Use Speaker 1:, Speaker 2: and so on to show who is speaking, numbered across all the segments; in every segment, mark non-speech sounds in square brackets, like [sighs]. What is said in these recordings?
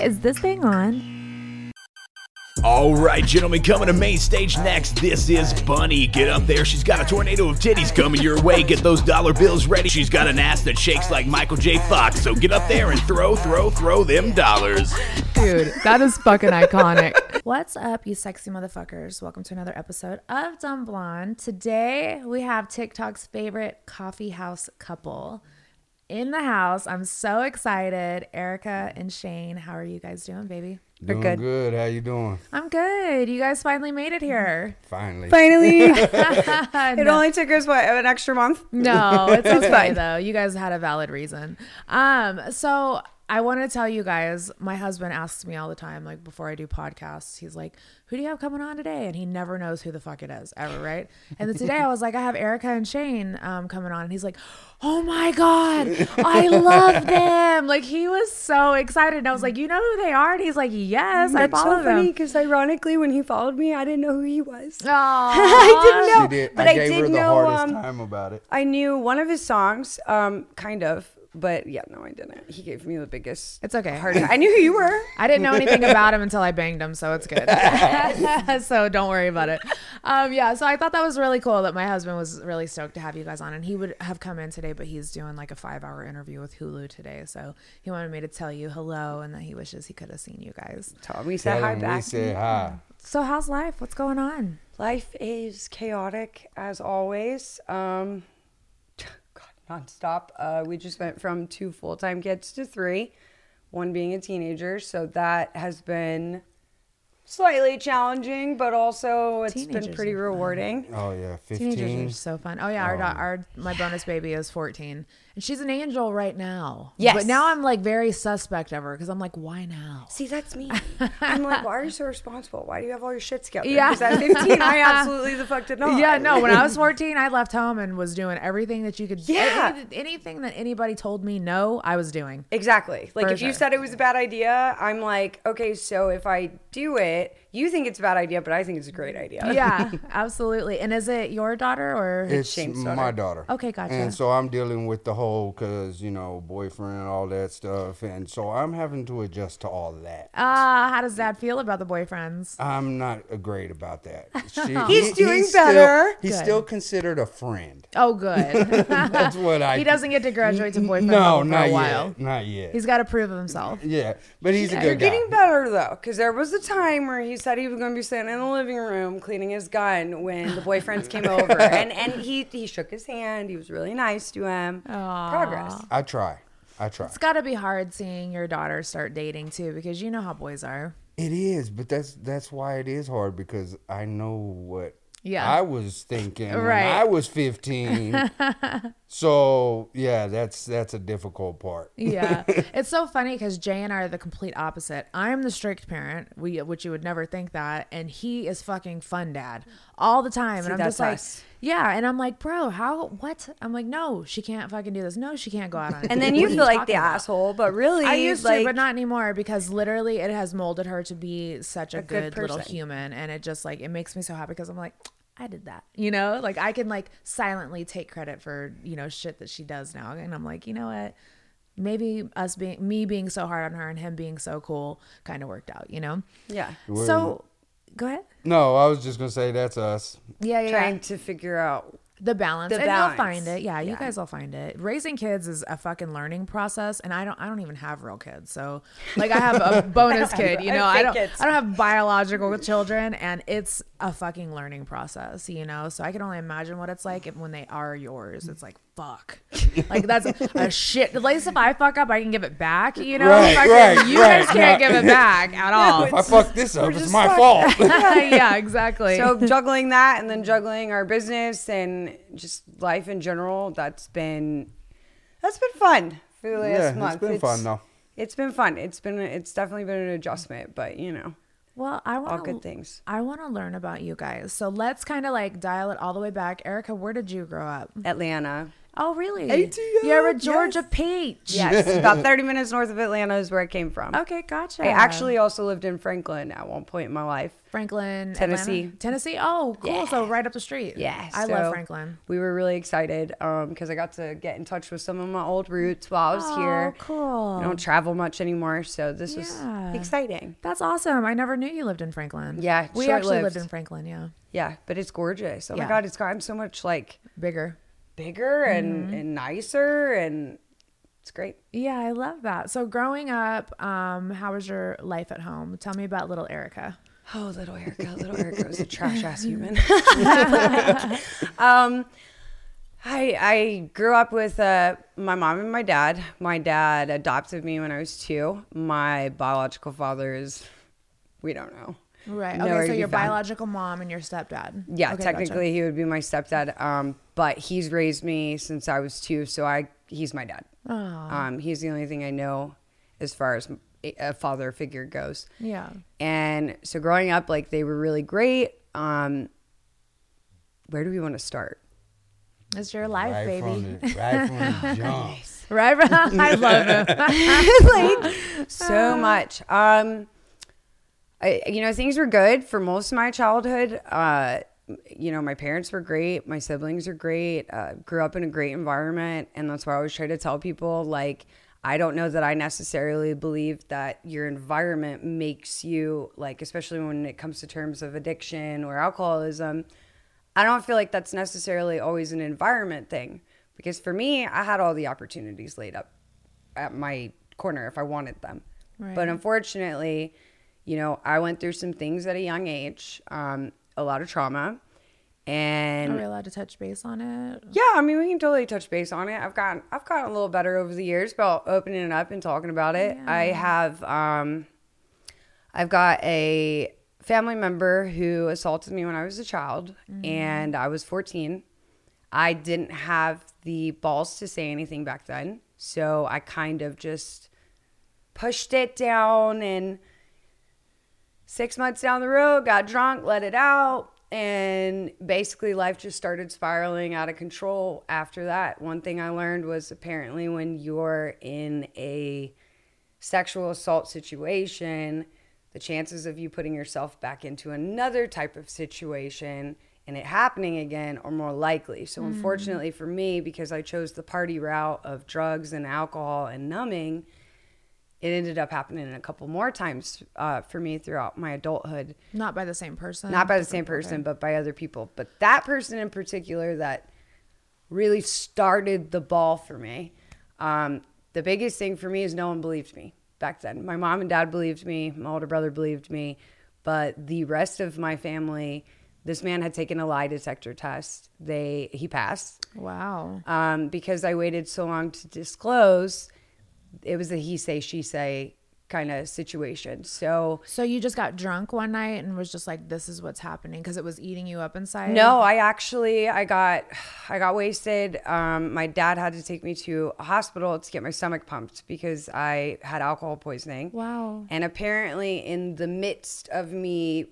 Speaker 1: Is this thing on?
Speaker 2: All right, gentlemen, coming to main stage next. This is Bunny. Get up there. She's got a tornado of titties coming your way. Get those dollar bills ready. She's got an ass that shakes like Michael J. Fox. So get up there and throw, throw, throw them dollars.
Speaker 3: Dude, that is fucking iconic.
Speaker 1: What's up, you sexy motherfuckers? Welcome to another episode of Dumb Blonde. Today we have TikTok's favorite coffee house couple in the house. I'm so excited. Erica and Shane, how are you guys doing, baby?
Speaker 4: Doing
Speaker 1: good.
Speaker 4: good. How you doing?
Speaker 1: I'm good. You guys finally made it here.
Speaker 4: Finally. [laughs]
Speaker 5: Finally, [laughs] it
Speaker 1: it
Speaker 5: only took us what an extra month.
Speaker 4: Mm-hmm.
Speaker 5: [laughs]
Speaker 1: No, it's okay
Speaker 5: fine.
Speaker 1: though. You guys had a valid reason. Um, so I want to tell you guys, my husband asks me all the time, like before I do podcasts, he's like, "Who do you have coming on today?" And he never knows who the fuck it is ever, right? And then today I was like, "I have Erica and Shane um, coming on," and he's like, "Oh my god, I love them!" Like he was so excited, and I was like, "You know who they are?" And he's like, "Yes, I
Speaker 5: It's
Speaker 1: follow
Speaker 5: so funny
Speaker 1: them."
Speaker 5: because ironically, when he followed me, I didn't know who he was.
Speaker 1: Aw.
Speaker 5: [laughs] I didn't know,
Speaker 4: She did.
Speaker 5: but
Speaker 4: I
Speaker 5: I,
Speaker 4: gave
Speaker 5: did
Speaker 4: her the
Speaker 5: know.
Speaker 4: hardest
Speaker 5: Um,
Speaker 4: time about it.
Speaker 5: I knew one of his songs, um, kind of, but yeah, no, I didn't. He gave me the biggest.
Speaker 1: It's okay.
Speaker 5: hard time. I knew who
Speaker 4: [laughs]
Speaker 5: you were.
Speaker 1: I didn't know anything about him until I banged him, so it's good. [laughs] so don't worry about it. Um, yeah, so I thought that was really cool that my husband was really stoked to have you guys on, and he would have come in today, but he's doing like a five-hour interview with Hulu today, so he wanted me to tell you hello and that he wishes he could have seen you guys.
Speaker 5: Tommy said
Speaker 4: Tell
Speaker 5: hi
Speaker 4: him we
Speaker 5: back.
Speaker 4: said hi.
Speaker 1: So how's life? What's going on?
Speaker 5: Life is chaotic as always. Um, [laughs] God, nonstop. Uh, we just went from two full time kids to three, one being a teenager. So that has been slightly challenging, but also it's been
Speaker 1: Teenagers
Speaker 5: pretty
Speaker 1: are fun.
Speaker 5: rewarding.
Speaker 4: Oh yeah,
Speaker 1: Teenagers are
Speaker 4: fifteen.
Speaker 1: so fun. Oh yeah, our, da- our my bonus baby is 14, and she's an angel right now.
Speaker 5: Yes.
Speaker 1: but now I'm like very suspect of her because I'm like, why now?
Speaker 5: See, that's [laughs] me. I'm like, why are you so responsible? Why do you have all your shit together?
Speaker 1: Yeah.
Speaker 5: Because at 15,
Speaker 1: [laughs]
Speaker 5: [laughs] I absolutely the fuck did not.
Speaker 1: Yeah, no. When I was 14, I left home and was doing everything that you could.
Speaker 5: Yeah.
Speaker 1: any- anything that anybody told me no, I was doing.
Speaker 5: Exactly. Like
Speaker 1: For
Speaker 5: if
Speaker 1: sure.
Speaker 5: you said it was a bad idea, I'm like, okay, so if I do it, you think it's a bad idea, but I think it's a great idea. [laughs]
Speaker 1: Yeah, absolutely. And is it your daughter or?
Speaker 4: It's
Speaker 5: Shane's
Speaker 4: my daughter.
Speaker 1: Okay, gotcha.
Speaker 4: And so I'm dealing with the whole because you know boyfriend and all that stuff, and so I'm having to adjust to all that.
Speaker 1: Ah, how does Dad feel about the boyfriends?
Speaker 4: I'm not uh, great about that. She,
Speaker 5: He's doing
Speaker 4: still-
Speaker 5: better.
Speaker 4: he's
Speaker 1: Good.
Speaker 4: still considered a friend.
Speaker 1: Oh, good.
Speaker 4: That's what [laughs]
Speaker 1: [laughs]
Speaker 4: I.
Speaker 1: he doesn't get to graduate to boyfriend
Speaker 4: No,
Speaker 1: level for
Speaker 4: not
Speaker 1: a while.
Speaker 4: yet. Not yet.
Speaker 1: He's got to prove himself.
Speaker 4: [laughs] yeah, but he's a
Speaker 5: You're
Speaker 4: good guy.
Speaker 5: getting better though, because there was a time where he said he was going to be sitting in the living room cleaning his gun when the boyfriends
Speaker 1: [laughs]
Speaker 5: came over, and and he he shook his hand. He was really nice to him. Progress.
Speaker 4: I try. I try.
Speaker 1: It's got to be hard seeing your daughter start dating too, because you know how boys are.
Speaker 4: It is, but that's that's why it is hard because I know what
Speaker 1: Yeah.
Speaker 4: I was thinking
Speaker 1: Right.
Speaker 4: when I was
Speaker 5: [laughs]
Speaker 4: 15. so, yeah, that's that's a difficult part.
Speaker 1: yeah
Speaker 5: [laughs]
Speaker 1: it's so funny because jay and i are the complete opposite i'm the strict parent we, which you would never think that and he is fucking fun dad all the time and i'm
Speaker 5: that's
Speaker 1: just like
Speaker 5: us.
Speaker 1: yeah and i'm like bro how what i'm like no she can't fucking do this no she can't go out on a
Speaker 5: And
Speaker 1: date.
Speaker 5: then
Speaker 1: What
Speaker 5: you
Speaker 1: are
Speaker 5: feel like
Speaker 1: talking
Speaker 5: the
Speaker 1: about?"
Speaker 5: asshole, but really,
Speaker 1: I used
Speaker 5: like,
Speaker 1: to, but not anymore because literally it has molded her to be such a,
Speaker 5: good
Speaker 1: good, little
Speaker 5: person.
Speaker 1: human. And it just like, it makes me so happy because I'm like, I did that. You know, like I can like silently take credit for, you know, shit that she does now. And I'm like, you know what? Maybe us being, me being so hard on her and him being so cool kind of worked out, you know?
Speaker 5: yeah,
Speaker 1: So go ahead.
Speaker 4: No, I was just going to say that's us.
Speaker 1: Yeah, yeah. yeah.
Speaker 5: trying to figure out
Speaker 1: The balance.
Speaker 5: The
Speaker 1: and
Speaker 5: balance.
Speaker 1: you'll find it. Yeah, you guys will find it. Raising kids is a fucking learning process and I don't I don't even have real kids. So like I have
Speaker 5: [laughs]
Speaker 1: a bonus kid, you
Speaker 5: I
Speaker 1: know. I
Speaker 5: think
Speaker 1: don't
Speaker 5: it's-
Speaker 1: I don't have biological children and it's a fucking learning process, you know. So I can only imagine what it's like if, when they are yours. It's like fuck. Like that's
Speaker 5: [laughs]
Speaker 1: a shit. At least if I fuck up, I can give it back, you know.
Speaker 4: Right,
Speaker 1: Fucking-
Speaker 4: right,
Speaker 1: you
Speaker 4: right.
Speaker 1: guys can't give it back
Speaker 5: [laughs]
Speaker 1: at all.
Speaker 4: If I fuck this up, it's
Speaker 5: just
Speaker 4: my
Speaker 5: stuck. [laughs]
Speaker 4: fault.
Speaker 1: [laughs] yeah, exactly.
Speaker 5: So
Speaker 4: [laughs]
Speaker 5: juggling that and then juggling our business and just life in general, that's been that's been fun for the last
Speaker 4: Yeah, it's
Speaker 5: month.
Speaker 4: been fun, though.
Speaker 5: It's been fun. It's been it's definitely been an adjustment, but you know.
Speaker 1: Well, I want
Speaker 5: good things.
Speaker 1: I want to learn about you guys. So let's kind of like dial it all the way back. Erica, where did you grow up?
Speaker 5: Atlanta.
Speaker 1: Oh, really?
Speaker 4: ATL,
Speaker 1: You're a Georgia peach.
Speaker 4: [laughs]
Speaker 5: Yes. about thirty minutes north of Atlanta is where I came from.
Speaker 1: Okay, gotcha.
Speaker 5: I actually also lived in Franklin at one point in my life.
Speaker 1: Franklin, Atlanta?
Speaker 5: Tennessee.
Speaker 1: Tennessee. Oh, cool. So right up the street.
Speaker 5: Yeah,
Speaker 1: I
Speaker 5: so
Speaker 1: love Franklin.
Speaker 5: We were really excited because I got to get in touch with some of my old roots while I was
Speaker 1: Oh,
Speaker 5: here.
Speaker 1: cool.
Speaker 5: I don't travel much anymore, so this
Speaker 1: Yeah.
Speaker 5: was exciting.
Speaker 1: That's awesome. I never knew you lived in Franklin.
Speaker 5: Yeah,
Speaker 1: we
Speaker 5: short-lived.
Speaker 1: actually lived in Franklin. Yeah,
Speaker 5: Yeah, but it's gorgeous. Oh
Speaker 1: Yeah.
Speaker 5: my god, it's gotten so much like
Speaker 1: bigger.
Speaker 5: bigger and and nicer, and it's great.
Speaker 1: Yeah, I love that. So growing up, um, how was your life at home? Tell me about little Erica.
Speaker 5: Oh, little Erica, little Erica was a trash ass human. [laughs] um, I I grew up with uh, my mom and my dad. My dad adopted me when I was two. My biological father is, we don't know.
Speaker 1: Right.
Speaker 5: Nowhere
Speaker 1: Okay.
Speaker 5: to
Speaker 1: So
Speaker 5: be
Speaker 1: your
Speaker 5: found.
Speaker 1: biological mom and your stepdad.
Speaker 5: Yeah,
Speaker 1: Okay, gotcha.
Speaker 5: technically he would be my stepdad. Um, but he's raised me since I was two, so I he's my dad. Um, he's the only thing I know as far as a- a father figure goes.
Speaker 1: Yeah.
Speaker 5: And so growing up, like they were really great. Um, where do we want to start?
Speaker 1: It's your life,
Speaker 4: right,
Speaker 1: baby.
Speaker 4: from
Speaker 5: [laughs]
Speaker 4: the, right from the jump.
Speaker 1: Right, right. I love him.
Speaker 5: like
Speaker 1: Uh,
Speaker 5: so much. Um, I, you know, things were good for most of my childhood. Uh, you know, my parents were great. My siblings are great. Uh, grew up in a great environment, and that's why I always try to tell people like. I don't know that I necessarily believe that your environment makes you like, especially when it comes to terms of addiction or alcoholism. I don't feel like that's necessarily always an environment thing because for me, I had all the opportunities laid up at my corner if I wanted them. But unfortunately, you know, I went through some things at a young age, um, a lot of trauma.
Speaker 1: Are
Speaker 5: And
Speaker 1: we allowed to touch base on it?
Speaker 5: yeah, I mean, we can totally touch base on it. I've gotten I've gotten a little better over the years about opening it up and talking about it. I have um I've got a family member who assaulted me when I was a child and I was 14. I didn't have the balls to say anything back then. So I kind of just pushed it down and six months down the road, got drunk, let it out. And basically, life just started spiraling out of control after that. One thing I learned was apparently when you're in a sexual assault situation, the chances of you putting yourself back into another type of situation and it happening again are more likely. So, unfortunately for me, because I chose the party route of drugs and alcohol and numbing, it ended up happening a couple more times uh, for me throughout my adulthood.
Speaker 1: Not by the same person.
Speaker 5: Not by the same person, but by other people. But that person in particular that really started the ball for me. Um, the biggest thing for me is no one believed me back then. My mom and dad believed me, my older brother believed me, but the rest of my family, this man had taken a lie detector test. They he passed
Speaker 1: Wow.
Speaker 5: um, because I waited so long to disclose. It was a he say, she say kind of situation. So,
Speaker 1: So you just got drunk one night and was just like, "This is what's happening," because it was eating you up inside.
Speaker 5: no, I actually I got I got wasted. Um, my dad had to take me to a hospital to get my stomach pumped because I had alcohol poisoning.
Speaker 1: Wow.
Speaker 5: And apparently, in the midst of me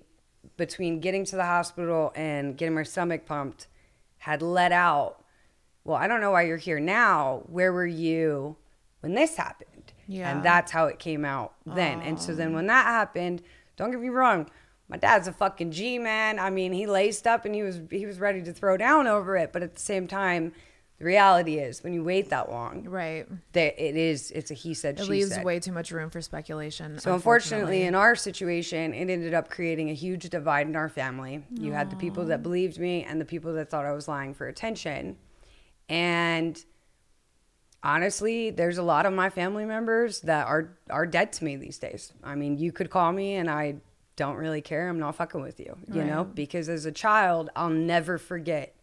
Speaker 5: between getting to the hospital and getting my stomach pumped, had let out. Well, I don't know why you're here now. Where were you when this happened?
Speaker 1: Yeah.
Speaker 5: And that's how it came out then. And so then when that happened, don't get me wrong, my dad's a fucking G man. I mean, he laced up and he was he was ready to throw down over it, but at the same time, The reality is, when you wait that long,
Speaker 1: Right.
Speaker 5: that it is it's a he said
Speaker 1: It
Speaker 5: she
Speaker 1: leaves
Speaker 5: said.
Speaker 1: way too much room for speculation.
Speaker 5: So unfortunately, in our situation, it ended up creating a huge divide in our family. You had the people that believed me and the people that thought I was lying for attention. And honestly, there's a lot of my family members that are are dead to me these days. I mean, you could call me and I don't really care. I'm not fucking with you, you know, because as a child, I'll never forget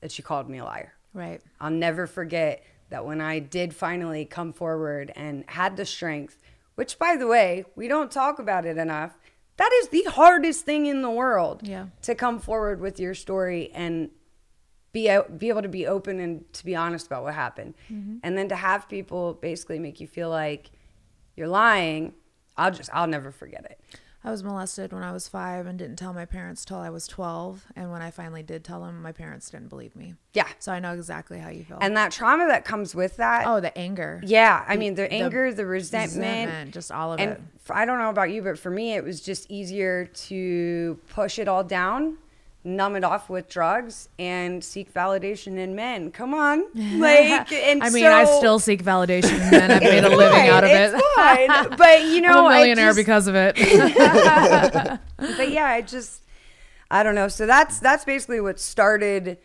Speaker 5: that you called me a liar.
Speaker 1: Right.
Speaker 5: I'll never forget that when I did finally come forward and had the strength, which by the way, we don't talk about it enough. That is the hardest thing in the world.
Speaker 1: Yeah.
Speaker 5: To come forward with your story and be o- be able to be open and to be honest about what happened.
Speaker 1: Mm-hmm.
Speaker 5: And then to have people basically make you feel like you're lying, I'll just I'll never forget it.
Speaker 1: I was molested when I was five and didn't tell my parents till I was 12. And when I finally did tell them, my parents didn't believe me.
Speaker 5: Yeah.
Speaker 1: So I know exactly how you feel.
Speaker 5: And that trauma that comes with that.
Speaker 1: oh, the anger.
Speaker 5: Yeah, I mean the anger, the, resentment,
Speaker 1: resentment, just all of
Speaker 5: and
Speaker 1: it.
Speaker 5: f- I don't know about you, but for me, it was just easier to push it all down, numb it off with drugs, and seek validation in men.
Speaker 1: [laughs]
Speaker 5: Come on, like, and
Speaker 1: I mean, I
Speaker 5: so-
Speaker 1: still seek validation and I've made a living
Speaker 5: Fine,
Speaker 1: out of it.
Speaker 5: it's
Speaker 1: [laughs]
Speaker 5: fine, but you know,
Speaker 1: I'm a
Speaker 5: I
Speaker 1: millionaire
Speaker 5: just-
Speaker 1: because of it.
Speaker 5: [laughs] but yeah, I just I don't know. So that's that's basically what started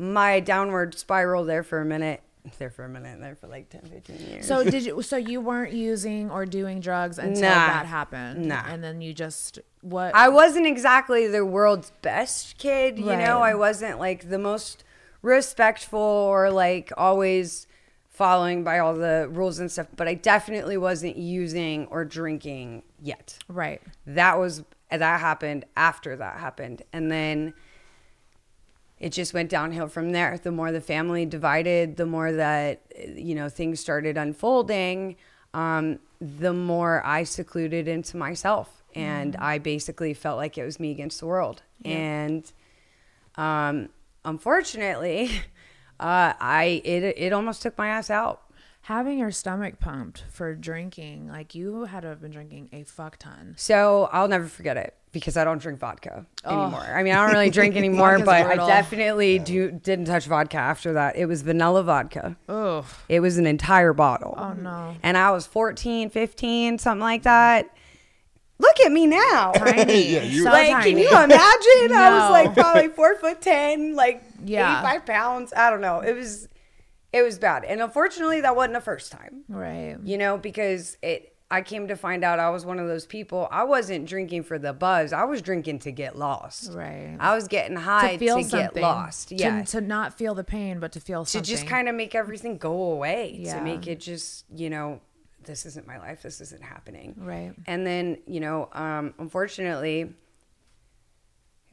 Speaker 5: my downward spiral there for a minute. There for a minute, there for like 10, 15 years.
Speaker 1: so did you? So you weren't using or doing drugs until
Speaker 5: Nah.
Speaker 1: that happened.
Speaker 5: Nah.
Speaker 1: And then you just what?
Speaker 5: I wasn't exactly the world's best kid, you know.
Speaker 1: Right.
Speaker 5: I wasn't like the most respectful or like always following by all the rules and stuff, but I definitely wasn't using or drinking yet.
Speaker 1: right.
Speaker 5: That was that happened after that happened. And then it just went downhill from there. The more the family divided, the more that you know things started unfolding, um, the more I secluded into myself, and I basically felt like it was me against the world. And um, unfortunately, [laughs] uh, I it it almost took my ass out.
Speaker 1: Having your stomach pumped for drinking, like you had to have been drinking a fuck ton.
Speaker 5: So I'll never forget it because I don't drink vodka anymore. I mean, I don't
Speaker 1: [laughs]
Speaker 5: really drink anymore,
Speaker 1: Vodka's
Speaker 5: but I
Speaker 1: brutal.
Speaker 5: definitely do didn't touch vodka after that. It was vanilla vodka. Oh. It was an entire bottle. Oh
Speaker 1: no.
Speaker 5: And I was 14, 15, something like that. Look at
Speaker 1: [laughs]
Speaker 5: me now. [laughs]
Speaker 1: Tiny.
Speaker 4: Yeah, you-
Speaker 1: so
Speaker 5: like,
Speaker 1: tiny.
Speaker 5: can you imagine? I
Speaker 1: No.
Speaker 5: was like probably four foot ten, like
Speaker 1: Yeah.
Speaker 5: 85 pounds. I don't know. It was it was bad. And unfortunately that wasn't the first time
Speaker 1: Right.
Speaker 5: you know because it i came to find out i was one of those people i wasn't drinking for the buzz i was drinking to get lost
Speaker 1: Right.
Speaker 5: i was getting high to, get
Speaker 1: something.
Speaker 5: lost
Speaker 1: To-
Speaker 5: yeah
Speaker 1: To, not feel the pain, but to feel
Speaker 5: to
Speaker 1: something.
Speaker 5: just kind of make everything go away
Speaker 1: Yeah.
Speaker 5: to make it just you know this isn't my life this isn't happening
Speaker 1: Right.
Speaker 5: and then you know um unfortunately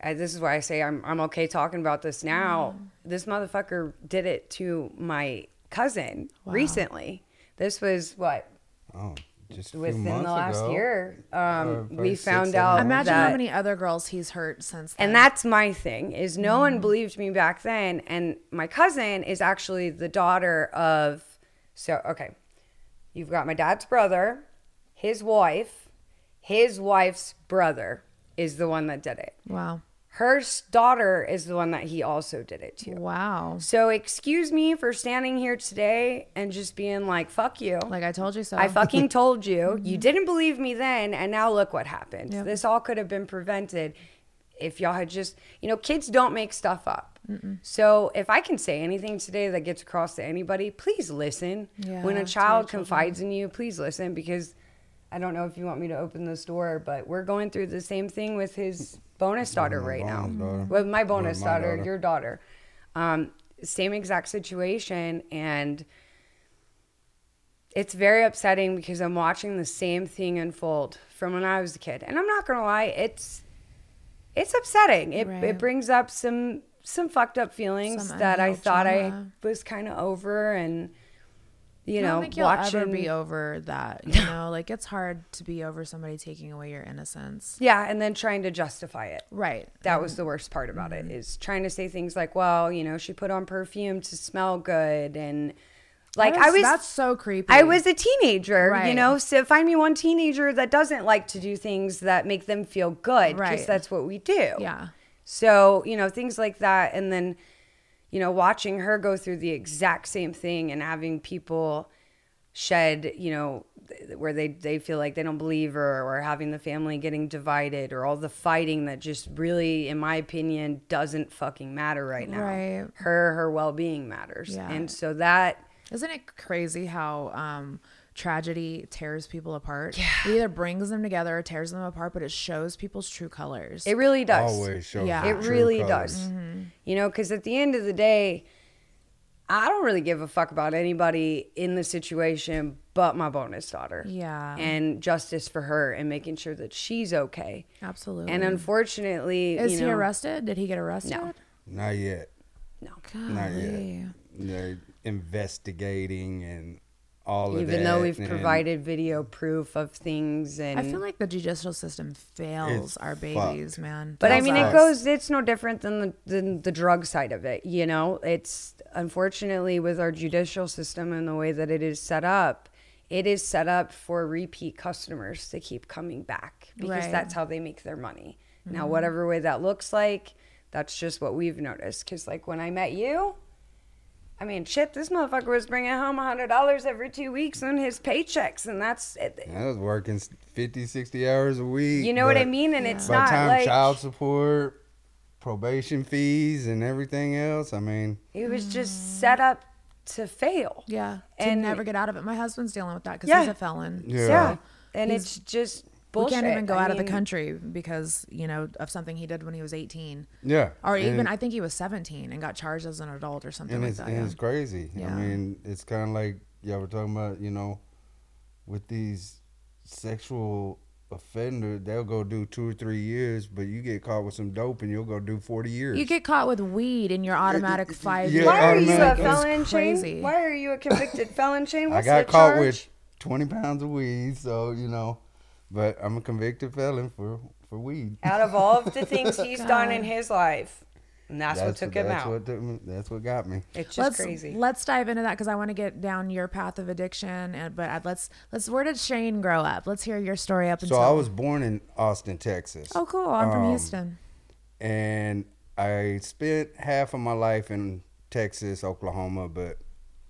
Speaker 5: I, this is why i say i'm, I'm okay talking about this now
Speaker 1: Mm.
Speaker 5: this motherfucker did it to my cousin recently this was what
Speaker 4: Oh, just a few
Speaker 5: within the
Speaker 4: months
Speaker 5: last
Speaker 4: ago.
Speaker 5: year
Speaker 4: Uh,
Speaker 5: um,
Speaker 4: probably
Speaker 5: we
Speaker 4: six,
Speaker 5: found
Speaker 4: seven
Speaker 5: out
Speaker 4: months.
Speaker 1: Imagine
Speaker 5: that,
Speaker 1: how many other girls he's hurt since then.
Speaker 5: and that's my thing is no
Speaker 4: Mm-hmm.
Speaker 5: one believed me back then and my cousin is actually the daughter of so okay you've got my dad's brother his wife his wife's brother is the one that did it
Speaker 1: wow.
Speaker 5: her s- daughter is the one that he also did it to
Speaker 1: Wow.
Speaker 5: so excuse me for standing here today and just being like fuck you
Speaker 1: Like I told you so. [laughs]
Speaker 5: I fucking told you.
Speaker 1: Mm-hmm.
Speaker 5: You didn't believe me then, and now look what happened. This all could have been prevented if y'all had just, you know, kids don't make stuff up. So if I can say anything today that gets across to anybody, please listen.
Speaker 1: Yeah,
Speaker 5: when
Speaker 1: to
Speaker 5: a
Speaker 1: your
Speaker 5: child confides in you, please listen because I don't know if you want me to open this door, but we're going through the same thing with his bonus daughter
Speaker 4: my
Speaker 5: right now.
Speaker 4: bonus daughter.
Speaker 5: With my bonus
Speaker 4: With my
Speaker 5: daughter,
Speaker 4: daughter.
Speaker 5: your daughter. Um, same exact situation and it's very upsetting because I'm watching the same thing unfold from when I was a kid. And I'm not gonna lie, it's it's upsetting. It
Speaker 1: Right.
Speaker 5: it brings up some some fucked up feelings
Speaker 1: Some
Speaker 5: that I
Speaker 1: unhealed
Speaker 5: thought
Speaker 1: trauma.
Speaker 5: I was kind of over, and you
Speaker 1: I
Speaker 5: know,
Speaker 1: don't think you'll
Speaker 5: watching.
Speaker 1: ever be over
Speaker 5: [laughs]
Speaker 1: that. You know, like it's hard to be over somebody taking away your innocence.
Speaker 5: yeah, and then trying to justify it.
Speaker 1: Right.
Speaker 5: That was the worst part about it
Speaker 1: Mm-hmm.
Speaker 5: is trying to say things like, "Well, you know, she put on perfume to smell good," and like
Speaker 1: That
Speaker 5: I
Speaker 1: is-
Speaker 5: was
Speaker 1: that's so creepy.
Speaker 5: I was a teenager, you
Speaker 1: Right.
Speaker 5: know. So find me one teenager that doesn't like to do things that make them feel good, because
Speaker 1: Right.
Speaker 5: that's what we do.
Speaker 1: Yeah.
Speaker 5: So you know things like that, and then. you know, watching her go through the exact same thing and having people shed, you know, th- where they, they feel like they don't believe her or having the family getting divided or all the fighting that just really, in my opinion, doesn't fucking matter right now.
Speaker 1: Right.
Speaker 5: Her, her well being matters.
Speaker 1: Yeah.
Speaker 5: And so that,
Speaker 1: Isn't it crazy how um, tragedy tears people apart? Yeah. It either brings them together or tears them apart, but it shows people's true colors.
Speaker 5: it really does.
Speaker 4: Always shows.
Speaker 1: Yeah.
Speaker 4: the
Speaker 5: It
Speaker 4: true
Speaker 5: really
Speaker 4: colors.
Speaker 5: does. Mm-hmm. You know, because at the end of the day, I don't really give a fuck about anybody in the situation but my bonus daughter.
Speaker 1: Yeah.
Speaker 5: And justice for her and making sure that she's okay.
Speaker 1: Absolutely.
Speaker 5: And unfortunately,
Speaker 1: Is
Speaker 5: you
Speaker 1: he
Speaker 5: know,
Speaker 1: arrested? Did he get arrested?
Speaker 4: Not yet.
Speaker 5: No.
Speaker 4: Not
Speaker 1: Golly.
Speaker 4: yet. They're investigating and all of that.
Speaker 5: Even though we've
Speaker 4: and-
Speaker 5: provided video proof of things and
Speaker 1: I feel like the judicial system fails
Speaker 4: It's
Speaker 1: our
Speaker 4: fucked.
Speaker 1: babies, man.
Speaker 5: But I
Speaker 1: Fails
Speaker 5: mean,
Speaker 1: us.
Speaker 5: it goes. It's no different than the than the drug side of it. You know, it's unfortunately with our judicial system and the way that it is set up, it is set up for repeat customers to keep coming back because
Speaker 1: Right.
Speaker 5: that's how they make their money. Now, whatever way that looks like, that's just what we've noticed. Because like when I met you. I mean, shit, this motherfucker was bringing home $100 every two weeks on his paychecks, and that's it.
Speaker 4: I was working 50, 60 hours a week.
Speaker 5: You know what I
Speaker 4: but
Speaker 5: mean? And it's
Speaker 4: By
Speaker 5: not
Speaker 4: the time
Speaker 5: like.
Speaker 4: child support, probation fees, and everything else, I mean,
Speaker 5: It was just set up to fail.
Speaker 1: Mm. Yeah. To
Speaker 5: and
Speaker 1: never get out of it. My husband's dealing with that because
Speaker 5: Yeah.
Speaker 1: he's a felon.
Speaker 5: Yeah,
Speaker 4: Yeah.
Speaker 5: and it's just bullshit.
Speaker 1: We can't even go
Speaker 5: I
Speaker 1: out of the
Speaker 5: mean,
Speaker 1: country because, you know, of something he did when he was 18.
Speaker 4: yeah.
Speaker 1: Or even,
Speaker 4: and-
Speaker 1: I think he was 17 and got charged as an adult or something
Speaker 4: and
Speaker 1: like
Speaker 4: it's,
Speaker 1: that.
Speaker 4: and
Speaker 1: yeah.
Speaker 4: it's crazy.
Speaker 1: Yeah.
Speaker 4: I mean, it's kind of like y'all were talking about, you know, with these sexual offenders, they'll go do two or three years, but you get caught with some dope and you'll go do 40 years.
Speaker 1: You get caught with weed in your automatic five
Speaker 4: yeah,
Speaker 1: years.
Speaker 5: Why are you a
Speaker 4: automatic- It's
Speaker 5: felon,
Speaker 1: crazy.
Speaker 5: Shane? Why are you a convicted felon, Shane?
Speaker 4: I
Speaker 5: What's
Speaker 4: got
Speaker 5: the
Speaker 4: caught
Speaker 5: charge?
Speaker 4: with 20 pounds of weed, so, you know, but I'm a convicted felon for, for weed.
Speaker 5: out of all
Speaker 4: [laughs]
Speaker 5: of the
Speaker 1: Oh,
Speaker 5: things he's done in his life, and that's, what took him
Speaker 4: that's
Speaker 5: out.
Speaker 4: What took me, that's what got me.
Speaker 5: it's just
Speaker 1: let's
Speaker 5: crazy.
Speaker 1: let's dive into that because I want to get down your path of addiction. And but I'd- let's let's where did Shane grow up? Let's hear your story up
Speaker 4: So
Speaker 1: until.
Speaker 4: I was um, born in Austin, Texas.
Speaker 1: Oh, cool! I'm from Houston.
Speaker 4: and I spent half of my life in Texas, Oklahoma, but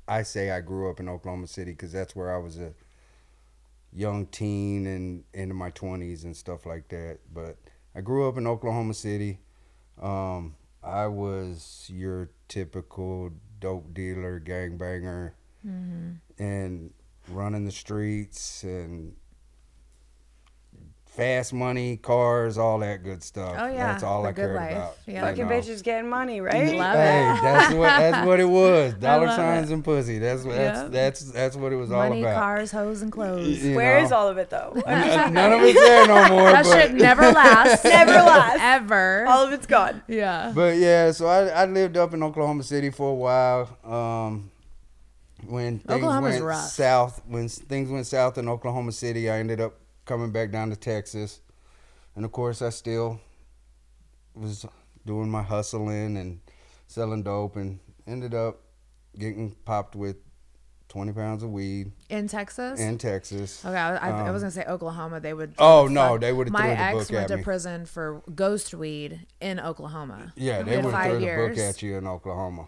Speaker 4: I say I grew up in Oklahoma City because that's where I was a young teen and into my 20s and stuff like that. But I grew up in Oklahoma City. Um, I was your typical dope dealer, gangbanger,
Speaker 1: Mm-hmm.
Speaker 4: and running the streets and fast money, cars, all that good stuff.
Speaker 1: Oh, yeah,
Speaker 4: That's all
Speaker 1: the
Speaker 4: I
Speaker 1: good
Speaker 4: cared
Speaker 1: life.
Speaker 4: about.
Speaker 1: Yeah.
Speaker 4: you
Speaker 5: Fucking
Speaker 4: know.
Speaker 5: bitches getting money, right?
Speaker 1: Love it.
Speaker 4: Hey,
Speaker 1: [laughs]
Speaker 4: that's what that's what it was. Dollar
Speaker 1: love
Speaker 4: signs and pussy. That's what that's, that's that's what it was
Speaker 1: Money,
Speaker 4: all about.
Speaker 1: cars, hoes, and clothes.
Speaker 4: [laughs] You
Speaker 5: Where is
Speaker 4: know?
Speaker 5: all of it though?
Speaker 1: [laughs]
Speaker 5: I mean,
Speaker 4: Uh, None of it's there no more.
Speaker 1: That
Speaker 4: but,
Speaker 1: shit never
Speaker 4: [laughs]
Speaker 1: lasts.
Speaker 5: Never lasts.
Speaker 1: Ever.
Speaker 5: [laughs] all of it's gone.
Speaker 1: yeah.
Speaker 4: but yeah, so I, I lived up in Oklahoma City for a while. Um, when things
Speaker 1: Oklahoma's
Speaker 4: went
Speaker 1: rough.
Speaker 4: south, when s- things went south in Oklahoma City, I ended up coming back down to Texas, and of course, I still was doing my hustling and selling dope, and ended up getting popped with twenty pounds of weed
Speaker 1: In Texas.
Speaker 4: in Texas.
Speaker 1: Okay, I, I, I was gonna say Oklahoma. They would.
Speaker 4: Um, Oh, no, they would've
Speaker 1: My
Speaker 4: threw the
Speaker 1: ex
Speaker 4: book
Speaker 1: went
Speaker 4: at
Speaker 1: to
Speaker 4: me.
Speaker 1: prison for ghost weed in Oklahoma.
Speaker 4: Yeah, they
Speaker 1: Did
Speaker 4: would
Speaker 1: five
Speaker 4: throw the book
Speaker 1: years. Oh,
Speaker 4: at you in Oklahoma.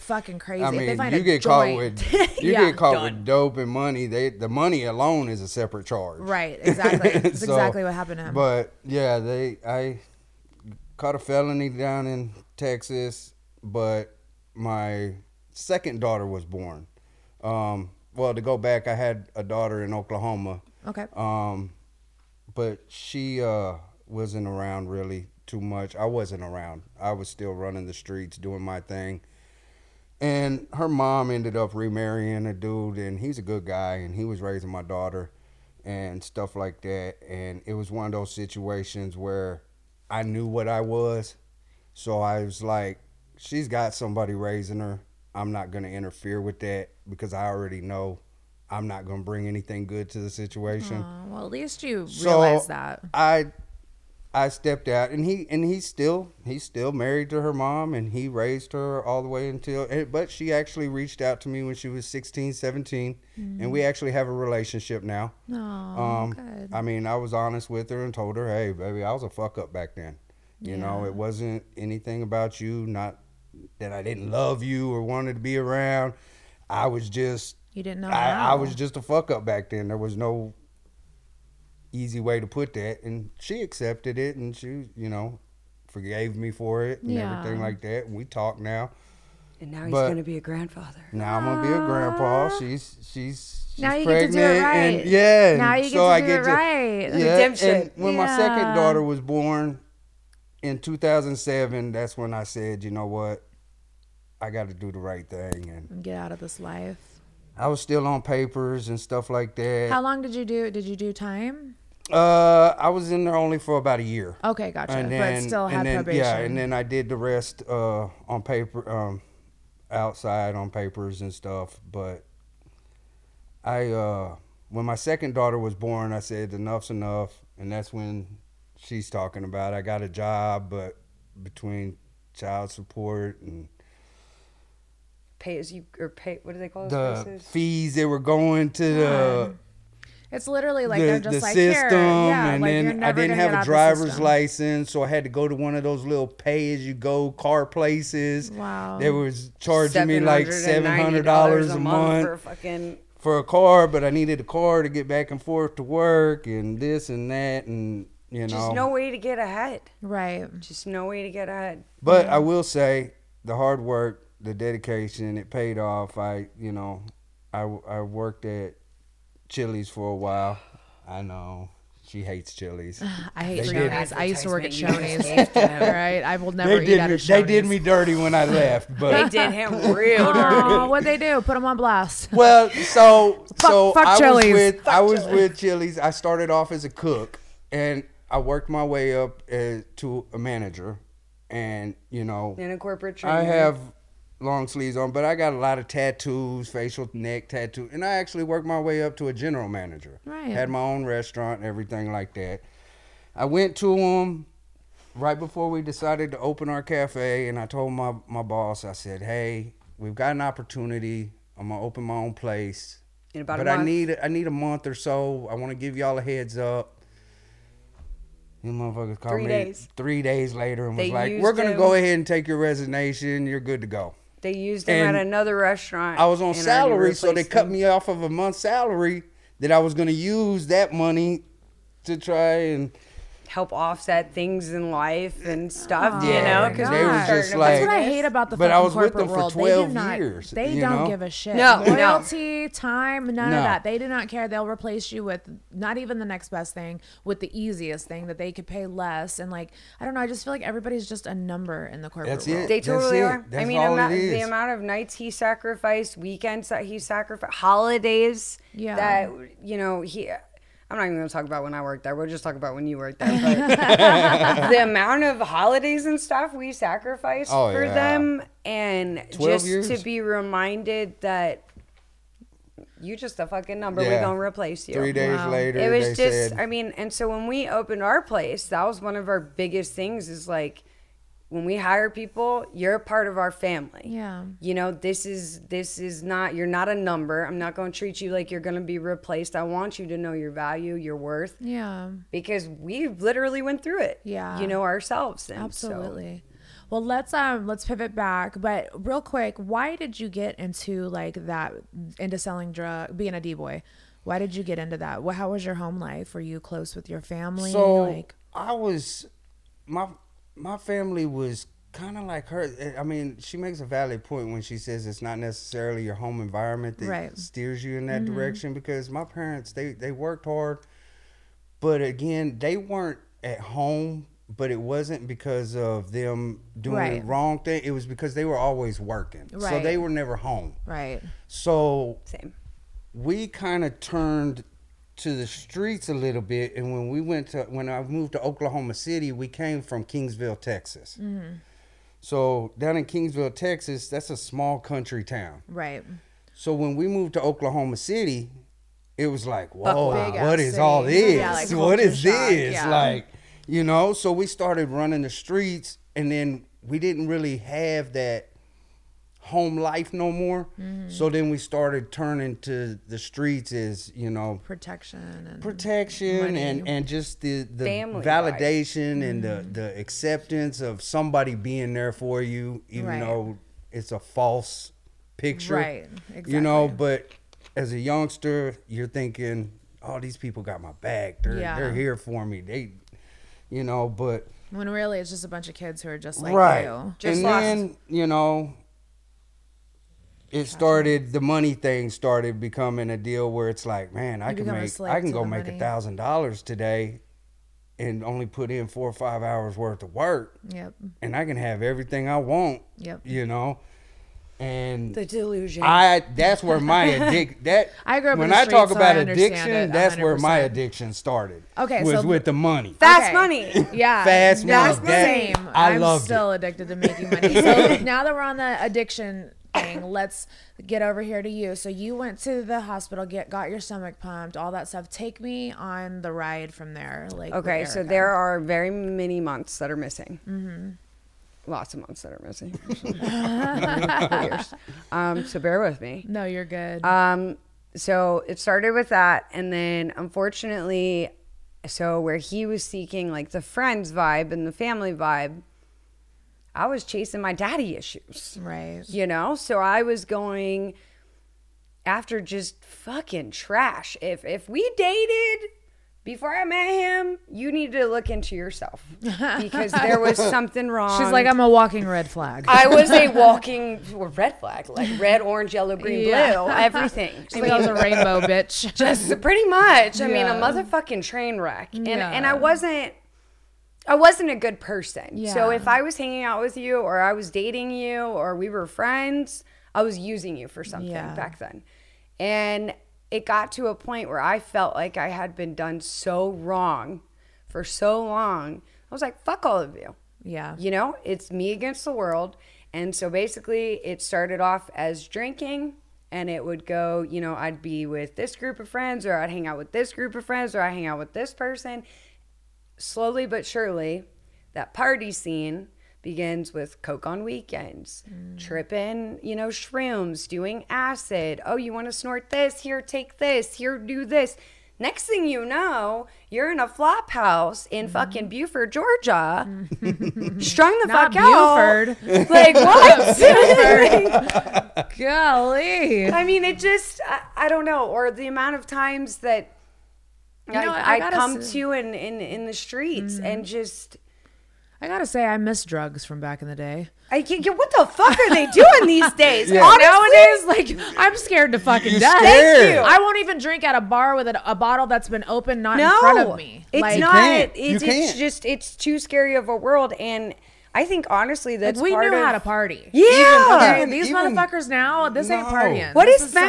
Speaker 1: Fucking crazy.
Speaker 4: I
Speaker 1: If they
Speaker 4: mean,
Speaker 1: find
Speaker 4: you
Speaker 1: a
Speaker 4: get
Speaker 1: joint- [laughs]
Speaker 4: caught with you
Speaker 1: Yeah.
Speaker 4: get caught [laughs] with dope and money. They the money alone is a separate charge.
Speaker 1: Right.
Speaker 4: [laughs]
Speaker 1: Exactly. That's
Speaker 4: So,
Speaker 1: exactly what happened to him.
Speaker 4: But yeah, they I caught a felony down in Texas, but my second daughter was born. Um, well, to go back, I had a daughter in Oklahoma.
Speaker 1: okay.
Speaker 4: Um, but she uh, wasn't around really too much. I wasn't around. I was still running the streets, doing my thing. And her mom ended up remarrying a dude, and he's a good guy, and he was raising my daughter and stuff like that. And it was one of those situations where I knew what I was. So I was like, she's got somebody raising her. I'm not going to interfere with that because I already know I'm not going to bring anything good to the situation
Speaker 1: Aw, well, at least you realize that.
Speaker 4: i i stepped out and he and he's still he's still married to her mom and he raised her all the way until eh, but she actually reached out to me when she was 16 17 and we actually have a relationship now
Speaker 1: No.
Speaker 4: um
Speaker 1: Mm. good.
Speaker 4: i mean i was honest with her and told her hey baby i was a fuck up back then you know it wasn't anything about you not that I didn't love you or wanted to be around. I was just
Speaker 1: You didn't know
Speaker 4: I, I
Speaker 1: how.
Speaker 4: was just a fuck up back then. There was no easy way to put that, and she accepted it, and she you know forgave me for it and
Speaker 1: Yeah.
Speaker 4: everything like that. And we talk now.
Speaker 5: And now he's
Speaker 4: But-
Speaker 5: going to be a grandfather.
Speaker 4: Now I'm gonna be a grandpa. She's she's. She's
Speaker 1: Now you get to
Speaker 4: pregnant
Speaker 1: do it right.
Speaker 4: and yeah,
Speaker 1: Now
Speaker 4: and
Speaker 1: you get
Speaker 4: so
Speaker 1: to
Speaker 4: I
Speaker 1: do
Speaker 4: get
Speaker 1: it
Speaker 4: to,
Speaker 1: right.
Speaker 4: Yeah,
Speaker 5: Redemption.
Speaker 4: and when my second
Speaker 1: Yeah.
Speaker 4: daughter was born in 2007, that's when I said, you know what, I got to do the right thing, and
Speaker 1: Get out of this life.
Speaker 4: I was still on papers and stuff like that.
Speaker 1: How long did you do? Did you do time?
Speaker 4: Uh, I was in there only for about a year.
Speaker 1: Okay, gotcha.
Speaker 4: And
Speaker 1: but
Speaker 4: then-
Speaker 1: still had
Speaker 4: and then-
Speaker 1: probation.
Speaker 4: Yeah, and then I did the rest uh, on paper, um, outside on papers and stuff. But I, uh, when my second daughter was born, I said enough's enough, and that's when she's talking about I got a job, but between child support and
Speaker 5: Pay as you, or pay, what do they call
Speaker 4: the
Speaker 5: those places?
Speaker 4: fees that were going to the.
Speaker 1: it's literally like
Speaker 4: the,
Speaker 1: they're just
Speaker 4: the
Speaker 1: like
Speaker 4: system,
Speaker 1: here, yeah,
Speaker 4: and
Speaker 1: like you're
Speaker 4: then I
Speaker 1: never
Speaker 4: didn't
Speaker 1: gonna get
Speaker 4: have
Speaker 1: out
Speaker 4: a
Speaker 1: the
Speaker 4: driver's
Speaker 1: system.
Speaker 4: license, so I had to go to one of those little pay-as-you-go car places.
Speaker 1: Wow.
Speaker 4: they was charging me like seven hundred
Speaker 5: $790
Speaker 4: dollars a
Speaker 5: for a
Speaker 4: month
Speaker 5: fucking.
Speaker 4: for a car, but I needed a car to get back and forth to work and this and that, and you know,
Speaker 5: Just no way to get ahead.
Speaker 1: Right.
Speaker 5: Just no way to get ahead.
Speaker 4: But I will say the hard work, the dedication, it paid off. I, you know, I, I worked at Chili's for a while. I know she
Speaker 1: [laughs]
Speaker 4: hates Chili's.
Speaker 1: I hate
Speaker 4: did.
Speaker 1: Shoney's. I used to work at
Speaker 5: Advertisement,
Speaker 1: Shoney's.
Speaker 5: you just gave
Speaker 1: All [laughs] right. I will never
Speaker 4: They
Speaker 1: eat
Speaker 4: did,
Speaker 1: out
Speaker 4: me,
Speaker 1: of Shoney's.
Speaker 4: they did me dirty when I left,
Speaker 5: They [laughs]
Speaker 4: but
Speaker 5: did him
Speaker 1: [laughs]
Speaker 4: [laughs]
Speaker 5: real dirty.
Speaker 1: Aw, what'd they do? Put them on blast.
Speaker 4: well, so so
Speaker 1: fuck
Speaker 4: I
Speaker 1: Chili's.
Speaker 4: was with I was with Chili's. I started off as a cook, and I worked my way up uh, to a manager, and you know,
Speaker 5: In a corporate training.
Speaker 4: I have long sleeves on, but I got a lot of tattoos, facial neck tattoo, and I actually worked my way up to a general manager.
Speaker 1: Right.
Speaker 4: Had my own restaurant, everything like that. I went to him right before we decided to open our cafe, and I told my my boss, I said, "Hey, we've got an opportunity. I'm gonna open my own place,
Speaker 5: In about a
Speaker 4: but I
Speaker 5: month."
Speaker 4: need I need a month or so. I want to give y'all a heads up." You motherfuckers called
Speaker 5: Three
Speaker 4: me
Speaker 5: days.
Speaker 4: three days later and was
Speaker 5: They
Speaker 4: like,
Speaker 5: used
Speaker 4: "We're gonna
Speaker 5: him.
Speaker 4: go ahead and take your resignation. You're good to go."
Speaker 5: They used him
Speaker 4: And
Speaker 5: at another restaurant.
Speaker 4: I was on
Speaker 5: and already
Speaker 4: salary, so they
Speaker 5: replaced
Speaker 4: cut
Speaker 5: him.
Speaker 4: me off of a month's salary that I was gonna use that money to try and
Speaker 5: Help offset things in life and stuff,
Speaker 4: Yeah,
Speaker 5: you know? Because
Speaker 4: they was just like-
Speaker 1: That's what I hate about the
Speaker 4: But I
Speaker 1: fucking
Speaker 4: was with
Speaker 1: corporate
Speaker 4: them for
Speaker 1: world.
Speaker 4: 12
Speaker 1: they do not,
Speaker 4: years,
Speaker 1: They
Speaker 4: you
Speaker 1: don't
Speaker 4: know?
Speaker 1: give a shit.
Speaker 5: No, no.
Speaker 1: Loyalty, time, none
Speaker 4: No.
Speaker 1: of that. They do not care. They'll replace you with not even the next best thing, with the easiest thing that they could pay less. And like, I don't know. I just feel like everybody's just a number in the corporate
Speaker 4: That's
Speaker 1: world.
Speaker 4: it.
Speaker 5: They totally
Speaker 4: That's it.
Speaker 5: are. I
Speaker 4: That's
Speaker 5: mean,
Speaker 4: all
Speaker 5: amou-
Speaker 4: it
Speaker 5: the
Speaker 4: is.
Speaker 5: amount of nights he sacrificed, weekends that he sacrificed, holidays
Speaker 1: Yeah.
Speaker 5: that you know he. I'm not even going to talk about when I worked there. We'll just talk about when you worked there. But
Speaker 4: [laughs]
Speaker 5: the amount of holidays and stuff we sacrificed
Speaker 4: Oh,
Speaker 5: for
Speaker 4: yeah.
Speaker 5: them, and
Speaker 4: 12
Speaker 5: just to
Speaker 4: years.
Speaker 5: be reminded that you just a fucking number. We're
Speaker 4: Yeah.
Speaker 5: going to replace you.
Speaker 4: Three days later,
Speaker 5: It was
Speaker 4: they
Speaker 5: just,
Speaker 4: said,
Speaker 5: I mean, and so when we opened our place, that was one of our biggest things is like, when we hire people, you're a part of our family.
Speaker 1: Yeah.
Speaker 5: You know, this is this is not you're not a number. I'm not going to treat you like you're going to be replaced. I want you to know your value, your worth
Speaker 1: Yeah.
Speaker 5: because we literally went through it.
Speaker 1: Yeah.
Speaker 5: You know ourselves. And so-
Speaker 1: Absolutely. Well, let's um let's pivot back, but real quick, why did you get into like that into selling drug, being a d boy? Why did you get into that? What, how was your home life? Were you close with your family?
Speaker 4: So
Speaker 1: like,
Speaker 4: I was, my my family was kind of like her. eh, I mean, she makes a valid point when she says it's not necessarily your home environment that
Speaker 1: Right. Mm-hmm.
Speaker 4: steers you in that direction. Because my parents, they they worked hard, but again, they weren't at home. But it wasn't because of them doing
Speaker 1: Right.
Speaker 4: the wrong thing. It was because they were always working, so
Speaker 1: Right.
Speaker 4: they were never home.
Speaker 1: right?
Speaker 4: So
Speaker 5: Same.
Speaker 4: we kind of turned to the streets a little bit and when we went to when i moved to oklahoma city we came from kingsville texas so down in kingsville texas that's a small country town
Speaker 1: Right.
Speaker 4: so when we moved to oklahoma city it was like whoa
Speaker 1: Big ass
Speaker 4: what is all
Speaker 1: city.
Speaker 4: this
Speaker 1: Yeah, like
Speaker 4: what
Speaker 1: culture
Speaker 4: is
Speaker 1: shock,
Speaker 4: this
Speaker 1: yeah.
Speaker 4: like you know so we started running the streets and then we didn't really have that home life no more.
Speaker 1: Mm-hmm.
Speaker 4: So then we started turning to the streets as, you know,
Speaker 1: protection and
Speaker 4: protection and and just the the
Speaker 5: Family
Speaker 4: validation and the
Speaker 1: Mm-hmm.
Speaker 4: the acceptance of somebody being there for you even
Speaker 1: Right.
Speaker 4: though it's a false picture
Speaker 1: Right,
Speaker 4: you know
Speaker 1: exactly.
Speaker 4: but as a youngster you're thinking oh these people got my back they're
Speaker 1: Yeah.
Speaker 4: they're here for me they you know but
Speaker 1: when really it's just a bunch of kids who are just like
Speaker 4: right
Speaker 1: you.
Speaker 5: Just
Speaker 4: and
Speaker 5: lost.
Speaker 4: then you know it started the money thing started becoming a deal where it's like man i
Speaker 1: You
Speaker 4: can
Speaker 1: become a
Speaker 4: make
Speaker 1: slave
Speaker 4: i can
Speaker 1: to
Speaker 4: go
Speaker 1: the
Speaker 4: make a
Speaker 1: money.
Speaker 4: thousand dollars today and only put in four or five hours worth of work
Speaker 1: Yep.
Speaker 4: and i can have everything i want
Speaker 1: Yep.
Speaker 4: you know and
Speaker 5: The delusion.
Speaker 4: I that's
Speaker 1: [laughs]
Speaker 4: where my addic that
Speaker 1: I grew up in
Speaker 4: when
Speaker 1: the
Speaker 4: I
Speaker 1: streets,
Speaker 4: talk
Speaker 1: so I
Speaker 4: about
Speaker 1: understand
Speaker 4: addiction
Speaker 1: it
Speaker 4: that's where my
Speaker 1: 100%.
Speaker 4: addiction started
Speaker 1: Okay,
Speaker 4: was
Speaker 1: so-
Speaker 4: with the money
Speaker 5: Fast
Speaker 1: Okay.
Speaker 5: money.
Speaker 1: Yeah,
Speaker 4: Fast
Speaker 1: that's
Speaker 4: money.
Speaker 1: the
Speaker 4: That-
Speaker 1: same.
Speaker 4: I
Speaker 1: am
Speaker 4: loved
Speaker 1: still addicted to making money.
Speaker 4: [laughs]
Speaker 1: So now that we're on the addiction thing, let's get over here to you. So you went to the hospital, get got your stomach pumped, all that stuff. Take me on the ride from there. Like with
Speaker 5: Okay,
Speaker 1: Erica.
Speaker 5: so
Speaker 1: Mm-hmm.
Speaker 5: there are very many months that are missing. Lots of months that are
Speaker 1: [laughs]
Speaker 5: missing. Years. um, so bear with me.
Speaker 1: No, you're good.
Speaker 5: Um, so it started with that, and then unfortunately, so where he was seeking like the friends vibe and the family vibe, I was chasing my daddy issues.
Speaker 1: right.
Speaker 5: You know, so I was going after just fucking trash. If if we dated before I met him, you need to look into yourself
Speaker 1: [laughs]
Speaker 5: because there was something wrong.
Speaker 1: She's like, I'm a walking red flag.
Speaker 5: [laughs] I was a walking red flag, like red, orange, yellow, green,
Speaker 1: Yeah. [laughs]
Speaker 5: blue, everything.
Speaker 3: Maybe I was a rainbow bitch.
Speaker 5: [laughs] Just pretty much. I mean, a
Speaker 1: Yeah.
Speaker 5: motherfucking train wreck. And and I
Speaker 1: Yeah.
Speaker 5: wasn't I wasn't a good person. So
Speaker 1: Yeah.
Speaker 5: if I was hanging out with you or I was dating you or we were friends, I was using you for something
Speaker 1: Yeah.
Speaker 5: back then. And it got to a point where I felt like I had been done so wrong for so long. I was like, fuck all of you.
Speaker 1: yeah.
Speaker 5: You know, it's me against the world. And so basically, it started off as drinking, and it would go, you know, I'd be with this group of friends, or I'd hang out with this group of friends, or I hang out with this person. Slowly but surely, that party scene begins with coke on weekends,
Speaker 1: Mm.
Speaker 5: tripping, you know, shrooms, doing acid. Oh, you want to snort this? Here, take this. Here, do this. Next thing you know, you're in a flop house in
Speaker 1: Mm-hmm.
Speaker 5: fucking Buford, Georgia [laughs] strung the
Speaker 1: Not
Speaker 5: fuck out.
Speaker 1: Buford. [laughs]
Speaker 5: [laughs] Like what?
Speaker 1: Golly.
Speaker 5: [laughs] I mean, it just I, I don't know. Or the amount of times that I,
Speaker 1: know, I
Speaker 5: I,
Speaker 1: gotta
Speaker 5: come
Speaker 1: s- Mm.
Speaker 5: to in in in the streets and just.
Speaker 1: I gotta say, I miss drugs from back in the day.
Speaker 5: I can't get what the fuck are they
Speaker 1: [laughs]
Speaker 5: doing these days?
Speaker 4: Yeah.
Speaker 5: Honestly,
Speaker 1: Nowadays,
Speaker 5: [laughs]
Speaker 1: like [laughs] I'm scared to fucking
Speaker 4: You're
Speaker 1: death.
Speaker 4: scared.
Speaker 1: I won't even drink at a bar with a, a bottle that's been opened not
Speaker 5: no,
Speaker 1: in front of me.
Speaker 5: it's
Speaker 1: like,
Speaker 5: not.
Speaker 4: can't. You
Speaker 5: It's, it's
Speaker 4: can't.
Speaker 5: just it's too scary of a world, and I think honestly that's
Speaker 1: we
Speaker 5: part
Speaker 1: knew
Speaker 5: of,
Speaker 1: how to party.
Speaker 5: Yeah,
Speaker 1: Okay,
Speaker 4: Even-
Speaker 1: these
Speaker 4: even-
Speaker 1: motherfuckers now, this ain't
Speaker 4: No.
Speaker 1: partying.
Speaker 5: what
Speaker 1: This
Speaker 5: is
Speaker 1: some-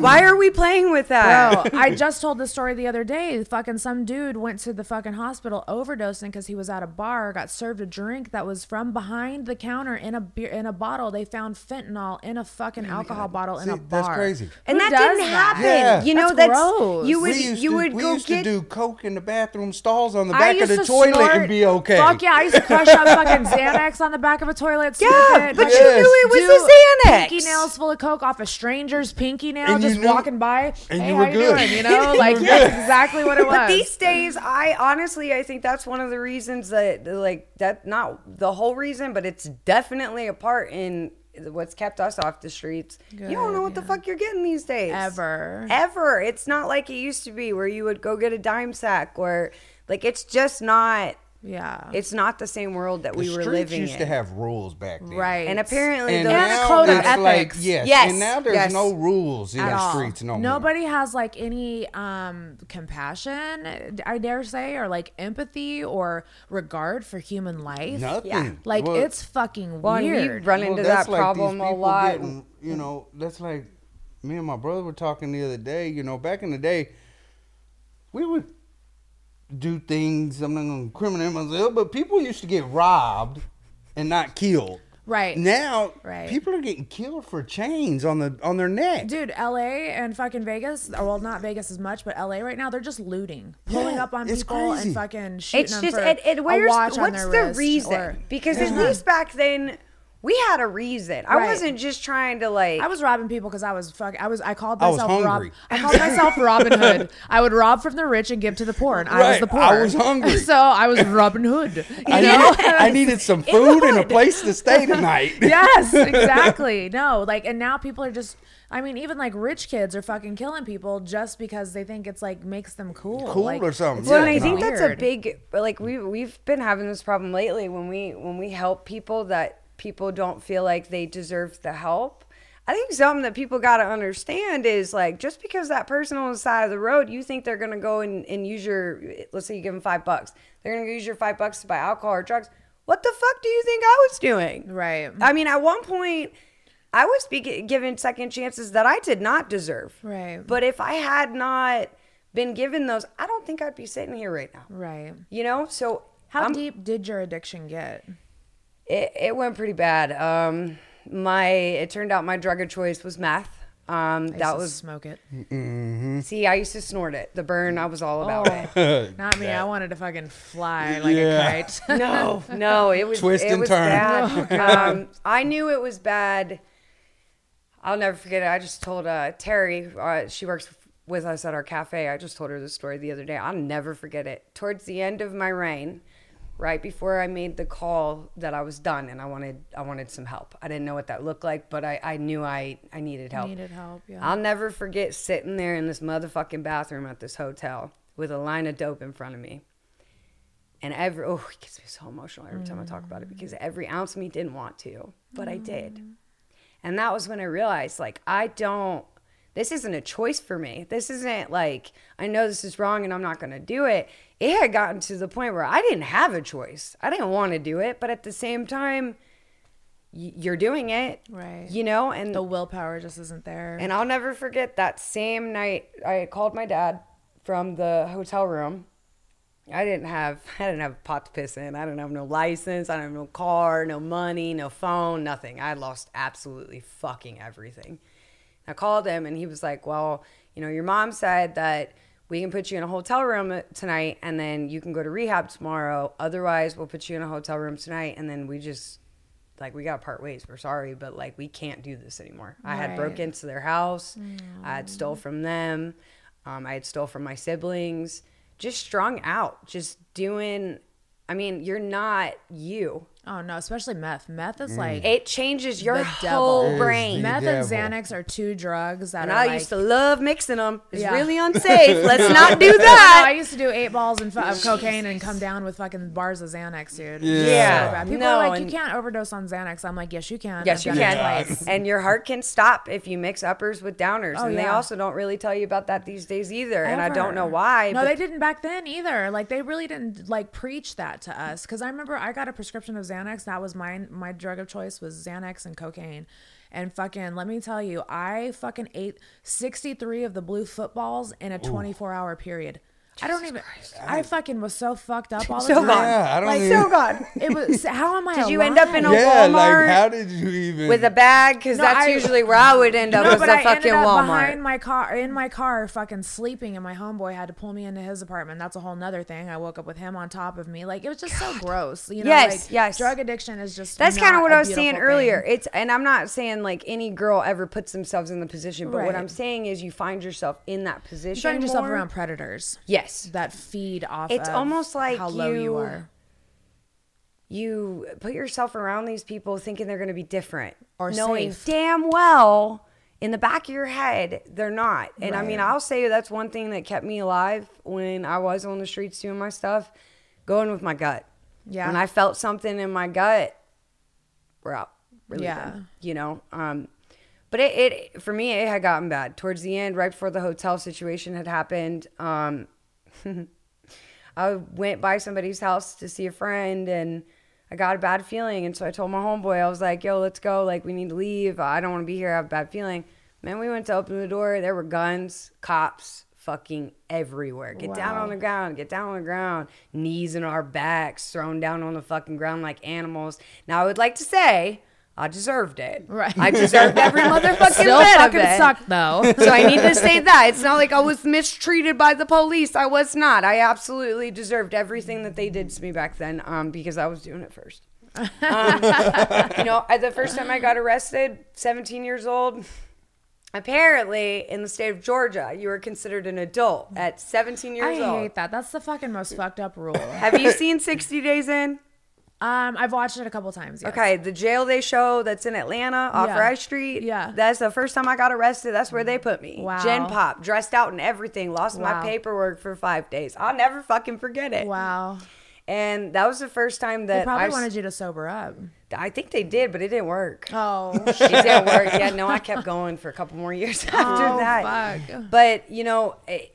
Speaker 4: [laughs]
Speaker 5: Why are we playing with that? [laughs]
Speaker 1: Bro, I just told the story the other day. Fucking some dude went to the fucking hospital overdosing because he was at a bar, got served a drink that was from behind the counter in a beer in a bottle. They found fentanyl in a fucking alcohol bottle in
Speaker 4: Oh See,
Speaker 1: a bar.
Speaker 4: that's crazy.
Speaker 5: and
Speaker 1: Who
Speaker 5: that
Speaker 1: does
Speaker 5: didn't happen.
Speaker 4: Yeah.
Speaker 5: You know,
Speaker 1: That's
Speaker 5: that's,
Speaker 1: gross.
Speaker 5: you
Speaker 4: We
Speaker 5: would
Speaker 4: used
Speaker 5: you
Speaker 4: to,
Speaker 5: would
Speaker 4: we
Speaker 5: go
Speaker 4: used to
Speaker 5: get
Speaker 4: do coke in the bathroom stalls on the
Speaker 1: I
Speaker 4: back of
Speaker 1: used
Speaker 4: the
Speaker 1: to
Speaker 4: toilet
Speaker 1: snort-
Speaker 4: and be okay.
Speaker 1: Fuck yeah, I used to crush up fucking Xanax on the back of a toilet. sniff
Speaker 5: Yeah,
Speaker 1: it,
Speaker 5: but
Speaker 1: like,
Speaker 5: you knew it was
Speaker 1: do
Speaker 5: a Xanax.
Speaker 1: Pinky nails full of coke off a stranger's pinky nail,
Speaker 4: And you
Speaker 1: just
Speaker 4: knew-
Speaker 1: walking by.
Speaker 4: and
Speaker 1: hey,
Speaker 4: you
Speaker 1: how
Speaker 4: were
Speaker 1: you
Speaker 4: good. [laughs]
Speaker 1: doing? You know, like that's exactly what it was.
Speaker 5: But these days, I honestly, I think that's one of the reasons that, like, that not the whole reason, but it's definitely a part in what's kept us off the streets. you don't know what the fuck you're getting these days.
Speaker 1: Ever.
Speaker 5: Ever. It's not like it used to be where you would go get a dime sack or, like, it's just not,
Speaker 1: yeah,
Speaker 5: it's not the same world that
Speaker 4: The
Speaker 5: we were
Speaker 4: streets
Speaker 5: living
Speaker 4: used
Speaker 5: in.
Speaker 4: to have rules back then.
Speaker 1: right.
Speaker 5: and apparently,
Speaker 4: And
Speaker 5: those,
Speaker 1: And a
Speaker 4: now
Speaker 1: code of
Speaker 4: it's like,
Speaker 1: ethics.
Speaker 4: yes.
Speaker 5: Yes,
Speaker 4: And now there's
Speaker 5: yes.
Speaker 4: no rules in
Speaker 1: At
Speaker 4: the
Speaker 1: all.
Speaker 4: streets no more.
Speaker 1: Nobody has like any um compassion, I dare say, or like empathy or regard for human life.
Speaker 4: Nothing.
Speaker 1: Like
Speaker 4: Well,
Speaker 1: it's fucking
Speaker 5: Well, and we
Speaker 1: weird.
Speaker 5: run
Speaker 4: well,
Speaker 5: into
Speaker 4: that's
Speaker 5: that
Speaker 4: like these
Speaker 5: problem a
Speaker 4: people
Speaker 5: lot.
Speaker 4: getting- you know, that's like me and my brother were talking the other day. You know, back in the day, we would do things. I'm not going to criminate myself, but people used to get robbed and not killed.
Speaker 1: Right.
Speaker 4: now,
Speaker 1: Right.
Speaker 4: people are getting killed for chains on the on their neck.
Speaker 1: Dude, LA and fucking Vegas, or well, not Vegas as much, but LA right now, they're just looting, pulling
Speaker 4: Yeah,
Speaker 1: up on
Speaker 4: it's
Speaker 1: people
Speaker 4: crazy.
Speaker 1: and fucking shooting
Speaker 5: It's
Speaker 1: them
Speaker 5: just
Speaker 1: for
Speaker 5: it, it
Speaker 1: a
Speaker 5: where's
Speaker 1: watch on
Speaker 5: what's
Speaker 1: their
Speaker 5: the
Speaker 1: wrist
Speaker 5: reason?
Speaker 1: or-
Speaker 5: because at least back then we had a reason. I
Speaker 1: Right.
Speaker 5: wasn't just trying to like.
Speaker 1: I was robbing people because I was fuck. I was. I called
Speaker 4: I was
Speaker 1: myself Rob.
Speaker 4: hungry.
Speaker 1: I called myself Robin Hood. I would rob from the rich and give to the poor, and I was
Speaker 4: Right,
Speaker 1: the poor.
Speaker 4: I was hungry.
Speaker 1: [laughs] so I was Robin
Speaker 4: [laughs]
Speaker 1: Hood. You
Speaker 4: I,
Speaker 1: know?
Speaker 4: needed, I
Speaker 1: [laughs]
Speaker 4: needed some food and a place to
Speaker 5: [laughs]
Speaker 4: stay tonight. [laughs]
Speaker 1: yes, exactly. No, like, and now people are just. I mean, even like rich kids are fucking killing people just because they think it's like makes them cool,
Speaker 4: Cool
Speaker 1: Like,
Speaker 4: or something.
Speaker 1: it's
Speaker 4: Yeah,
Speaker 5: Well, and I
Speaker 1: fucking
Speaker 5: think that's a
Speaker 1: weird.
Speaker 5: big like we we've been having this problem lately when we when we help people that people don't feel like they deserve the help. I think something that people got to understand is like just because that person on the side of the road, you think they're gonna go and, and use your let's say you give them five bucks, they're gonna go use your five bucks to buy alcohol or drugs. What the fuck do you think I was doing?
Speaker 1: Right.
Speaker 5: I mean, at one point, I was be- given second chances that I did not deserve.
Speaker 1: Right.
Speaker 5: But if I had not been given those, I don't think I'd be sitting here right now.
Speaker 1: Right.
Speaker 5: You know, so
Speaker 1: How
Speaker 5: I'm-
Speaker 1: deep did your addiction get?
Speaker 5: it, it went pretty bad. Um, my it turned out my drug of choice was meth. Um,
Speaker 1: I used
Speaker 5: that
Speaker 1: to
Speaker 5: was
Speaker 1: smoke it.
Speaker 5: see, I used to snort it. The burn, I was all about it.
Speaker 1: Oh. Not me. I wanted to fucking fly like a
Speaker 4: Yeah.
Speaker 1: kite. [laughs]
Speaker 5: [laughs] [laughs] No, no, it was
Speaker 4: Twist
Speaker 5: it
Speaker 4: and
Speaker 5: was
Speaker 4: turn.
Speaker 5: Bad. um, I knew it was bad. I'll never forget it. I just told uh, Terry, uh, she works with us at our cafe. I just told her this story the other day. I'll never forget it. Towards the end of my reign, right before I made the call that I was done and I wanted I wanted some help. I didn't know what that looked like, but I, I knew I, I needed help.
Speaker 1: Needed help, yeah.
Speaker 5: I'll never forget sitting there in this motherfucking bathroom at this hotel with a line of dope in front of me. And every oh, it gets me so emotional every time I talk
Speaker 1: Mm.
Speaker 5: about it because every ounce of me didn't want to, but I did. And that was when I realized like I don't this isn't a choice for me. This isn't like I know this is wrong and I'm not going to do it. It had gotten to the point where I didn't have a choice. I didn't want to do it, but at the same time y- you're doing it.
Speaker 1: Right.
Speaker 5: You know, and
Speaker 1: The willpower just isn't there.
Speaker 5: and I'll never forget that same night I called my dad from the hotel room. I didn't have [laughs] I didn't have a pot to piss in. I didn't have no license. I didn't have no car, no money, no phone, nothing. I lost absolutely fucking everything. I called him and he was like, Well, you know, your mom said that we can put you in a hotel room uh, tonight and then you can go to rehab tomorrow. Otherwise, we'll put you in a hotel room tonight and then we just like we gotta part ways. We're sorry, but like we can't do this anymore. I had broke into their house. I had stole
Speaker 1: Mm.
Speaker 5: from them. Um, I had stole from my siblings. Just strung out. Just doing. I mean, you're not you.
Speaker 1: oh no, especially meth. Meth is like
Speaker 5: It changes your
Speaker 1: The devil. It
Speaker 5: whole
Speaker 1: is
Speaker 5: brain.
Speaker 1: meth and
Speaker 4: Mm. devil.
Speaker 1: Xanax are two drugs that
Speaker 5: And
Speaker 1: are
Speaker 5: I
Speaker 1: like,
Speaker 5: used
Speaker 1: [laughs]
Speaker 5: to love mixing them. It's
Speaker 1: Yeah. [laughs]
Speaker 5: really unsafe. Let's not do
Speaker 1: No, I
Speaker 5: that.
Speaker 1: used to do eight balls and fu-
Speaker 5: [laughs]
Speaker 1: of cocaine and come down with fucking bars of Xanax, dude.
Speaker 5: Yeah.
Speaker 1: So bad. People
Speaker 5: No,
Speaker 1: are like, you
Speaker 5: and-
Speaker 1: can't overdose on Xanax. I'm like, yes, you can.
Speaker 5: Yes, you
Speaker 1: I've
Speaker 5: can.
Speaker 1: done it twice.
Speaker 5: And your heart can stop if you mix uppers with downers.
Speaker 1: Oh,
Speaker 5: and they
Speaker 1: yeah.
Speaker 5: also don't really tell you about that these days either. And I don't know
Speaker 1: Ever.
Speaker 5: why.
Speaker 1: No,
Speaker 5: but
Speaker 1: they didn't back then either. Like they really didn't like preach that to us. Because I remember I got a prescription of Xanax. That was mine. My drug of choice was Xanax and cocaine. And fucking, let me tell you, I fucking ate sixty three of the blue footballs in a twenty four hour period. I don't even. I fucking was so fucked
Speaker 4: [laughs]
Speaker 1: up all the
Speaker 5: So
Speaker 1: time.
Speaker 5: gone.
Speaker 4: Yeah, I don't
Speaker 5: like,
Speaker 4: even-
Speaker 5: so gone.
Speaker 1: It was. How am I?
Speaker 5: Did you end up in
Speaker 1: alive?
Speaker 5: a
Speaker 4: yeah, like
Speaker 5: Walmart
Speaker 4: how did you even
Speaker 5: with a bag because
Speaker 1: No,
Speaker 5: that's
Speaker 1: I-
Speaker 5: usually where I would end up
Speaker 1: No,
Speaker 5: was
Speaker 1: but
Speaker 5: a
Speaker 1: I
Speaker 5: fucking
Speaker 1: ended up
Speaker 5: Walmart.
Speaker 1: behind my car in my car, fucking sleeping, and my homeboy had to pull me into his apartment. That's a whole nother thing. I woke up with him on top of me. Like it was just so gross. You know,
Speaker 5: Yes,
Speaker 1: like,
Speaker 5: yes.
Speaker 1: Drug addiction is just
Speaker 5: that's
Speaker 1: kind of
Speaker 5: what I was saying earlier. It's and I'm not saying like any girl ever puts themselves in the position, but what
Speaker 1: Right.
Speaker 5: I'm saying is you find yourself in that position.
Speaker 1: You find yourself
Speaker 5: more.
Speaker 1: around predators
Speaker 5: Yes,
Speaker 1: that feed off.
Speaker 5: It's
Speaker 1: of
Speaker 5: almost like
Speaker 1: how low
Speaker 5: you-
Speaker 1: you
Speaker 5: [laughs]
Speaker 1: are,
Speaker 5: you put yourself around these people thinking they're going to be different,
Speaker 1: Or
Speaker 5: knowing
Speaker 1: safe.
Speaker 5: damn well in the back of your head they're not. And I mean, I'll say that's one thing that kept me alive when I was on the streets doing my stuff, going with my gut.
Speaker 1: Yeah.
Speaker 5: when I felt something in my gut, we're out. Really
Speaker 1: Yeah.
Speaker 5: good, you know. Um, but it, it for me it had gotten bad towards the end, right before the hotel situation had happened. Um, I went by somebody's house to see a friend, and I got a bad feeling, and so I told my homeboy, I was like, "Yo, let's go. Like, we need to leave. I don't want to be here. I have a bad feeling." Man, we went to open the door. There were guns, cops, fucking everywhere. Get down on the ground. Get down on the ground. Knees in our backs, thrown down on the fucking ground like animals. Now, I would like to say I deserved it.
Speaker 1: Right.
Speaker 5: I
Speaker 1: [laughs]
Speaker 5: deserved every motherfucking
Speaker 1: Still
Speaker 5: bit
Speaker 1: fucking
Speaker 5: of it.
Speaker 1: sucked
Speaker 5: [laughs]
Speaker 1: though.
Speaker 5: So I need to say that. It's not like I was mistreated by the police. I was not. I absolutely deserved everything that they did to me back then um, because I was doing it first. you know, I, the first time I got arrested, 17 years old, apparently in the state of Georgia, you were considered an adult at 17
Speaker 1: I
Speaker 5: years old.
Speaker 1: hate that. That's the fucking most fucked up rule.
Speaker 5: [laughs] Have you seen 60 Days In?
Speaker 1: Um, I've watched it a couple times. yes.
Speaker 5: Okay, the jail they show that's in Atlanta off
Speaker 1: Yeah.
Speaker 5: Rice Street.
Speaker 1: Yeah.
Speaker 5: That's the first time I got arrested. That's where they put me.
Speaker 1: Wow.
Speaker 5: Gen Pop, dressed out and everything, lost my
Speaker 1: Wow.
Speaker 5: paperwork for five days. I'll never fucking forget it.
Speaker 1: Wow.
Speaker 5: And that was the first time
Speaker 1: They
Speaker 5: that
Speaker 1: probably
Speaker 5: I, s-
Speaker 1: wanted you to sober up.
Speaker 5: I think they did, but it didn't work.
Speaker 1: Oh,
Speaker 5: It didn't
Speaker 1: [laughs]
Speaker 5: work. Yeah, no, I kept going for a couple more years [laughs] after
Speaker 1: Oh,
Speaker 5: that.
Speaker 1: fuck.
Speaker 5: But, you know, it,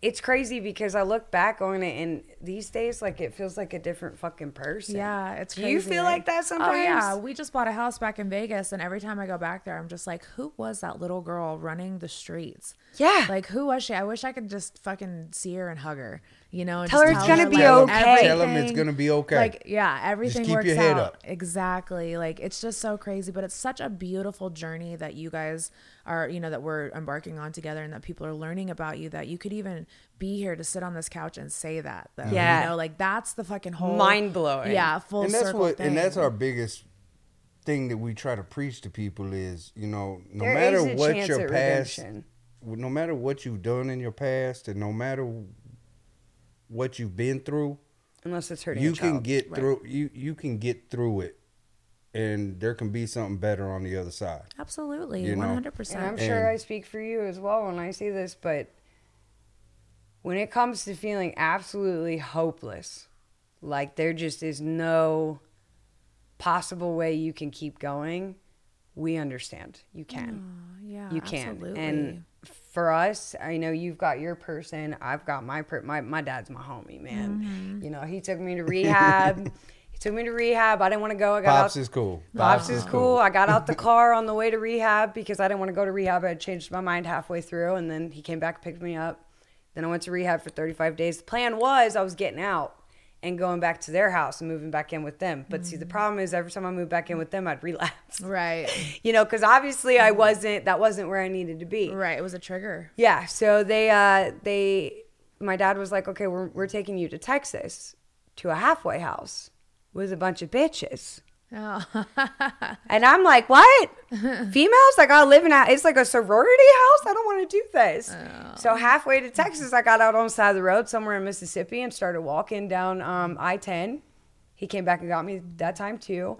Speaker 5: it's crazy because I look back on it and these days, like, it feels like a different fucking person.
Speaker 1: yeah, it's
Speaker 5: Do
Speaker 1: crazy.
Speaker 5: you feel like that sometimes?
Speaker 1: Oh yeah, we just bought a house back in Vegas, and every time I go back there, I'm just like, who was that little girl running the streets?
Speaker 5: Yeah.
Speaker 1: like who was she? I wish I could just fucking see her and hug her, you know. And
Speaker 5: Tell
Speaker 1: just
Speaker 5: her it's gonna be
Speaker 4: Tell 'em-
Speaker 5: okay.
Speaker 1: everything-
Speaker 4: tell 'em it's gonna be okay.
Speaker 1: Like yeah, everything
Speaker 4: keep
Speaker 1: works
Speaker 4: your
Speaker 1: out
Speaker 4: head up.
Speaker 1: exactly. Like it's just so crazy, but it's such a beautiful journey that you guys are, you know, that we're embarking on together, and that people are learning about you. That you could even be here to sit on this couch and say that. Though,
Speaker 5: Yeah.
Speaker 1: you know, like that's the fucking whole
Speaker 5: Mind-blowing.
Speaker 1: Yeah, full
Speaker 4: and that's
Speaker 1: circle
Speaker 4: what
Speaker 1: thing.
Speaker 4: and that's our biggest thing that we try to preach to people is you know no
Speaker 5: There
Speaker 4: matter
Speaker 5: is a
Speaker 4: what
Speaker 5: chance
Speaker 4: your
Speaker 5: at
Speaker 4: past
Speaker 5: redemption.
Speaker 4: no matter what you've done in your past and no matter what you've been through
Speaker 5: Unless it's hurting
Speaker 4: you
Speaker 5: a
Speaker 4: can
Speaker 5: child.
Speaker 4: get through you you can get through it and there can be something better on the other side
Speaker 1: Absolutely,
Speaker 4: You know.
Speaker 1: one hundred
Speaker 5: And I'm
Speaker 1: percent.
Speaker 5: sure
Speaker 4: And-
Speaker 5: I speak for you as well when I say this, but when it comes to feeling absolutely hopeless, like there just is no possible way you can keep going, we understand. You can.
Speaker 1: Yeah,
Speaker 5: you can.
Speaker 1: Absolutely.
Speaker 5: And for us, I know you've got your person. I've got my per- my my dad's my homie, man.
Speaker 1: Mm-hmm.
Speaker 5: You know, he took me
Speaker 4: [laughs]
Speaker 5: to rehab. he took me to rehab. I didn't want to go. I got
Speaker 4: pops
Speaker 5: out-
Speaker 4: is cool
Speaker 5: Pops is cool. I got
Speaker 1: [laughs]
Speaker 5: out the car on the way to rehab because I didn't want to go to rehab. I changed my mind halfway through, and then he came back, picked me up. Then I went to rehab for 35 days. The plan was I was getting out and going back to their house and moving back in with them. But see, the problem is every time I moved back in with them, I'd relapse.
Speaker 1: Mm. right,
Speaker 5: [laughs]
Speaker 1: Mm.
Speaker 5: You know, because obviously I wasn't. That wasn't where I needed to be.
Speaker 1: right. It was a trigger. [laughs]
Speaker 5: Yeah. So they uh they my dad was like, Okay, we're we're taking you to Texas to a halfway house with a bunch of bitches. and I'm like, What? Females? Like I live in a it's like a sorority house? I don't want to do this.
Speaker 1: Oh.
Speaker 5: So halfway to Texas, I got out on the side of the road somewhere in Mississippi and started walking down um I ten. He came back and got me that
Speaker 1: [laughs]
Speaker 5: time too.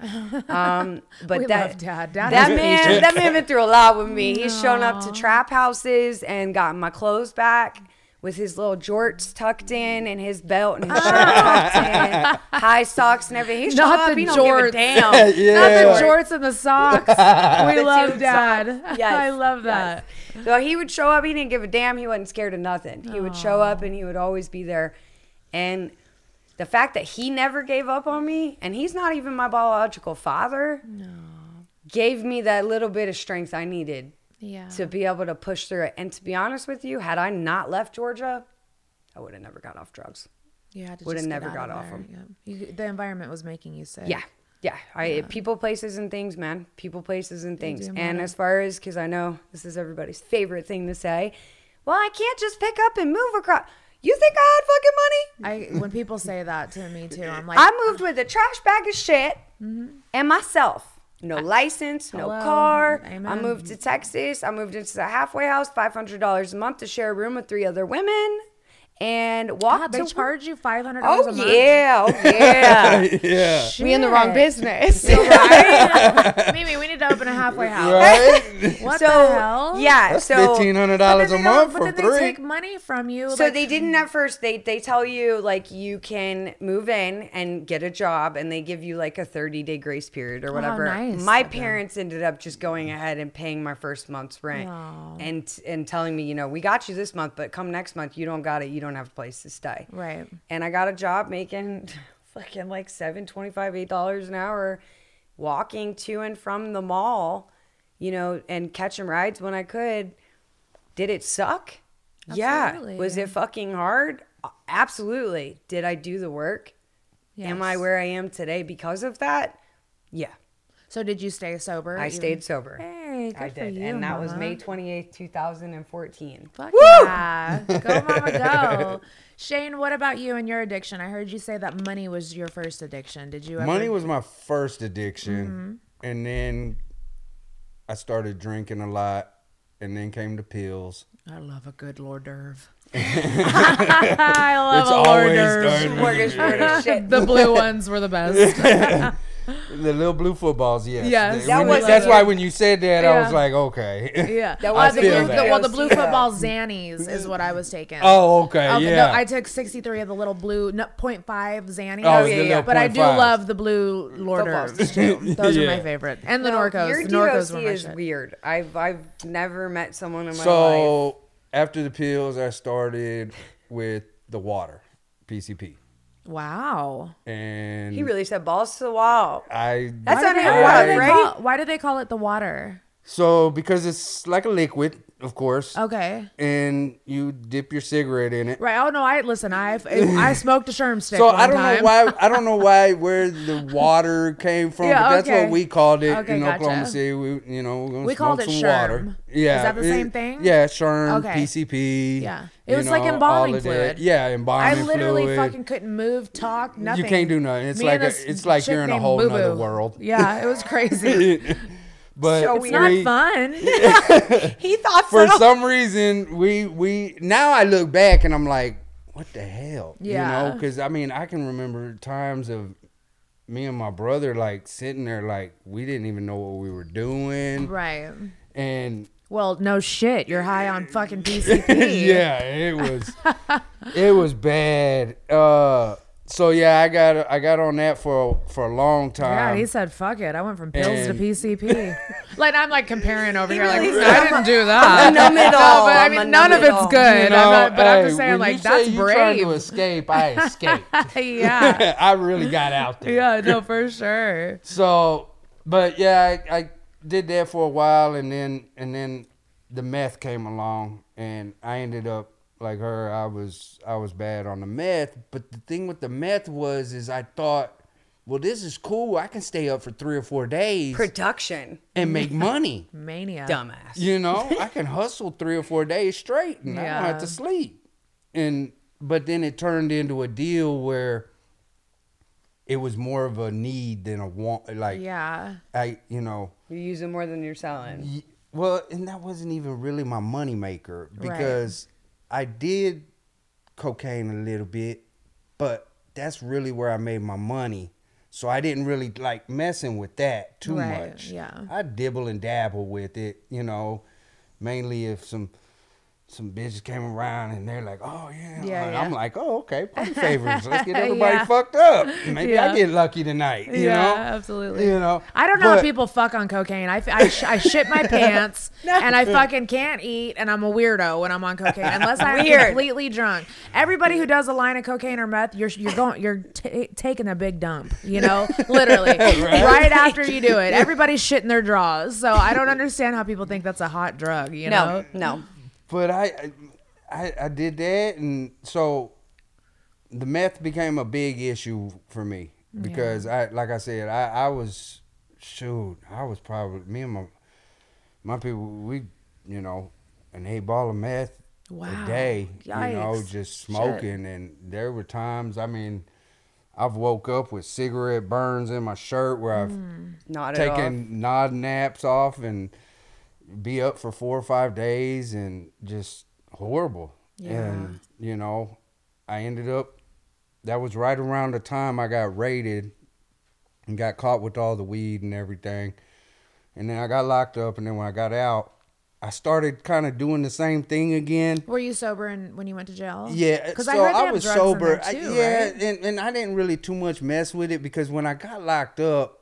Speaker 5: Um, but
Speaker 1: We
Speaker 5: that
Speaker 1: love Dad. Dad
Speaker 5: that
Speaker 1: is
Speaker 5: man, that man been through a lot with me. He's shown up to trap houses and gotten my clothes back with his little jorts tucked in and his belt and his shirt tucked in,
Speaker 1: [laughs]
Speaker 5: high socks and everything. He's
Speaker 1: Not
Speaker 5: up.
Speaker 1: the
Speaker 5: he don't give a
Speaker 1: jorts.
Speaker 5: damn.
Speaker 4: [laughs]
Speaker 1: Not the jorts and the socks. we love
Speaker 5: two
Speaker 1: Dad.
Speaker 5: socks.
Speaker 1: [laughs] I
Speaker 5: Yes,
Speaker 1: love that.
Speaker 5: yes. So he would show up. He didn't give a damn. He wasn't scared of nothing. He would show up and he would always be there. And the fact that he never gave up on me, and he's not even my biological father, gave me that little bit of strength I needed
Speaker 1: Yeah.
Speaker 5: to be able to push through it. And to be honest with you, had I not left Georgia, I would have never got off drugs.
Speaker 1: You had to
Speaker 5: Woulda
Speaker 1: just get
Speaker 5: never
Speaker 1: out
Speaker 5: got
Speaker 1: of
Speaker 5: off
Speaker 1: there.
Speaker 5: 'em.
Speaker 1: Yeah. You, the environment was making you sick.
Speaker 5: Yeah. Yeah. I people, places, and things, man. People, places, and things.
Speaker 1: do
Speaker 5: And
Speaker 1: matter.
Speaker 5: as far as because I know this is everybody's favorite thing to say. Well, I can't just pick up and move across. You think I had fucking money?
Speaker 1: I when people say that to me too, I'm like, Mm-hmm.
Speaker 5: I moved with a trash bag of shit and myself. No license, no
Speaker 1: Hello.
Speaker 5: car. I
Speaker 1: Amen.
Speaker 5: moved to Texas. I moved into the halfway house, five hundred dollars a month to share a room with three other women, and walked
Speaker 1: God,
Speaker 5: to
Speaker 1: they
Speaker 5: work.
Speaker 1: charge you five hundred dollars
Speaker 5: Oh
Speaker 1: a month.
Speaker 5: yeah, oh yeah.
Speaker 1: [laughs]
Speaker 4: yeah
Speaker 5: we in the wrong
Speaker 1: Shit.
Speaker 5: business. [laughs]
Speaker 1: Right? Mimi, we need to open a halfway house. [laughs]
Speaker 4: right [laughs]
Speaker 1: What
Speaker 5: so
Speaker 1: the hell?
Speaker 5: yeah,
Speaker 4: that's
Speaker 5: so
Speaker 1: But then
Speaker 4: $1500 a
Speaker 1: they don't-
Speaker 4: month
Speaker 1: but
Speaker 4: for
Speaker 1: then
Speaker 4: three
Speaker 1: They take money from you.
Speaker 5: So
Speaker 1: like-
Speaker 5: they didn't at first. They they tell you like you can move in and get a job, and they give you like a thirty day grace period or whatever.
Speaker 1: Oh, nice
Speaker 5: My
Speaker 1: of them.
Speaker 5: parents ended up just going ahead and paying my first month's rent and and telling me, you know, we got you this month, but come next month, you don't got it. You don't have a place to stay.
Speaker 1: Right.
Speaker 5: And I got a job making [laughs] fucking like seven twenty five eight dollars an hour, walking to and from the mall, you know, and catching rides when I could. Did it suck? Yeah. Was
Speaker 1: Absolutely.
Speaker 5: it fucking hard? A- Absolutely. Did I do the work? Am I
Speaker 1: Yes.
Speaker 5: where I am today because of that? Yeah.
Speaker 1: So did you stay sober?
Speaker 5: I
Speaker 1: even-
Speaker 5: stayed sober.
Speaker 1: Hey, Yay, good
Speaker 5: I
Speaker 1: for
Speaker 5: did.
Speaker 1: you,
Speaker 5: and that was
Speaker 1: Mama.
Speaker 5: May 28th, 2014.
Speaker 1: Fuck yeah. Go, mama,
Speaker 5: [laughs]
Speaker 1: go. Shane, what about you and your addiction? I heard you say that money was your first addiction. Did you ever?
Speaker 4: Money was my first addiction,
Speaker 1: Mm-hmm.
Speaker 4: and then I started drinking a lot, and then came to pills.
Speaker 1: I love a good hors
Speaker 5: [laughs]
Speaker 1: d'oeuvre. [laughs] I love
Speaker 4: It's
Speaker 1: a hors
Speaker 4: always
Speaker 1: d'oeuvre.
Speaker 4: started with
Speaker 5: Mortgage for
Speaker 1: [laughs]
Speaker 5: the shit.
Speaker 3: The blue ones were the
Speaker 4: [laughs]
Speaker 3: best.
Speaker 4: the little blue footballs. Yes,
Speaker 3: Yes.
Speaker 4: They-
Speaker 3: That
Speaker 4: when-
Speaker 5: was-
Speaker 4: that's why when you said that, I was
Speaker 3: Yeah.
Speaker 4: like, okay.
Speaker 1: Yeah. well,
Speaker 5: That was
Speaker 1: the
Speaker 4: feel
Speaker 1: blue,
Speaker 4: that.
Speaker 1: the- well, the blue
Speaker 5: Yeah.
Speaker 1: football Xannies is what I was taking.
Speaker 4: [laughs] Oh, okay,
Speaker 1: Um,
Speaker 4: yeah.
Speaker 1: No, I took 63 of the little blue no, 0.5 Xannies.
Speaker 4: Oh,
Speaker 5: the little
Speaker 1: But I do
Speaker 4: 0.5s.
Speaker 1: love the blue Lorders too. Those are
Speaker 4: [laughs] Yeah.
Speaker 1: my favorite. And the
Speaker 5: Well,
Speaker 1: Norcos.
Speaker 5: Your
Speaker 1: the Norcos
Speaker 5: DOC
Speaker 1: were my
Speaker 5: is
Speaker 1: shit.
Speaker 5: weird. I've I've never met someone in my life.
Speaker 4: so after the pills, I started with the water, PCP,
Speaker 1: Wow.
Speaker 4: and
Speaker 5: He really said balls to the wall.
Speaker 4: I.
Speaker 5: That's
Speaker 1: Why do they-
Speaker 5: unheard
Speaker 1: why do
Speaker 5: of,
Speaker 1: they
Speaker 5: right?
Speaker 1: call- Why do they call it the water?
Speaker 4: so because it's like a liquid, of course.
Speaker 1: Okay.
Speaker 4: And you dip your cigarette in it.
Speaker 1: Right. Oh no. I listen. I
Speaker 4: [laughs]
Speaker 1: I smoked a sherm stick.
Speaker 4: So
Speaker 1: one
Speaker 4: I don't know
Speaker 1: time.
Speaker 4: why I don't know
Speaker 1: [laughs]
Speaker 4: why where the water came from,
Speaker 1: Yeah,
Speaker 4: but that's
Speaker 1: okay.
Speaker 4: what we called it
Speaker 1: Okay,
Speaker 4: in
Speaker 1: gotcha.
Speaker 4: Oklahoma City. We you know we're gonna
Speaker 1: We
Speaker 4: smoke
Speaker 1: called it
Speaker 4: some
Speaker 1: Sherm.
Speaker 4: water. Yeah,
Speaker 1: Is that the
Speaker 4: it-
Speaker 1: same thing?
Speaker 4: Yeah, Sherm,
Speaker 1: Okay.
Speaker 4: PCP.
Speaker 1: Yeah. It
Speaker 4: you
Speaker 1: was like
Speaker 4: know, all
Speaker 1: embalming
Speaker 4: of that.
Speaker 1: fluid.
Speaker 4: Yeah, embalming
Speaker 1: I literally
Speaker 4: fluid.
Speaker 1: fucking couldn't move, talk, nothing.
Speaker 4: can't do nothing. It's
Speaker 1: Me and
Speaker 4: like a-
Speaker 1: this
Speaker 4: it's like
Speaker 1: chick
Speaker 4: you're in a
Speaker 1: named
Speaker 4: whole
Speaker 1: Boo
Speaker 4: nother
Speaker 1: Boo.
Speaker 4: world.
Speaker 1: Yeah, it was [laughs] crazy.
Speaker 4: [laughs] but
Speaker 5: So
Speaker 1: it's
Speaker 4: we,
Speaker 1: not [laughs] fun.
Speaker 5: He thought
Speaker 4: for
Speaker 5: so.
Speaker 4: some reason we we now I look back and I'm like, what the hell? You know,
Speaker 1: Yeah.
Speaker 4: because I mean I can remember times of me and my brother like sitting there like we didn't even know what we were doing,
Speaker 1: right.
Speaker 4: and
Speaker 1: Well, no shit. You're high on fucking [laughs] PCP.
Speaker 4: yeah,
Speaker 1: [laughs]
Speaker 4: it was it was bad. Uh, so yeah, I got I got on that for a, for a long
Speaker 1: Yeah,
Speaker 4: time.
Speaker 1: he said, "Fuck it." I went from pills
Speaker 4: and-
Speaker 1: to PCP. [laughs] like I'm like comparing over here.
Speaker 5: really
Speaker 1: Like
Speaker 5: said,
Speaker 1: I didn't do that.
Speaker 5: I'm a numb it
Speaker 1: [laughs]
Speaker 5: all.
Speaker 1: No, but I
Speaker 5: I'm a
Speaker 1: mean, none
Speaker 5: numb
Speaker 1: of
Speaker 5: it
Speaker 1: it's
Speaker 5: all.
Speaker 1: good.
Speaker 4: You
Speaker 1: I'm not,
Speaker 4: know,
Speaker 1: but I'm just
Speaker 4: hey,
Speaker 1: saying,
Speaker 4: when
Speaker 1: like
Speaker 4: you say
Speaker 1: that's
Speaker 4: you tried to
Speaker 1: brave.
Speaker 4: escape,
Speaker 1: [laughs]
Speaker 4: I escaped.
Speaker 1: yeah. [laughs]
Speaker 4: [laughs] I really got out there.
Speaker 1: Yeah, no, for sure.
Speaker 4: So, but yeah, I, I did that for a while, and then and then the meth came along, and I ended up like her. I was I was bad on the meth, but the thing with the meth was is I thought, well, this is cool. I can stay up for three or four days
Speaker 5: Production,
Speaker 4: and
Speaker 1: [laughs]
Speaker 4: make money.
Speaker 1: Mania.
Speaker 5: dumbass.
Speaker 4: You know, I can hustle three or four days straight, and I don't have to
Speaker 1: Yeah.
Speaker 4: sleep. And but then it turned into a deal where it was more of a need than a want. Like
Speaker 1: Yeah.
Speaker 4: I, you know,
Speaker 5: You're using more than you're selling.
Speaker 4: y- well, and that wasn't even really my money maker because I did cocaine a little bit, but that's really where I made my money. So I didn't really like messing with that too
Speaker 1: Right,
Speaker 4: much.
Speaker 1: yeah.
Speaker 4: I dibble and dabble with it, you know, mainly if some some bitches came around and they're like, "Oh yeah,",
Speaker 1: Yeah,
Speaker 4: and
Speaker 1: yeah.
Speaker 4: I'm like,
Speaker 1: [laughs]
Speaker 4: "Oh okay, party favors. Let's get everybody fucked up. Maybe I
Speaker 1: Yeah.
Speaker 4: get lucky tonight." You
Speaker 1: Yeah,
Speaker 4: know,
Speaker 1: absolutely.
Speaker 4: You know,
Speaker 1: I don't know
Speaker 4: But-
Speaker 1: if people fuck on cocaine. I, f- I, sh- I shit
Speaker 4: [laughs]
Speaker 1: my pants and I fucking can't eat and I'm a weirdo when I'm on cocaine unless I'm
Speaker 4: [laughs]
Speaker 5: Weird.
Speaker 1: completely drunk. Everybody who does a line of cocaine or meth, you're you're going you're ta taking a big dump, you
Speaker 4: [laughs]
Speaker 1: know, literally right? after you do it. Everybody's shitting their draws, so I don't understand how people think that's a hot drug. You
Speaker 5: No,
Speaker 1: know,
Speaker 5: no.
Speaker 4: but I, I I did that, and so the meth became a big issue for me because I, like I said, I I was shoot, I was probably me and my my people, we you know, an eight ball of meth
Speaker 1: Wow.
Speaker 4: a day, you know,
Speaker 1: Yikes.
Speaker 4: just
Speaker 1: Shit.
Speaker 4: smoking, and there were times, I mean. I've woke up with cigarette burns in my shirt where I've
Speaker 1: Hmm.
Speaker 5: Not at all.
Speaker 4: taking nod naps off and be up for four or five days and just horrible. And you know, I ended up that was right around the time I got raided and got caught with all the weed and everything. And then I got locked up and then when I got out, I started kind of doing the same thing again.
Speaker 1: were you sober and when you went to jail?
Speaker 4: Yeah, uh,
Speaker 1: because
Speaker 4: so
Speaker 1: I heard they have
Speaker 4: was
Speaker 1: drugs in
Speaker 4: sober.
Speaker 1: there too,
Speaker 4: I, yeah,
Speaker 1: right?
Speaker 4: and, and I didn't really too much mess with it because when I got locked up,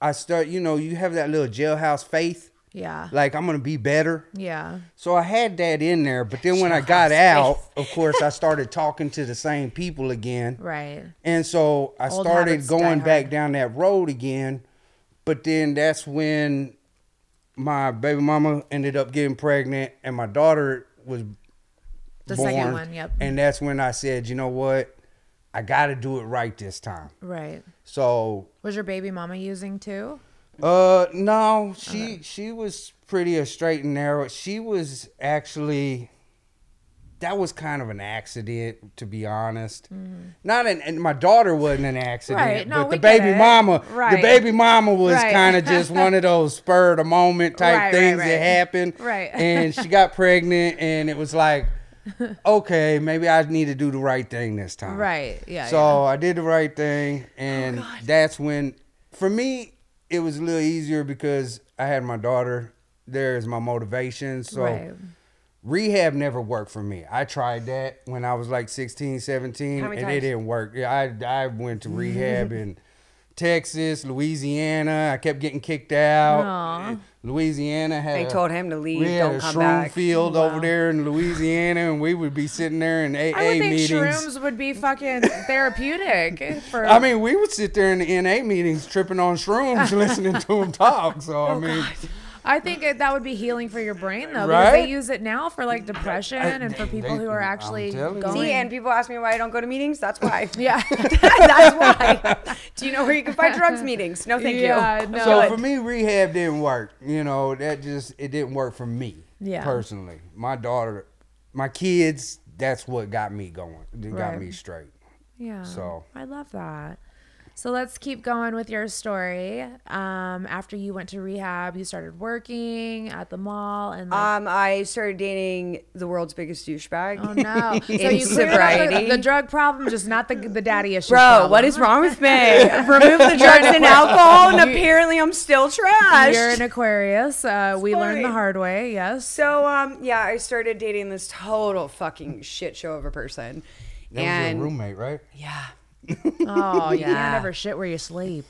Speaker 4: I start. You know, you have that little jailhouse faith.
Speaker 1: Yeah.
Speaker 4: Like I'm gonna be better.
Speaker 1: Yeah.
Speaker 4: So I had that in there, but then when I got out, of course, I started talking to the same people again.
Speaker 1: [laughs] Right.
Speaker 4: And so I
Speaker 1: Old
Speaker 4: started
Speaker 1: habits die
Speaker 4: going back
Speaker 1: hard.
Speaker 4: down that road again. But then that's when my baby mama ended up getting pregnant and my daughter was
Speaker 1: The
Speaker 4: born.
Speaker 1: second one, yep.
Speaker 4: And that's when I said, you know what? I got to do it right this time.
Speaker 1: Right.
Speaker 4: So
Speaker 1: Was your baby mama using too?
Speaker 4: Uh, no, she she was pretty a straight and narrow. She was actually that was kind of an accident, to be honest. Not an and my daughter wasn't an accident,
Speaker 1: Mm-hmm. Right, no,
Speaker 4: but the
Speaker 1: we get
Speaker 4: baby
Speaker 1: it.
Speaker 4: mama, the
Speaker 1: Right.
Speaker 4: baby mama was
Speaker 1: Right.
Speaker 4: kind
Speaker 1: [laughs]
Speaker 4: of just one of those spur of the moment type
Speaker 1: Right, right,
Speaker 4: things
Speaker 1: right.
Speaker 4: that happen.
Speaker 1: Right.
Speaker 4: and she got pregnant, and it
Speaker 1: [laughs]
Speaker 4: was like, okay, maybe I need to do the right thing this time.
Speaker 1: Right, yeah,
Speaker 4: Oh. So I did the right thing,
Speaker 5: Oh,
Speaker 4: and that's when, for me, it was a little easier because I had my daughter. There's my motivation. So
Speaker 1: Right.
Speaker 4: rehab never worked for me. I tried that when I was like 16, 17,
Speaker 5: How
Speaker 4: and
Speaker 5: many
Speaker 4: it
Speaker 5: times?
Speaker 4: didn't work. Yeah, I I went to
Speaker 5: [laughs]
Speaker 4: rehab in Texas, Louisiana. I kept getting kicked out. Louisiana had
Speaker 5: They
Speaker 4: a-
Speaker 5: told him to leave,
Speaker 4: We had
Speaker 5: don't
Speaker 4: a
Speaker 5: come
Speaker 4: shroom
Speaker 5: back.
Speaker 4: field over there in Louisiana, and we would be sitting there in AA
Speaker 1: I would think
Speaker 4: meetings.
Speaker 1: shrooms would be fucking
Speaker 4: [laughs]
Speaker 1: therapeutic for.
Speaker 4: I mean, we would sit there in the NA meetings tripping on shrooms, listening to them talk. So
Speaker 1: Oh,
Speaker 4: I mean,
Speaker 1: I think it, that would be healing for your brain though, because
Speaker 4: Right?
Speaker 1: they use it now for like depression and for people
Speaker 4: they-
Speaker 1: who are
Speaker 4: I'm
Speaker 1: actually
Speaker 4: telling you.
Speaker 1: going.
Speaker 5: See, and people ask me why I don't go to meetings. That's why.
Speaker 1: [laughs] yeah,
Speaker 5: [laughs] That's why. [laughs] Do you know where you can find
Speaker 1: [laughs]
Speaker 5: drugs meetings? No, thank
Speaker 1: yeah,
Speaker 5: you.
Speaker 1: no.
Speaker 4: so for me, rehab didn't work. You know, that just it didn't work for me
Speaker 1: Yeah.
Speaker 4: personally. My daughter, my kids. That's what got me going. That got
Speaker 1: Right.
Speaker 4: me straight.
Speaker 1: Yeah.
Speaker 4: So-
Speaker 1: I love that. So let's keep going with your story. Um, after you went to rehab, you started working at the mall and like,
Speaker 5: Um, I started dating the world's biggest douchebag.
Speaker 1: oh
Speaker 5: [laughs]
Speaker 1: no. so
Speaker 5: in
Speaker 1: you cleared up
Speaker 5: sobriety.
Speaker 1: the, [laughs] the drug problem, just not the the daddy issue.
Speaker 5: Bro,
Speaker 1: problem.
Speaker 5: what is wrong with me?
Speaker 1: [laughs]
Speaker 5: Remove the drugs and alcohol, and apparently I'm still trash.
Speaker 1: You're an Aquarius. Uh, we learned the
Speaker 5: fine.
Speaker 1: hard way. Yes.
Speaker 5: So um yeah, I started dating this total fucking shit show of a person.
Speaker 4: That
Speaker 5: and
Speaker 4: was your roommate, right?
Speaker 5: yeah.
Speaker 1: Oh, you
Speaker 5: Yeah.
Speaker 1: can't ever shit where you sleep.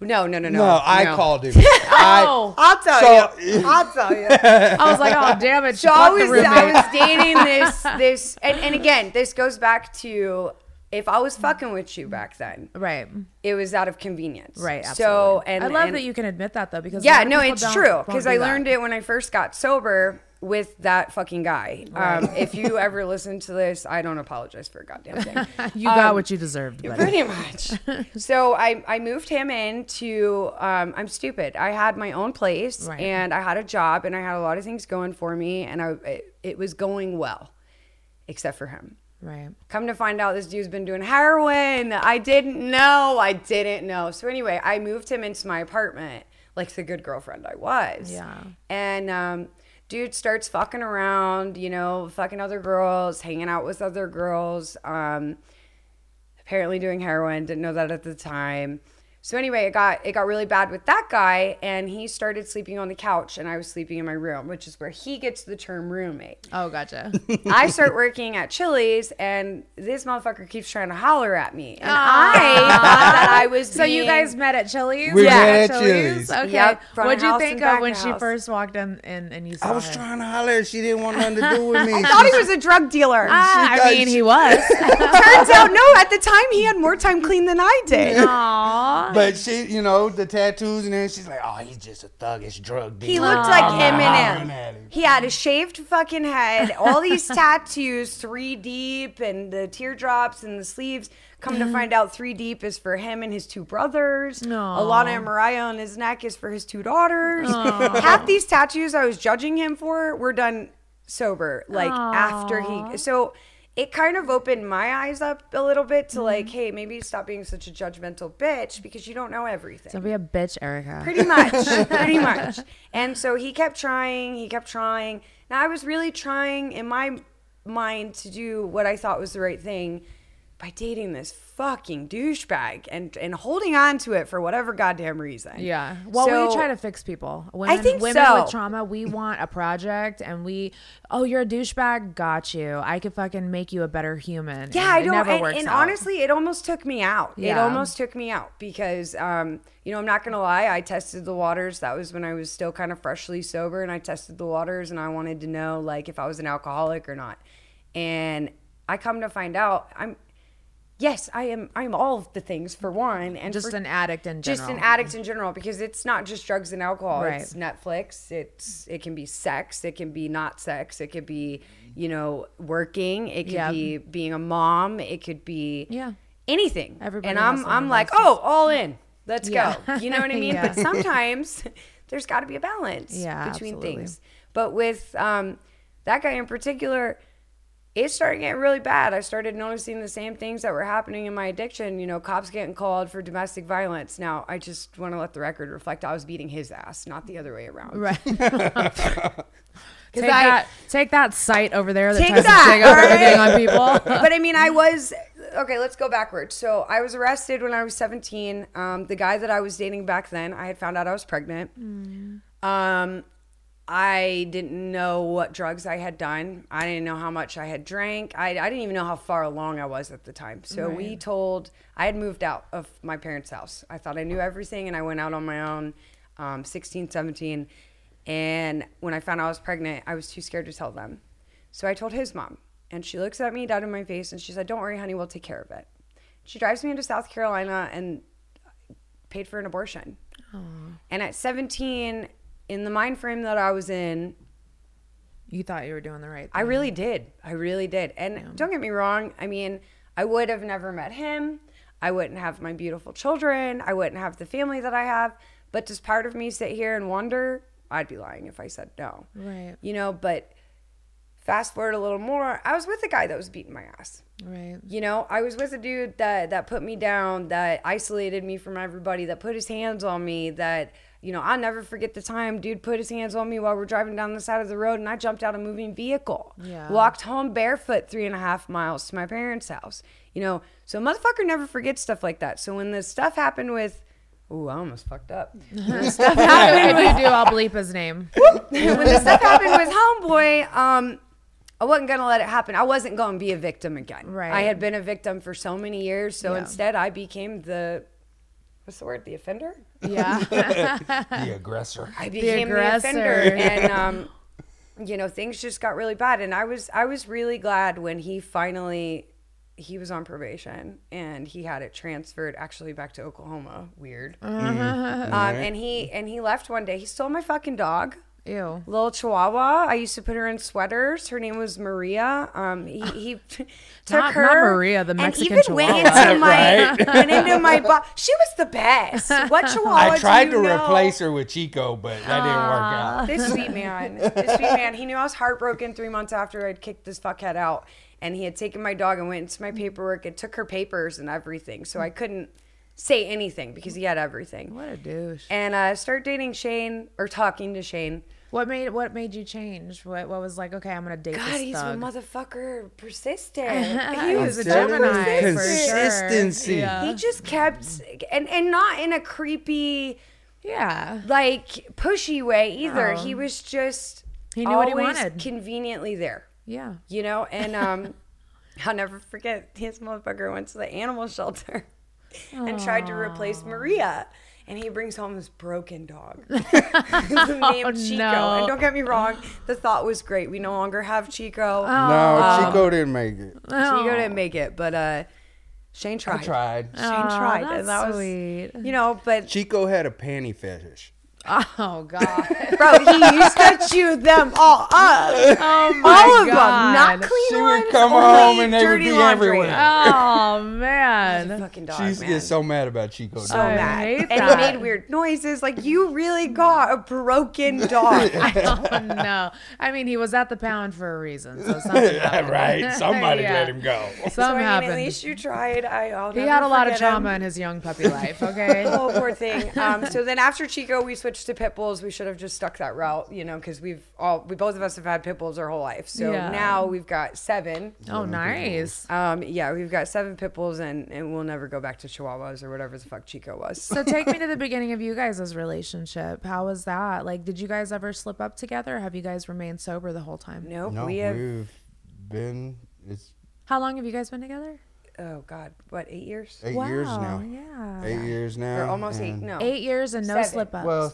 Speaker 5: No, no, no, no.
Speaker 4: No, I
Speaker 1: [laughs]
Speaker 4: called him. I,
Speaker 1: oh,
Speaker 5: I'll tell
Speaker 4: So- [laughs]
Speaker 5: you. I'll tell you.
Speaker 1: I was like, oh damn it. She
Speaker 5: So I
Speaker 1: fucked
Speaker 5: was
Speaker 1: the roommate.
Speaker 5: I was dating
Speaker 1: [laughs]
Speaker 5: this this and, and again, this goes back to if I was fucking with you back then,
Speaker 1: right.
Speaker 5: it was out of convenience.
Speaker 1: Right.
Speaker 5: So
Speaker 1: Absolutely.
Speaker 5: and
Speaker 1: I love
Speaker 5: and-
Speaker 1: that you can admit that though, because a lot
Speaker 5: Yeah,
Speaker 1: of
Speaker 5: no,
Speaker 1: people
Speaker 5: it's
Speaker 1: don't-
Speaker 5: true
Speaker 1: won't
Speaker 5: because
Speaker 1: do
Speaker 5: I
Speaker 1: that.
Speaker 5: learned it when I first got sober with that fucking guy. Um, if you ever listen to this, I don't apologize for a
Speaker 1: [laughs]
Speaker 5: goddamn thing.
Speaker 1: [laughs] You got what you
Speaker 5: [laughs]
Speaker 1: deserved. buddy.
Speaker 5: Pretty much. so I, I moved him into um, I'm stupid. I had my own place
Speaker 1: Right.
Speaker 5: and I had a job and I had a lot of things going for me and I it, it was going well, except for him.
Speaker 1: Right.
Speaker 5: Come to find out, this dude's been doing heroin. I didn't know. I didn't know. So anyway, I moved him into my apartment, like the good girlfriend I was.
Speaker 1: Yeah.
Speaker 5: And um, dude starts fucking around, you know, fucking other girls, hanging out with other girls. Um, apparently doing heroin. Didn't know that at the time. So anyway, it got it got really bad with that guy, and he started sleeping on the couch, and I was sleeping in my room, which is where he gets the term roommate.
Speaker 1: Oh, gotcha.
Speaker 5: I start working at Chili's, and this motherfucker keeps trying to holler at me, and [laughs] I thought that I was.
Speaker 1: So you
Speaker 5: being-
Speaker 1: guys met at Chili's?
Speaker 4: We
Speaker 1: yeah,
Speaker 4: met at Chili's.
Speaker 1: Okay.
Speaker 5: Yep, front
Speaker 1: What'd you
Speaker 5: house
Speaker 1: think
Speaker 5: and back
Speaker 1: of when she
Speaker 5: house.
Speaker 1: first walked in and, and you saw
Speaker 4: I was
Speaker 1: her?
Speaker 4: trying to holler. at She didn't want nothing to do
Speaker 1: [laughs]
Speaker 4: with me.
Speaker 5: thought he was a drug dealer.
Speaker 1: Ah, I
Speaker 4: guys-
Speaker 1: mean, he was.
Speaker 5: [laughs]
Speaker 1: [laughs]
Speaker 5: Turns out, no. At the time, he had more time clean than I did.
Speaker 1: Aww.
Speaker 4: but she, you know, the tattoos and then she's like, "Oh, he's just a thuggish drug dealer."
Speaker 5: He looked like Eminem. He had a shaved fucking head, all these tattoos, three deep, and the teardrops and the sleeves. Come to find out, three deep is for him and his two brothers. Alana and Mariah on his neck is for his two daughters. Half these tattoos I was judging him for were done sober, like after he. So it kind of opened my eyes up a little bit to like, hey, maybe stop being such a judgmental bitch because you don't know everything
Speaker 1: Don't be a bitch, Erica.
Speaker 5: [laughs] pretty much pretty much and so he kept trying he kept trying now i was really trying in my mind to do what i thought was the right thing by dating this fucking douchebag and and holding on to it for whatever goddamn reason
Speaker 1: Yeah. Well, we
Speaker 5: So-
Speaker 1: try to fix people. Women,
Speaker 5: think
Speaker 1: women
Speaker 5: so.
Speaker 1: with trauma, we want a project and we, oh, you're a douchebag. Got you. I could fucking make you a better human.
Speaker 5: yeah,
Speaker 1: And
Speaker 5: I
Speaker 1: it
Speaker 5: don't.
Speaker 1: never
Speaker 5: and
Speaker 1: works
Speaker 5: and
Speaker 1: out.
Speaker 5: honestly, it almost took me out. It
Speaker 1: Yeah.
Speaker 5: almost took me out because, um, you know, I'm not gonna lie. I tested the waters. That was when I was still kind of freshly sober, and I tested the waters, and I wanted to know like if I was an alcoholic or not. And I come to find out, I'm. Yes, I am. I'm all of the things for one, and
Speaker 1: just
Speaker 5: for-
Speaker 1: an addict in general.
Speaker 5: just an addict in general because it's not just drugs and alcohol
Speaker 1: Right.
Speaker 5: it's netflix it's it can be sex it can be not sex it could be you know working it could
Speaker 1: Yeah.
Speaker 5: be being a mom it could be
Speaker 1: Yeah.
Speaker 5: anything
Speaker 1: Everybody
Speaker 5: and
Speaker 1: has
Speaker 5: i'm
Speaker 1: their
Speaker 5: i'm
Speaker 1: own
Speaker 5: like oh all in Let's
Speaker 1: Yeah.
Speaker 5: go. You know
Speaker 1: [laughs]
Speaker 5: what I mean?
Speaker 1: Yeah.
Speaker 5: But sometimes [laughs] there's got to be a balance
Speaker 1: Yeah,
Speaker 5: between
Speaker 1: absolutely.
Speaker 5: things. But with um, that guy in particular, it started getting really bad. I started noticing the same things that were happening in my addiction. You know, cops getting called for domestic violence. Now, I just want to let the record reflect I was beating his ass, not the other way around.
Speaker 1: [laughs] Right. Take,
Speaker 5: I-
Speaker 1: that, take that site over there that
Speaker 5: Take
Speaker 1: tries
Speaker 5: that,
Speaker 1: to dig up
Speaker 5: all
Speaker 1: everything on
Speaker 5: right?
Speaker 1: people.
Speaker 5: [laughs] but I mean, I was okay. Let's go backwards. So I was arrested when I was 17. Um, the guy that I was dating back then, I had found out I was pregnant. Um, I didn't know what drugs I had done. I didn't know how much I had drank. I, I didn't even know how far along I was at the time. So we told, I had moved out of my parents' house. I thought I knew everything and I went out on my own, um, 16, 17. And when I found out I was pregnant, I was too scared to tell them. So I told his mom, and she looks at me down in my face and she said, Don't worry, honey, we'll take care of it. She drives me into South Carolina and paid for an abortion. And at 17, in the mind frame that I was in,
Speaker 1: you thought you were doing the right thing.
Speaker 5: I really did. I really did. And don't get me wrong. I mean, I would have never met him. I wouldn't have my beautiful children. I wouldn't have the family that I have. But does part of me sit here and wonder? I'd be lying if I said no.
Speaker 1: Right.
Speaker 5: You know, but fast forward a little more, I was with a guy that was beating my ass. [laughs]
Speaker 1: Right.
Speaker 5: You know, I was with a dude that that put me down, that isolated me from everybody, that put his hands on me, that you know, I'll never forget the time dude put his hands on me while we're driving down the side of the road and I jumped out of a moving vehicle.
Speaker 1: Yeah.
Speaker 5: Walked home barefoot three and a half miles to my parents' house. You know, so a motherfucker never forgets stuff like that. So when this stuff happened with Ooh, I almost fucked up.
Speaker 1: If you do, I'll bleep his
Speaker 5: [laughs]
Speaker 1: name.
Speaker 5: when this stuff happened with homeboy, um, I wasn't gonna let it happen. I wasn't gonna be a victim again.
Speaker 1: Right.
Speaker 5: I had been a victim for so many years, so
Speaker 1: Yeah.
Speaker 5: instead I became the what's the word? The offender.
Speaker 1: Yeah.
Speaker 4: The aggressor.
Speaker 5: I became the,
Speaker 1: aggressor.
Speaker 5: offender,
Speaker 1: [laughs]
Speaker 5: and um, you know things just got really bad. And I was I was really glad when he finally he was on probation and he had it transferred actually back to Oklahoma. Weird.
Speaker 1: Mm-hmm.
Speaker 5: Um, and he and he left one day. He stole my fucking dog.
Speaker 1: Ew.
Speaker 5: Little Chihuahua. I used to put her in sweaters. Her name was Maria. Um, he,
Speaker 1: [laughs]
Speaker 5: he took
Speaker 1: Not- not
Speaker 5: her.
Speaker 1: Maria, the Mexican
Speaker 5: and even went
Speaker 1: Chihuahua.
Speaker 5: into my went into
Speaker 4: [laughs]
Speaker 5: my bo- She was the best. What Chihuahua?
Speaker 4: I tried
Speaker 5: do
Speaker 4: to
Speaker 5: you know? Ah.
Speaker 4: replace her with Chico, but that didn't work out.
Speaker 5: This sweet man, this sweet man. He knew I was heartbroken three months after I'd kicked this fuckhead out, and he had taken my dog and went into my paperwork and took her papers and everything. So I couldn't say anything because he had everything.
Speaker 1: What a douche.
Speaker 5: And uh, start dating Shane or talking to Shane.
Speaker 1: What made what made you change? What what was like? Okay, I'm gonna date
Speaker 5: God,
Speaker 1: this
Speaker 5: he's
Speaker 1: thug.
Speaker 5: a motherfucker persistent.
Speaker 1: [laughs]
Speaker 5: he
Speaker 1: He
Speaker 5: was
Speaker 1: a
Speaker 5: a
Speaker 4: That
Speaker 1: Gemini,
Speaker 4: is
Speaker 1: for sure.
Speaker 4: Consistency.
Speaker 5: He just kept and and not in a creepy
Speaker 1: yeah.
Speaker 5: like pushy way either. He was just
Speaker 1: He knew what he
Speaker 5: always
Speaker 1: wanted.
Speaker 5: conveniently there.
Speaker 1: Yeah.
Speaker 5: You know, and um I'll never forget his motherfucker went to the animal shelter [laughs] and tried to replace Maria. And he brings home this
Speaker 1: [laughs]
Speaker 5: broken dog [laughs] named Chico.
Speaker 1: Oh, no.
Speaker 5: And don't get me wrong, the thought was great. We no longer have Chico.
Speaker 1: Oh,
Speaker 4: No,
Speaker 5: um,
Speaker 4: Chico didn't make it.
Speaker 5: Chico didn't make it, but uh, Shane tried.
Speaker 4: Tried.
Speaker 5: Shane tried, and that was you know. But
Speaker 4: Chico had a panty fetish.
Speaker 1: [laughs] Oh God.
Speaker 5: [laughs] bro, he used to chew them all up,
Speaker 1: Oh
Speaker 5: all
Speaker 1: my
Speaker 5: of them,
Speaker 1: God.
Speaker 5: not clean
Speaker 4: She would
Speaker 5: ones.
Speaker 4: come
Speaker 5: only
Speaker 4: home and they would
Speaker 5: dirty
Speaker 4: be
Speaker 5: laundry.
Speaker 4: everywhere.
Speaker 1: Oh
Speaker 5: [laughs]
Speaker 1: man. [laughs]
Speaker 5: Fucking dog,
Speaker 4: She used to
Speaker 5: man.
Speaker 4: get so mad about Chico.
Speaker 5: so [laughs]
Speaker 4: dog.
Speaker 5: mad,
Speaker 1: hate
Speaker 5: and
Speaker 1: that.
Speaker 5: he made weird noises. Like you really got a broken dog.
Speaker 1: Oh no. I mean, he was at the pound for a reason. So
Speaker 4: [laughs]
Speaker 1: something happened.
Speaker 5: [laughs]
Speaker 4: right? Somebody
Speaker 1: Yeah.
Speaker 4: let him go.
Speaker 5: So, I
Speaker 1: Something
Speaker 5: mean,
Speaker 1: happened.
Speaker 5: at least you tried. I, I'll
Speaker 1: he
Speaker 5: never
Speaker 1: had a lot of
Speaker 5: forget him.
Speaker 1: trauma in his young
Speaker 5: [laughs]
Speaker 1: puppy life. Okay.
Speaker 5: Oh, poor thing. Um, so then after Chico, we switched to pit bulls. We should have just stuck that route, you know, because we've all, we both of us have had pit bulls our whole life. So
Speaker 1: Yeah.
Speaker 5: now we've got seven.
Speaker 1: oh, nice.
Speaker 5: Um, yeah, we've got seven pit bulls and, and we'll never go back to Chihuahuas or whatever the fuck Chico was.
Speaker 1: So take me to the beginning of you guys' relationship. How was that? Like, did you guys ever slip up together? Have you guys remained sober the whole time?
Speaker 5: nope,
Speaker 4: No,
Speaker 5: we have,
Speaker 4: we've been it's
Speaker 1: How long have you guys been together?
Speaker 5: oh God, what, eight years?
Speaker 4: eight years now.
Speaker 1: Yeah.
Speaker 4: Eight years now.
Speaker 5: Or almost eight,
Speaker 4: and-
Speaker 5: no.
Speaker 1: Eight years and no
Speaker 5: Seven.
Speaker 1: slip ups.
Speaker 4: Well,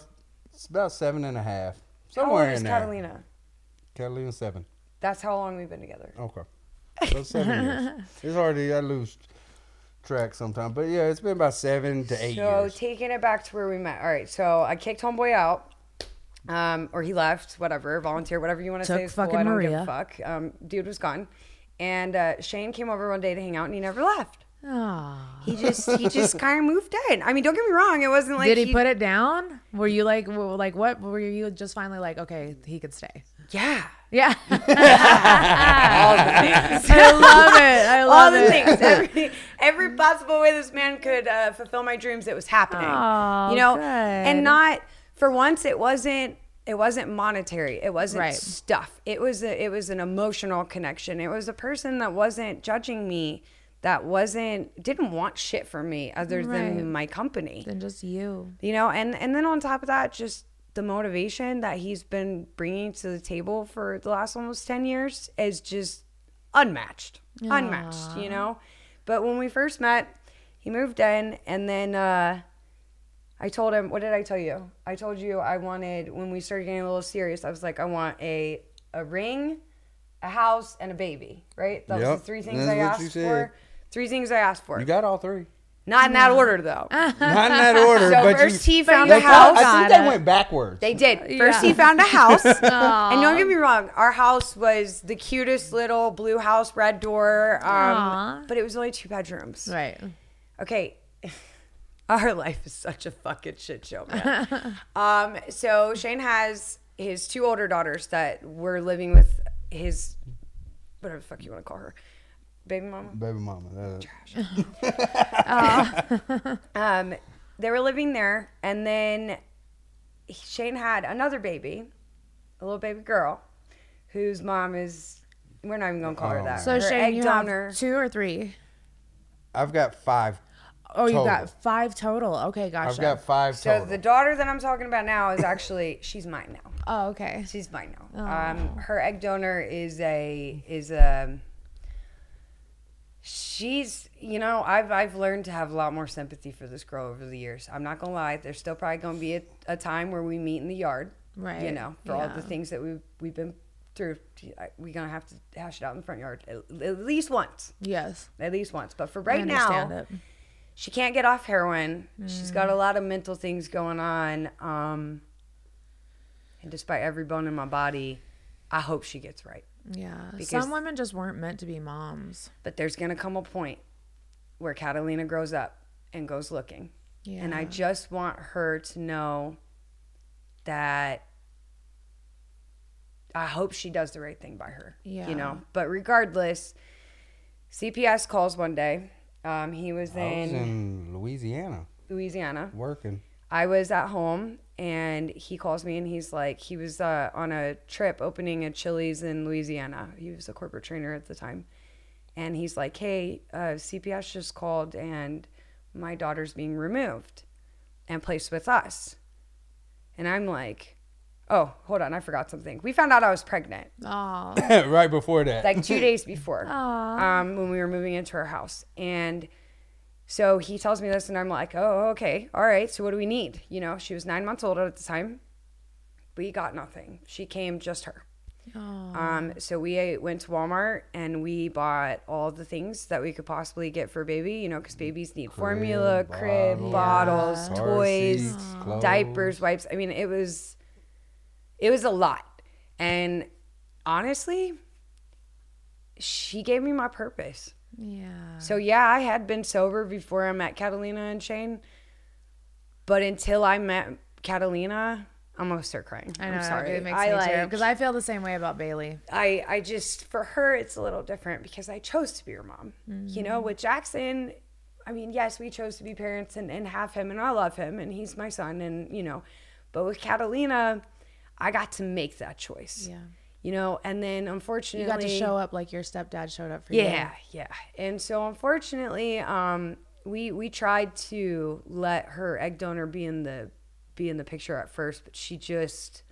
Speaker 4: it's about seven and a half.
Speaker 5: How old
Speaker 4: Somewhere
Speaker 5: is
Speaker 4: in there.
Speaker 5: Catalina?
Speaker 4: Catalina seven.
Speaker 5: That's how long we've been together. [laughs]
Speaker 4: Okay. So seven years. It's already I lose track sometimes. But yeah, it's been about seven to eight
Speaker 5: so
Speaker 4: years.
Speaker 5: taking it back to where we met. All right, so I kicked homeboy out, um, or he left, whatever, volunteer, whatever you want to
Speaker 1: Took
Speaker 5: say. is cool.
Speaker 1: fucking
Speaker 5: I don't give
Speaker 1: Maria.
Speaker 5: a fuck. Um, dude was gone, and uh, Shane came over one day to hang out, and he never left. He just
Speaker 1: [laughs]
Speaker 5: he just kind of moved in. I mean, don't get me wrong, it wasn't like
Speaker 1: Did he, put it down? Were you like, w- like what? Were you just finally like, okay, he could stay?
Speaker 5: Yeah,
Speaker 1: Yeah. [laughs]
Speaker 5: [laughs]
Speaker 1: I love it. I love
Speaker 5: all the
Speaker 1: it. [laughs]
Speaker 5: things, every, every possible way this man could uh, fulfill my dreams, it was happening.
Speaker 1: Oh,
Speaker 5: you know,
Speaker 1: good.
Speaker 5: and not for once, it wasn't. It wasn't monetary. It wasn't
Speaker 1: Right.
Speaker 5: stuff. It was a, it was an emotional connection. It was a person that wasn't judging me, that wasn't didn't want shit from me other
Speaker 1: Right.
Speaker 5: than my company.
Speaker 1: Than just you.
Speaker 5: you know and and then on top of that just the motivation that he's been bringing to the table for the last almost 10 years is just unmatched unmatched you know but when we first met he moved in and then uh I told him, what did I tell you? I told you I wanted when we started getting a little serious. I was like, I want a a ring, a house, and a baby. Right? That was
Speaker 4: Yep.
Speaker 5: the three things
Speaker 4: That's
Speaker 5: I
Speaker 4: what you
Speaker 5: asked
Speaker 4: said.
Speaker 5: for. Three things I asked for.
Speaker 4: You got all three.
Speaker 5: Not in that order though.
Speaker 4: Not in that order,
Speaker 5: So
Speaker 4: but
Speaker 5: first
Speaker 4: you,
Speaker 5: he found
Speaker 4: they
Speaker 5: a house.
Speaker 4: I think they went backwards.
Speaker 5: They did. First, he found a house. and don't get me wrong, our house was the cutest little blue house, red door. Um, but it was only two bedrooms.
Speaker 1: Right.
Speaker 5: Okay. [laughs] Our life is such a fucking shit show, man. um, so Shane has his two older daughters that were living with his, whatever the fuck you want to call her, baby mama.
Speaker 4: Baby mama. uh, that-
Speaker 5: Um, they were living there, and then Shane had another baby, a little baby girl, whose mom is. We're not even gonna call her that.
Speaker 1: So
Speaker 5: her
Speaker 1: Shane,
Speaker 5: egg
Speaker 1: you
Speaker 5: donor.
Speaker 1: have two or three.
Speaker 4: I've got five.
Speaker 1: Oh, you
Speaker 4: Total.
Speaker 1: got five total. Okay, gotcha.
Speaker 4: I've got five
Speaker 5: so
Speaker 4: total.
Speaker 5: the daughter that I'm talking about now is actually she's mine now.
Speaker 1: oh, okay.
Speaker 5: She's mine now.
Speaker 1: Oh.
Speaker 5: Um, her egg donor is a is a. She's you know I've I've learned to have a lot more sympathy for this girl over the years. I'm not gonna lie. There's still probably gonna be a, a time where we meet in the yard. You
Speaker 1: Right.
Speaker 5: know for all the things that we have we've been through. We're gonna have to hash it out in the front yard at, at least once.
Speaker 1: Yes.
Speaker 5: At least once. But for right
Speaker 1: understand
Speaker 5: now,
Speaker 1: it.
Speaker 5: she can't get off heroin. She's
Speaker 1: Mm.
Speaker 5: got a lot of mental things going on. Um, and despite every bone in my body, I hope she gets right.
Speaker 1: Yeah.
Speaker 5: Because-
Speaker 1: Some women just weren't meant to be moms.
Speaker 5: But there's going to come a point where Catalina grows up and goes looking. And I
Speaker 1: Yeah.
Speaker 5: just want her to know that I hope she does the right thing by her.
Speaker 1: Yeah.
Speaker 5: You know, but regardless, CPS calls one day. Um, he was
Speaker 4: I was
Speaker 5: in,
Speaker 4: in Louisiana
Speaker 5: Louisiana. [laughs]
Speaker 4: working.
Speaker 5: I was at home and he calls me and he's like, he was uh, on a trip opening a Chili's in Louisiana. He was a corporate trainer at the time. And he's like, hey, uh, CPS just called and my daughter's being removed and placed with us. And I'm like, oh, hold on, I forgot something. We found out I was pregnant
Speaker 1: Oh,
Speaker 4: right before that.
Speaker 5: like two days before um, when we were moving into her house. And so he tells me this, and I'm like, oh, okay, all right. So what do we need? You know, she was nine months old at the time. We got nothing. She came just her. Um, so we uh, went to Walmart and we bought all the things that we could possibly get for baby, you know, because babies need formula, crib,
Speaker 4: bottles,
Speaker 5: bottles,
Speaker 4: car
Speaker 5: toys,
Speaker 4: seats, clothes.
Speaker 5: diapers, wipes. I mean, it was it was a lot. And honestly, she gave me my purpose.
Speaker 1: yeah.
Speaker 5: So yeah, I had been sober before I met Catalina and Shane, but until I met Catalina, I'm gonna start crying.
Speaker 1: I know.
Speaker 5: am sorry.
Speaker 1: It makes
Speaker 5: I
Speaker 1: me
Speaker 5: like,
Speaker 1: tear because I feel the same way about Bailey.
Speaker 5: I, I just for her it's a little different because I chose to be her mom. You
Speaker 1: Mm.
Speaker 5: know, with Jackson, I mean, yes, we chose to be parents and, and have him and I love him and he's my son and you know, but with Catalina, I got to make that choice.
Speaker 1: Yeah.
Speaker 5: You know, and then
Speaker 1: You
Speaker 5: unfortunately
Speaker 1: got to show up like your stepdad showed up for you.
Speaker 5: yeah, yeah. And so unfortunately, um, we we tried to let her egg donor be in the be in the picture at first, but she just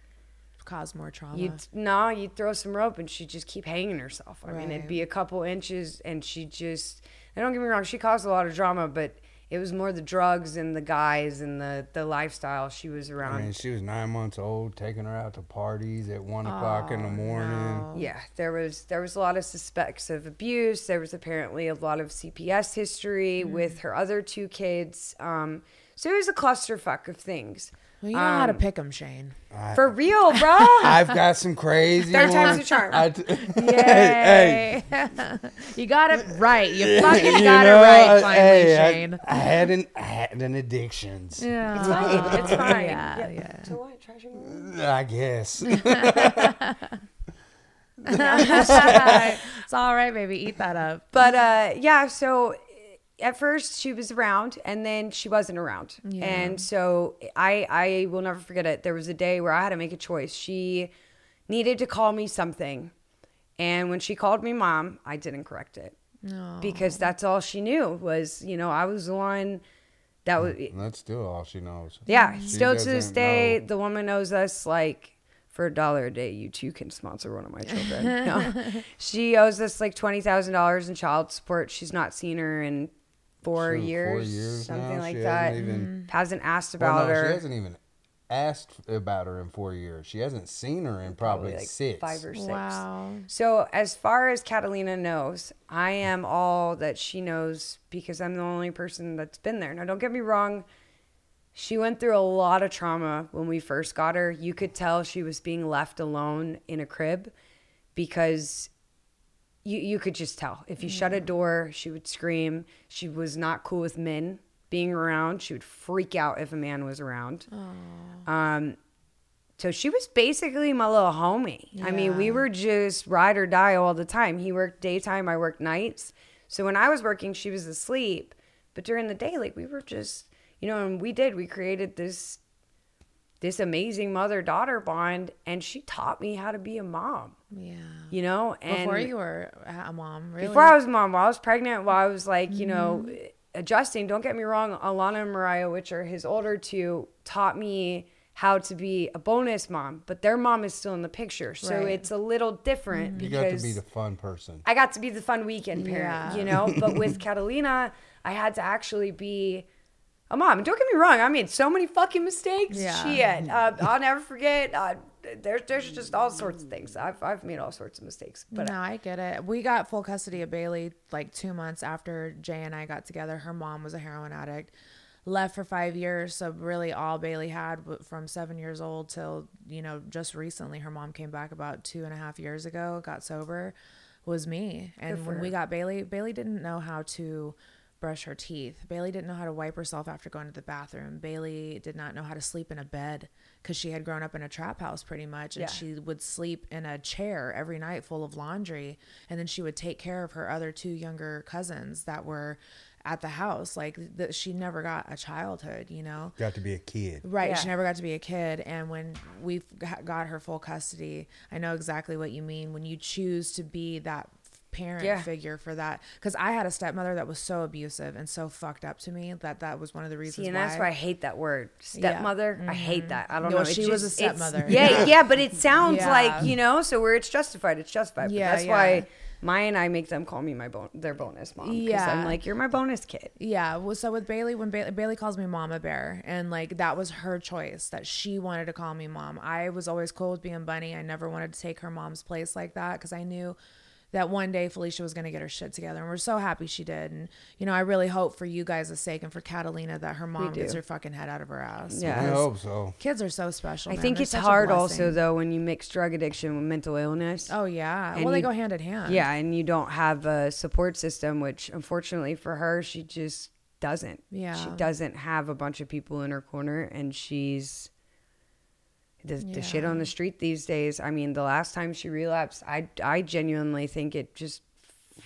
Speaker 1: Cause more trauma.
Speaker 5: you no, you throw some rope and she would just keep hanging herself. I mean, it'd
Speaker 1: Right.
Speaker 5: be a couple inches and she just and don't get me wrong, she caused a lot of drama, but it was more the drugs and the guys and the the lifestyle she was around.
Speaker 4: I mean, she was nine months old, taking her out to parties at one o'clock
Speaker 5: Oh,
Speaker 4: in the morning.
Speaker 5: Yeah, there was there was a lot of suspects of abuse. There was apparently a lot of CPS history with her other two kids. Um, so it was a clusterfuck of things.
Speaker 1: Well, you know how to pick them, Shane.
Speaker 5: For real, bro.
Speaker 4: [laughs] I've got some crazy.
Speaker 5: Third
Speaker 4: ones.
Speaker 5: time's the charm.
Speaker 4: I t- [laughs] hey, hey,
Speaker 1: You got it right. You fucking
Speaker 4: you
Speaker 1: got
Speaker 4: know,
Speaker 1: it right, finally,
Speaker 4: hey, I-
Speaker 1: Shane.
Speaker 4: I, had an I had an addictions.
Speaker 5: it's fine. It's fine.
Speaker 1: Yeah, [laughs]
Speaker 5: Yeah. So what? Trash him?
Speaker 4: I
Speaker 5: [laughs]
Speaker 4: guess.
Speaker 1: it's all right, baby. Eat that up.
Speaker 5: But uh, yeah, so at first she was around, and then she wasn't around, and so I I will never forget it. There was a day where I had to make a choice. She needed to call me something, and when she called me mom, I didn't correct it because that's all she knew was you know I was the one that was
Speaker 4: That's still all she knows.
Speaker 5: yeah.
Speaker 4: She
Speaker 5: still to this
Speaker 4: doesn't
Speaker 5: day,
Speaker 4: know.
Speaker 5: the woman knows us like for a dollar a day. You too can sponsor one of
Speaker 4: [laughs]
Speaker 5: my children. No. she owes us like twenty thousand dollars in child support. She's not seen her in four
Speaker 4: Shoot, four
Speaker 5: years,
Speaker 4: years
Speaker 5: something
Speaker 4: now?
Speaker 5: like
Speaker 4: She
Speaker 5: that.
Speaker 4: hasn't even-
Speaker 5: Hasn't asked
Speaker 4: Well,
Speaker 5: about
Speaker 4: Oh, no,
Speaker 5: her.
Speaker 4: she hasn't even asked about her in four years. She hasn't seen her in probably,
Speaker 5: like
Speaker 4: six.
Speaker 5: five or six.
Speaker 1: Wow.
Speaker 5: So as far as Catalina knows, I am all that she knows because I'm the only person that's been there. Now don't get me wrong, she went through a lot of trauma when we first got her. You could tell she was being left alone in a crib because you you could just tell. If you shut a door, she would scream. She was not cool with men being around. She would freak out if a man was around. Um so she was basically my little homie. I mean, we were just ride or die all the time. He worked daytime, I worked nights. So when I was working, she was asleep. But during the day, like we were just, you know, and we did, we created this this amazing mother daughter bond and she taught me how to be a mom.
Speaker 1: Yeah.
Speaker 5: You know, and
Speaker 1: Before you were a mom, really? Mm-hmm.
Speaker 5: before I was a mom, while I was pregnant, while I was like, you know, adjusting, don't get me wrong, Alana and Mariah, which are his older two, taught me how to be a bonus mom, but their mom is still in the picture. So
Speaker 1: Right. Mm-hmm.
Speaker 5: it's a little different
Speaker 4: You
Speaker 5: because
Speaker 4: got to be the fun person.
Speaker 5: I got to be the fun weekend parent,
Speaker 1: Yeah.
Speaker 5: you know?
Speaker 1: [laughs]
Speaker 5: But with Catalina, I had to actually be a mom. And don't get me wrong, I made so many fucking mistakes.
Speaker 1: Yeah.
Speaker 5: Shit. Uh, I'll never forget. Uh, there's, there's just all sorts of things. I've, I've made all sorts of mistakes. But
Speaker 1: no, I get it. We got full custody of Bailey like two months after Jay and I got together. Her mom was a heroin addict, left for five years. So really, all Bailey had w- from seven years old till you know just recently, her mom came back about two and a half years ago, got sober, was me. And when we got Bailey, Bailey didn't know how to brush her teeth. Bailey didn't know how to wipe herself after going to the bathroom. Bailey did not know how to sleep in a bed because she had grown up in a trap house pretty much. And
Speaker 5: Yeah.
Speaker 1: she would sleep in a chair every night full of laundry. And then she would take care of her other two younger cousins that were at the house. Like that she never got a childhood, you know?
Speaker 4: Got to be a kid.
Speaker 1: Right. She
Speaker 5: Yeah.
Speaker 1: never got to be a kid. And when we have got her full custody, I know exactly what you mean when you choose to be that parent
Speaker 5: Yeah.
Speaker 1: figure for that. Because I had a stepmother that was so abusive and so fucked up to me that that was one of the reasons Mm-hmm.
Speaker 5: See, and that's why I hate that word, stepmother. I hate that. I don't
Speaker 1: No,
Speaker 5: know.
Speaker 1: she was a
Speaker 5: it's-
Speaker 1: stepmother. [laughs]
Speaker 5: Yeah, yeah, but it sounds
Speaker 1: Yeah.
Speaker 5: like you know. So where it's justified, it's justified.
Speaker 1: Yeah,
Speaker 5: but that's
Speaker 1: yeah.
Speaker 5: why Maya and I make them call me my bon- their bonus mom. Yeah, I'm
Speaker 1: Yeah.
Speaker 5: like you're my bonus kid.
Speaker 1: Yeah. Well, so with Bailey, when Bailey, Bailey calls me Mama Bear, and like that was her choice that she wanted to call me mom. I was always cool with being Bunny. I never wanted to take her mom's place like that because I knew that one day Felicia was going to get her shit together. And we're so happy she did. And, you know, I really hope for you guys' sake and for Catalina that her mom gets
Speaker 5: do.
Speaker 1: her fucking head out of her ass.
Speaker 5: Yeah.
Speaker 4: I hope so.
Speaker 1: Kids are so special.
Speaker 5: I
Speaker 1: man.
Speaker 5: think
Speaker 1: They're
Speaker 5: it's
Speaker 1: such a
Speaker 5: hard also
Speaker 1: blessing.
Speaker 5: though when you mix drug addiction with mental illness.
Speaker 1: Oh, yeah.
Speaker 5: And
Speaker 1: well, they
Speaker 5: you-
Speaker 1: go hand in hand.
Speaker 5: Yeah, and you don't have a support system, which unfortunately for her, she just doesn't. She
Speaker 1: Yeah.
Speaker 5: doesn't have a bunch of people in her corner, and she's the, the shit on the street these days. I mean, the last time she relapsed, I, I genuinely think it just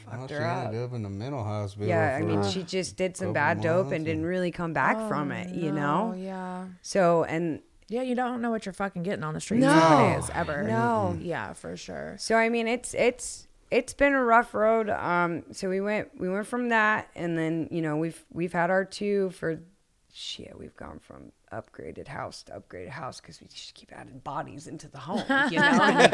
Speaker 4: Well,
Speaker 5: fucked
Speaker 4: she
Speaker 5: her up.
Speaker 4: ended up in a mental hospital.
Speaker 5: Yeah, I
Speaker 4: for-
Speaker 5: mean, she just did
Speaker 4: couple
Speaker 5: some bad dope and
Speaker 4: months
Speaker 5: didn't
Speaker 4: and-
Speaker 5: really come back from it, you know?
Speaker 1: Oh, yeah.
Speaker 5: So, and
Speaker 1: Yeah, you don't know what you're fucking getting on the streets
Speaker 5: No.
Speaker 1: nowadays, ever.
Speaker 5: No.
Speaker 1: Yeah, for sure.
Speaker 5: So I mean, it's it's it's been a rough road. Um, so we went we went from that, and then you know we've we've had our two for shit. We've gone from upgraded house to upgraded house because we just keep adding bodies into the home. You
Speaker 1: [laughs]
Speaker 5: know, And you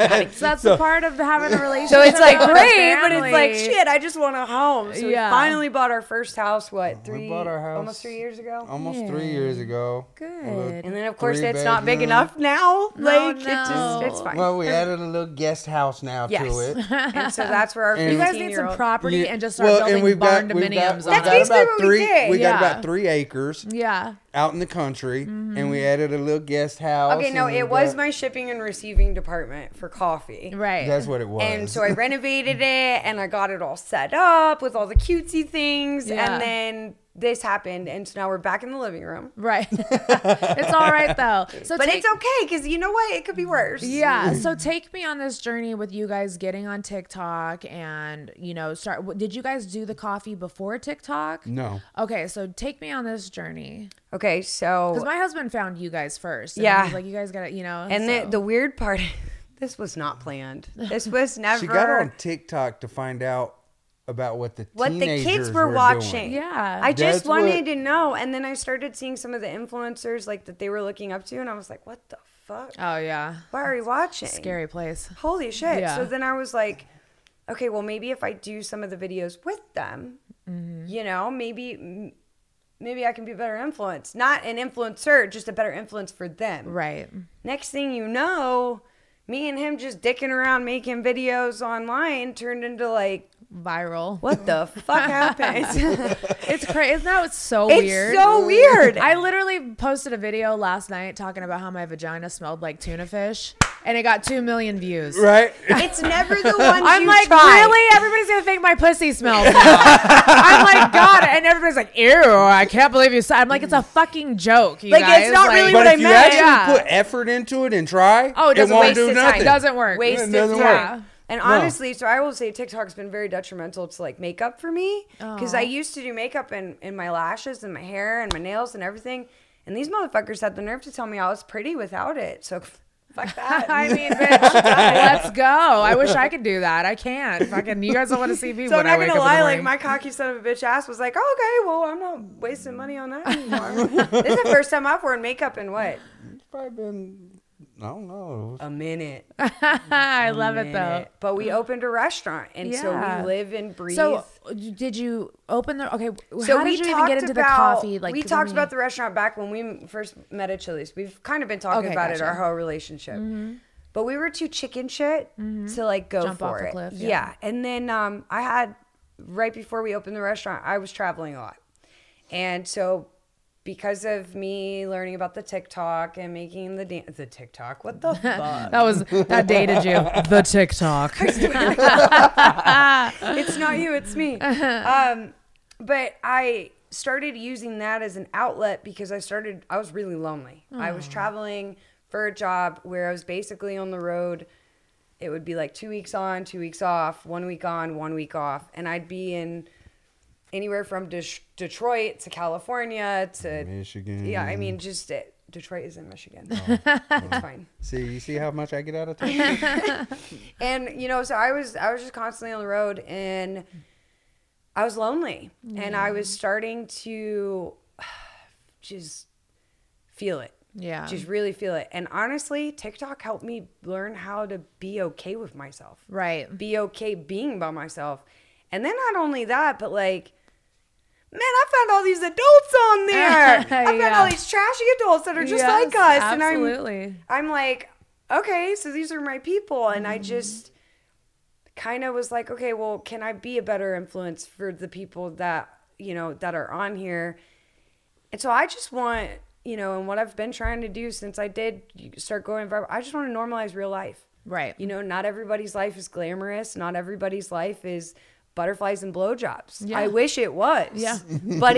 Speaker 5: gotta keep-
Speaker 1: So that's the part of having
Speaker 4: [laughs]
Speaker 1: a relationship.
Speaker 5: so it's like
Speaker 1: with a
Speaker 5: great, but it's like
Speaker 1: family.
Speaker 5: shit. I just want a home. So
Speaker 1: Yeah.
Speaker 5: we finally bought our first house. What three?
Speaker 4: we bought our house
Speaker 5: almost three years ago.
Speaker 4: Almost three years ago.
Speaker 1: Good.
Speaker 5: and then of course
Speaker 4: three
Speaker 5: it's not big
Speaker 4: bedroom.
Speaker 5: enough now. like it
Speaker 1: no.
Speaker 5: just it's fine.
Speaker 4: Well, we added a little guest house now to
Speaker 5: yes,
Speaker 4: it.
Speaker 5: [laughs] and so that's where our
Speaker 4: [laughs] And-
Speaker 1: You guys need some
Speaker 5: 15-year-old
Speaker 1: property
Speaker 4: Yeah,
Speaker 1: and just start
Speaker 4: well,
Speaker 1: building barn
Speaker 4: we've got-
Speaker 1: dominiums. on
Speaker 5: That's
Speaker 1: it.
Speaker 5: basically what we
Speaker 4: three.
Speaker 5: did.
Speaker 4: We got
Speaker 1: Yeah.
Speaker 4: about three acres,
Speaker 1: yeah.
Speaker 4: out in the country, and we added a little guest house.
Speaker 5: Mm-hmm. Okay, no,
Speaker 4: and uh,
Speaker 5: it
Speaker 4: we
Speaker 5: was
Speaker 4: got-
Speaker 5: my shipping and receiving department for coffee.
Speaker 1: Right.
Speaker 4: That's what it was.
Speaker 5: And so I renovated it and I got it all set up with all the cutesy things.
Speaker 1: Yeah.
Speaker 5: And then this happened. And so now we're back in the living room.
Speaker 4: [laughs]
Speaker 1: right. it's all right though. So
Speaker 5: But
Speaker 1: take,
Speaker 5: it's okay because you know what? It could be worse.
Speaker 1: Yeah. So take me on this journey with you guys getting on TikTok and, you know, start. w- Did you guys do the coffee before TikTok?
Speaker 4: [laughs] No.
Speaker 1: Okay. So take me on this journey.
Speaker 5: Okay, so.
Speaker 4: Oh.
Speaker 1: Because my husband found you guys first. and
Speaker 5: Yeah.
Speaker 1: he was like, you guys got to, you know.
Speaker 5: and
Speaker 1: so-
Speaker 5: the, the weird part, [laughs] this was
Speaker 1: [laughs]
Speaker 5: not planned. This was never.
Speaker 4: She got on TikTok to find out about what the
Speaker 5: what the kids
Speaker 4: teenagers
Speaker 5: were,
Speaker 4: doing.
Speaker 5: watching.
Speaker 1: Yeah.
Speaker 5: I just
Speaker 4: That's what-
Speaker 5: wanted to know. And then I started seeing some of the influencers like that they were looking up to, and I was like, what the fuck?
Speaker 1: Oh, yeah.
Speaker 5: Why are we watching?
Speaker 1: Scary place.
Speaker 5: Holy shit.
Speaker 1: Yeah.
Speaker 5: So then I was like, okay, well, maybe if I do some of the videos with them,
Speaker 1: Mm-hmm.
Speaker 5: you know, maybe. m- Maybe I can be a better influence. Not an influencer, just a better influence for them.
Speaker 1: Right.
Speaker 5: Next thing you know, me and him just dicking around making videos online turned into like,
Speaker 1: Viral. [laughs]
Speaker 5: what the fuck happened?
Speaker 1: It's crazy. Isn't that what's so
Speaker 5: It's
Speaker 1: weird?
Speaker 5: so weird.
Speaker 1: I literally posted a video last night talking about how my vagina smelled like tuna fish, and it got two million
Speaker 5: [laughs]
Speaker 1: views.
Speaker 4: [laughs] Right?
Speaker 5: It's never the ones
Speaker 1: I'm
Speaker 5: you
Speaker 1: like,
Speaker 5: try.
Speaker 1: really? Everybody's gonna think my pussy smells. Now. I'm like, God, and everybody's like, ew, I can't believe you said. I'm like, it's a fucking joke, you
Speaker 5: Like,
Speaker 1: guys.
Speaker 5: it's not really
Speaker 4: but
Speaker 5: what I
Speaker 4: if you
Speaker 5: meant.
Speaker 4: actually
Speaker 1: Yeah.
Speaker 4: put effort into it and try,
Speaker 1: Oh, it doesn't
Speaker 4: won't
Speaker 1: waste
Speaker 4: do
Speaker 1: its time.
Speaker 4: nothing.
Speaker 1: It doesn't work.
Speaker 5: Wasted
Speaker 4: It doesn't
Speaker 5: time.
Speaker 4: work.
Speaker 5: And
Speaker 4: No.
Speaker 5: honestly, so I will say TikTok's been very detrimental to like makeup for me because I used to do makeup in, in my lashes and my hair and my nails and everything. And these motherfuckers had the nerve to tell me I was pretty without it. So [laughs] fuck that.
Speaker 1: [laughs] I
Speaker 5: [laughs]
Speaker 1: mean, bitch, let's go. I wish I could do that. I can't. Fucking, you guys don't want to see me
Speaker 5: so I'm
Speaker 1: when
Speaker 5: not
Speaker 1: I wake
Speaker 5: gonna
Speaker 1: up in
Speaker 5: lie,
Speaker 1: the
Speaker 5: like
Speaker 1: morning.
Speaker 5: my cocky son of a bitch ass was like, oh, okay, well, I'm not wasting money on
Speaker 1: [laughs]
Speaker 5: that anymore. this is the first time I've worn makeup in what?
Speaker 4: Probably been, I don't know.
Speaker 5: A minute.
Speaker 1: I love it though.
Speaker 5: minute. But we opened a restaurant and so
Speaker 1: Oh. Yeah.
Speaker 5: we live and breathe.
Speaker 1: So, uh, did you open the? Okay,
Speaker 5: So
Speaker 1: how
Speaker 5: we
Speaker 1: did you even
Speaker 5: talked
Speaker 1: get into
Speaker 5: about-
Speaker 1: the coffee? Like
Speaker 5: we
Speaker 1: for
Speaker 5: talked
Speaker 1: me?
Speaker 5: about the restaurant back when we m- first met at Chili's. We've kind of been talking
Speaker 1: Okay,
Speaker 5: about it
Speaker 1: gotcha. Mm-hmm.
Speaker 5: our whole relationship, but we were too chicken shit to like go
Speaker 1: Jump
Speaker 5: for
Speaker 1: off a
Speaker 5: it.
Speaker 1: cliff,
Speaker 5: yeah.
Speaker 1: yeah.
Speaker 5: and then um, I had right before we opened the restaurant, I was traveling a lot, and so. Because of me learning about the TikTok and making the dan the TikTok, what the fuck?
Speaker 1: That was that dated
Speaker 5: [laughs]
Speaker 1: you. The TikTok.
Speaker 5: it's not you, it's me. Um, but I started using that as an outlet because I started, I was really lonely. I was traveling for a job where I was basically on the road. It would be like two weeks on, two weeks off, one week on, one week off. And I'd be in anywhere from Des- Detroit to California to
Speaker 4: Michigan.
Speaker 5: Yeah, I mean, just it. Detroit is in Michigan. [laughs] it's fine.
Speaker 4: See, you see how much I get
Speaker 5: [laughs]
Speaker 4: out of time?
Speaker 5: and you know so i was i was just constantly on the road and i was lonely and i was starting to [sighs] just feel it
Speaker 1: Yeah.
Speaker 5: just really feel it and honestly tiktok helped me learn how to be okay with myself
Speaker 1: Right.
Speaker 5: be okay being by myself and then not only that but like Man, I found all these
Speaker 1: [laughs]
Speaker 5: adults on there. I found
Speaker 1: Yeah.
Speaker 5: all these trashy adults that are just
Speaker 1: Yes,
Speaker 5: like us, and I'm
Speaker 1: absolutely.
Speaker 5: I'm like, okay, so these are my people. And
Speaker 1: Mm-hmm.
Speaker 5: I just kind of was like, okay, well, can I be a better influence for the people that, you know, that are on here? And so I just want, you know, and what I've been trying to do since I did start going viral, I just want to normalize real life.
Speaker 1: Right.
Speaker 5: You know, not everybody's life is glamorous. Not everybody's life is butterflies and blowjobs. I wish it was.
Speaker 1: Yeah.
Speaker 5: But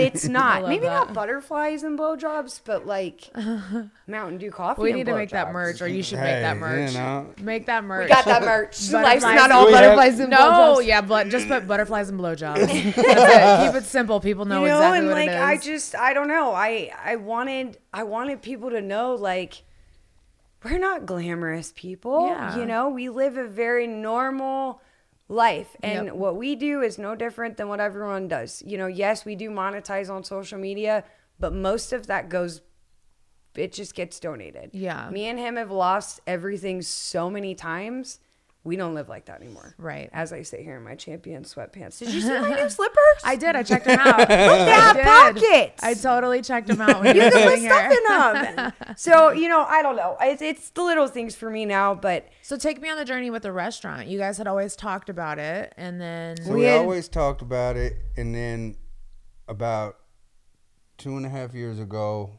Speaker 1: [laughs]
Speaker 5: it's not.
Speaker 1: love
Speaker 5: Maybe
Speaker 1: that.
Speaker 5: not butterflies and blowjobs, but like
Speaker 1: [laughs]
Speaker 5: Mountain Dew coffee.
Speaker 1: We
Speaker 5: and
Speaker 1: need to make that
Speaker 5: blowjobs.
Speaker 1: merch, or you should
Speaker 4: Hey,
Speaker 1: make that
Speaker 4: you
Speaker 1: merch.
Speaker 4: know.
Speaker 1: Make that merch.
Speaker 5: We got that merch.
Speaker 1: [laughs]
Speaker 5: Life's
Speaker 1: Butterflies.
Speaker 5: not all
Speaker 4: We have-
Speaker 5: butterflies and
Speaker 1: No,
Speaker 5: blowjobs.
Speaker 1: yeah, but just put butterflies and blowjobs.
Speaker 5: [laughs]
Speaker 1: That's it. Keep it simple. People know,
Speaker 5: you know,
Speaker 1: exactly
Speaker 5: and
Speaker 1: what
Speaker 5: like
Speaker 1: it is.
Speaker 5: I just I don't know. I I wanted I wanted people to know like we're not glamorous people.
Speaker 1: Yeah.
Speaker 5: You know, we live a very normal life and
Speaker 1: Yep.
Speaker 5: what we do is no different than what everyone does. You know, yes, we do monetize on social media, but most of that goes it just gets donated.
Speaker 1: Yeah.
Speaker 5: Me and him have lost everything so many times. We don't live like that anymore.
Speaker 1: Right.
Speaker 5: As I sit here in my champion sweatpants. Did you see my new [laughs] slippers?
Speaker 1: I did. I checked them out. Look
Speaker 5: that pockets.
Speaker 1: I totally checked them out. When you
Speaker 4: [laughs]
Speaker 5: You
Speaker 1: were
Speaker 5: can put
Speaker 1: sitting
Speaker 5: stuff
Speaker 1: here.
Speaker 5: in them. So, you know, I don't know. It's, it's the little things for me now, but
Speaker 1: So take me on the journey with the restaurant. You guys had always talked about it, and then
Speaker 4: So we always talked about it, and then about two and a half years ago,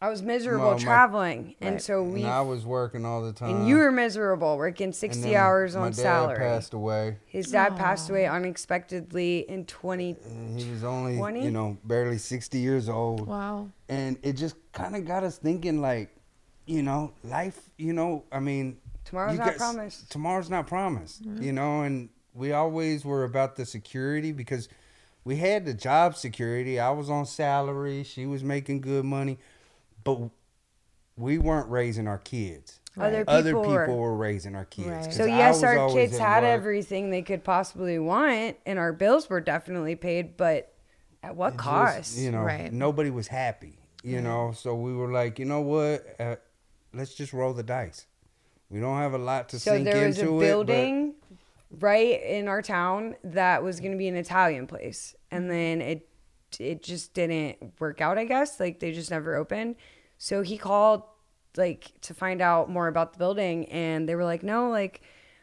Speaker 5: I was miserable
Speaker 4: Well, my-
Speaker 5: traveling, and
Speaker 4: Right.
Speaker 5: so we
Speaker 4: And I was working all the time.
Speaker 5: and you were miserable, working
Speaker 4: And
Speaker 5: sixty
Speaker 4: then
Speaker 5: hours
Speaker 4: my
Speaker 5: on
Speaker 4: dad
Speaker 5: salary.
Speaker 4: Passed away.
Speaker 5: His dad passed away unexpectedly in twenty.
Speaker 4: And he was only
Speaker 5: 20?
Speaker 4: you know barely sixty years old.
Speaker 1: Wow.
Speaker 4: And it just kind of got us thinking, like, you know, life. You know, I mean,
Speaker 5: Tomorrow's
Speaker 4: you
Speaker 5: not promised.
Speaker 4: Tomorrow's not promised. You know, and we always were about the security because we had the job security. I was on salary. She was making good money, but we weren't raising our kids.
Speaker 5: Other people,
Speaker 4: Other people
Speaker 5: were.
Speaker 4: were, raising our kids.
Speaker 1: Right.
Speaker 4: 'cause
Speaker 5: So
Speaker 4: I
Speaker 5: yes,
Speaker 4: was
Speaker 5: our
Speaker 4: always
Speaker 5: kids
Speaker 4: at
Speaker 5: had
Speaker 4: work.
Speaker 5: everything they could possibly want, and our bills were definitely paid. But at what
Speaker 4: just,
Speaker 5: cost?
Speaker 4: you know,
Speaker 1: Right.
Speaker 4: nobody was happy. You know, so we were like, you know what? Uh, let's just roll the dice. We don't have a lot to
Speaker 5: so
Speaker 4: sink
Speaker 5: there was a
Speaker 4: into it.
Speaker 5: building right in our town that was going to be an Italian place, and then it it just didn't work out. I guess like they just never opened. So he called like to find out more about the building, and they were like, no, like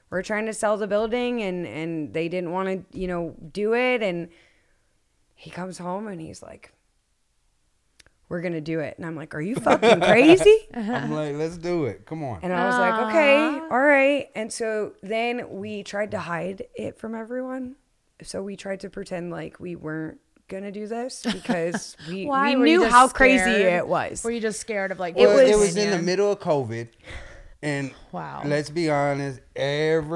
Speaker 5: we're trying to sell the building, and and they didn't want to you know do it, and he comes home and he's like. We're gonna do it, and I'm like, "Are
Speaker 4: [laughs]
Speaker 5: you fucking crazy?"
Speaker 4: But
Speaker 5: [laughs]
Speaker 4: I'm like, let's do it. Come on.
Speaker 5: And I was like, okay, all right. And so then we tried to hide it from everyone. So we tried to pretend like we weren't gonna do
Speaker 1: [laughs]
Speaker 5: this because we, we
Speaker 1: Were you
Speaker 5: knew
Speaker 1: just
Speaker 5: how crazy
Speaker 1: scared?
Speaker 5: it was.
Speaker 1: Were you just scared of like?
Speaker 5: It
Speaker 4: Well,
Speaker 1: public
Speaker 4: it
Speaker 5: was-
Speaker 4: was in the
Speaker 1: opinion?
Speaker 4: middle of COVID, and
Speaker 1: Wow.
Speaker 4: let's be honest,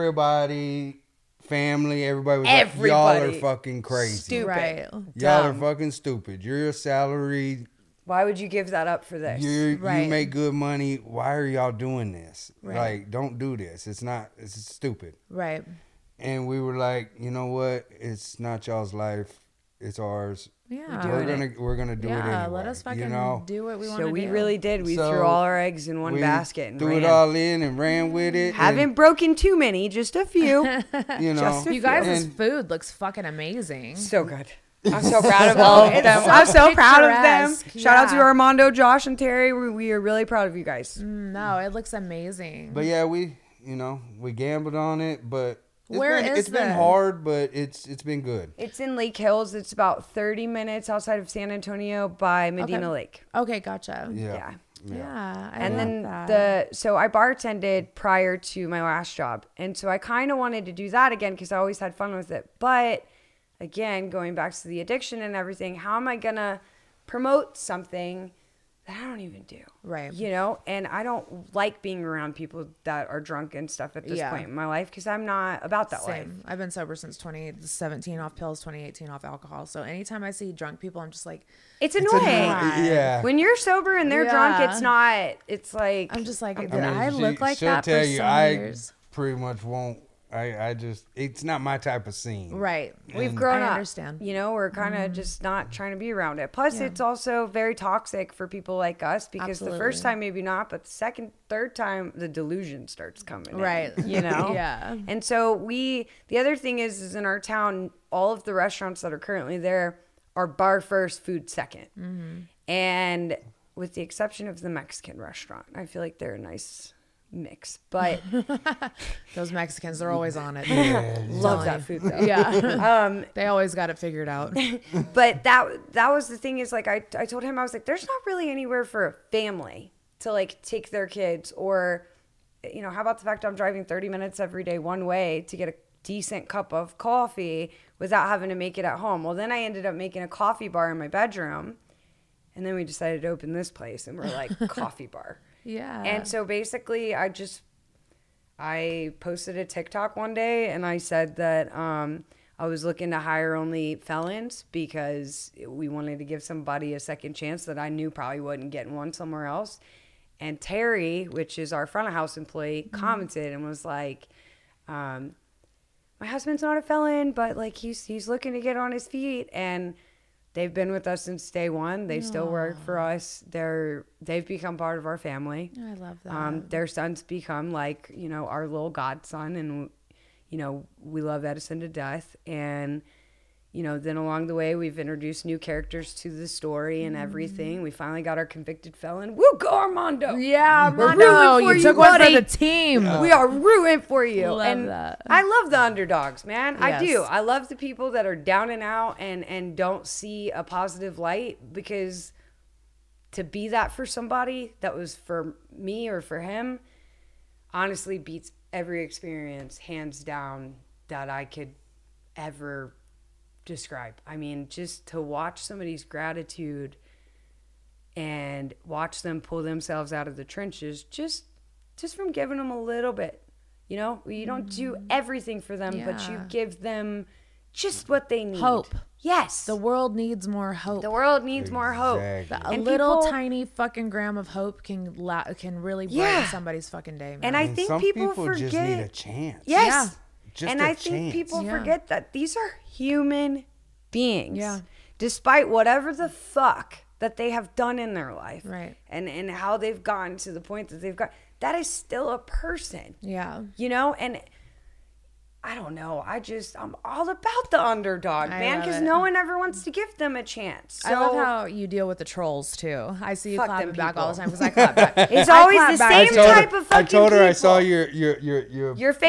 Speaker 4: everybody, family, everybody was like, y'all
Speaker 5: Everybody.
Speaker 4: are fucking crazy.
Speaker 5: Stupid.
Speaker 1: Right.
Speaker 4: Y'all are fucking stupid. You're a salary
Speaker 5: Why would you give that up for this?
Speaker 4: you
Speaker 1: Right.
Speaker 4: you make good money. Why are y'all doing this?
Speaker 1: Right.
Speaker 4: Like, don't do this. It's not. It's stupid.
Speaker 1: Right.
Speaker 4: And we were like, you know what? It's not y'all's life. It's ours.
Speaker 1: Yeah.
Speaker 4: we're gonna we're gonna do it.
Speaker 1: yeah.
Speaker 4: Anyway,
Speaker 1: let us fucking
Speaker 4: you know?
Speaker 1: do what we want to
Speaker 5: so
Speaker 1: do.
Speaker 5: we really did. We
Speaker 4: So
Speaker 5: threw all our eggs in one
Speaker 4: We
Speaker 5: basket and
Speaker 4: threw
Speaker 5: ran.
Speaker 4: it all in and ran with it.
Speaker 5: Haven't broken too many, just
Speaker 1: [laughs]
Speaker 5: a few.
Speaker 4: and, you know?
Speaker 5: just a
Speaker 1: You guys'
Speaker 4: And-
Speaker 1: food looks fucking amazing.
Speaker 5: so good.
Speaker 4: [laughs]
Speaker 5: I'm so proud of all of them. I'm so proud of them.
Speaker 1: picturesque,
Speaker 5: Shout out to
Speaker 1: yeah.
Speaker 5: Armando, Josh, and Terry. We, we are really proud of you guys.
Speaker 1: No, it looks amazing.
Speaker 4: But yeah, we you know we gambled on it, but it's
Speaker 1: Where
Speaker 4: been,
Speaker 1: is
Speaker 4: it's been
Speaker 1: this?
Speaker 4: hard, but it's it's been good.
Speaker 5: It's in Lake Hills. It's about 30 minutes outside of San Antonio by Medina Lake.
Speaker 1: okay, gotcha. Yeah.
Speaker 4: Yeah.
Speaker 5: Yeah.
Speaker 1: I
Speaker 5: And
Speaker 1: love
Speaker 5: then
Speaker 1: that.
Speaker 5: the so I bartended prior to my last job. And so I kind of wanted to do that again cuz I always had fun with it. But again, going back to the addiction and everything, how am I going to promote something that I don't even do?
Speaker 1: Right.
Speaker 5: You know, and I don't like being around people that are drunk and stuff at this
Speaker 1: Yeah.
Speaker 5: point in my life cuz I'm not about that life.
Speaker 1: Same. I've been sober since 2017 off pills, 2018 off alcohol. So anytime I see drunk people, I'm just like,
Speaker 5: It's annoying.
Speaker 4: annoying. Yeah.
Speaker 5: When you're sober and they're drunk,
Speaker 1: Yeah.
Speaker 5: it's not. It's like
Speaker 1: I'm just like, did
Speaker 4: mean,
Speaker 1: I
Speaker 4: she-
Speaker 1: look like
Speaker 4: she'll
Speaker 1: that for some
Speaker 4: I
Speaker 1: years?
Speaker 4: pretty much won't. I, I just it's not my type of scene.
Speaker 1: Right.
Speaker 5: we've grown
Speaker 1: I
Speaker 5: up.
Speaker 1: understand. Mm-hmm.
Speaker 5: You know, we're kind of just not trying to be around it. Plus, it's also very toxic for people like us because the
Speaker 1: Absolutely.
Speaker 5: first time maybe not, but the second, third time the delusion starts coming. in,
Speaker 1: Right.
Speaker 5: you know.
Speaker 1: [laughs] Yeah.
Speaker 5: And so we. The other thing is, is in our town, all of the restaurants that are currently there are bar first, food 2nd
Speaker 1: Mm-hmm.
Speaker 5: and with the exception of the Mexican restaurant, I feel like they're a nice mix,
Speaker 1: [laughs]
Speaker 5: but.
Speaker 1: Those Mexicans, they're always on it.
Speaker 5: Love that food though.
Speaker 1: Yeah. they always got it figured out.
Speaker 5: [laughs] But that that was the thing is like I I told him I was like there's not really anywhere for a family to like take their kids or you know how about the fact I'm driving 30 minutes every day one way to get a decent cup of coffee without having to make it at home. Well, then I ended up making a coffee bar in my bedroom. And then we decided to open this place and we're like [laughs] coffee bar.
Speaker 1: Yeah.
Speaker 5: And so basically I just I posted a TikTok one day and I said that um, I was looking to hire only felons because we wanted to give somebody a second chance that I knew probably wouldn't get one somewhere else. And Terry, which is our front of house employee, commented and was like, um, my husband's not a felon, but like he's he's looking to get on his feet and they've been with us since day one. They still work for us. They're they've become part of our family.
Speaker 1: I love that.
Speaker 5: Um, their sons become like you know our little godson, and you know we love Edison to death. And you know then along the way we've introduced new characters to the story
Speaker 1: Mm-hmm.
Speaker 5: and everything. We finally got our convicted felon. Woo, go Armando!
Speaker 1: yeah,
Speaker 5: We're
Speaker 1: Armando,
Speaker 5: rooting for
Speaker 1: you
Speaker 5: you,
Speaker 1: took one for
Speaker 5: buddy.
Speaker 1: the team.
Speaker 5: We are rooting for you.
Speaker 1: Love
Speaker 5: and
Speaker 1: that.
Speaker 5: I love the underdogs, man. I do.
Speaker 1: Yes.
Speaker 5: I love the people that are down and out and and don't see a positive light because to be that for somebody that was for me or for him honestly beats every experience hands down that I could ever describe. I mean, just to watch somebody's gratitude and watch them pull themselves out of the trenches just just from giving them a little bit. You know, you don't do everything for them, but
Speaker 1: Mm-hmm.
Speaker 5: you
Speaker 1: Yeah.
Speaker 5: give them just what they need.
Speaker 1: Hope.
Speaker 5: Yes.
Speaker 1: The
Speaker 5: The,
Speaker 1: world needs more hope.
Speaker 5: world needs more hope.
Speaker 4: Exactly.
Speaker 1: a
Speaker 5: and
Speaker 1: little
Speaker 5: people-
Speaker 1: tiny fucking gram of hope can la- can really brighten
Speaker 5: Yeah.
Speaker 1: somebody's fucking day. Man.
Speaker 5: And I
Speaker 4: And
Speaker 5: think
Speaker 4: some
Speaker 5: people,
Speaker 4: people,
Speaker 5: forget
Speaker 4: just need a chance.
Speaker 5: Yes.
Speaker 4: Just
Speaker 5: and
Speaker 4: a
Speaker 5: I think
Speaker 4: chance.
Speaker 5: people
Speaker 1: Yeah.
Speaker 5: forget that these are human beings.
Speaker 1: Yeah.
Speaker 5: Despite whatever the fuck that they have done in their life.
Speaker 1: Right.
Speaker 5: And and how they've gotten to the point that they've got that is still a person.
Speaker 1: yeah,
Speaker 5: You know, and I don't know. I just I'm all about the underdog,
Speaker 1: I
Speaker 5: man,
Speaker 1: love
Speaker 5: because
Speaker 1: it.
Speaker 5: no one ever wants to give them a chance. So
Speaker 1: I love how you deal with the trolls too. I see you
Speaker 5: Fuck
Speaker 1: clapping
Speaker 5: them
Speaker 1: back all the
Speaker 5: people.
Speaker 1: time because I clap back.
Speaker 5: [laughs] It's
Speaker 1: I
Speaker 5: always
Speaker 1: clap
Speaker 5: the
Speaker 1: back.
Speaker 5: same
Speaker 4: I told her-
Speaker 5: type of fucking
Speaker 4: I told her I saw
Speaker 5: people.
Speaker 4: your your your your,
Speaker 5: Your Facebook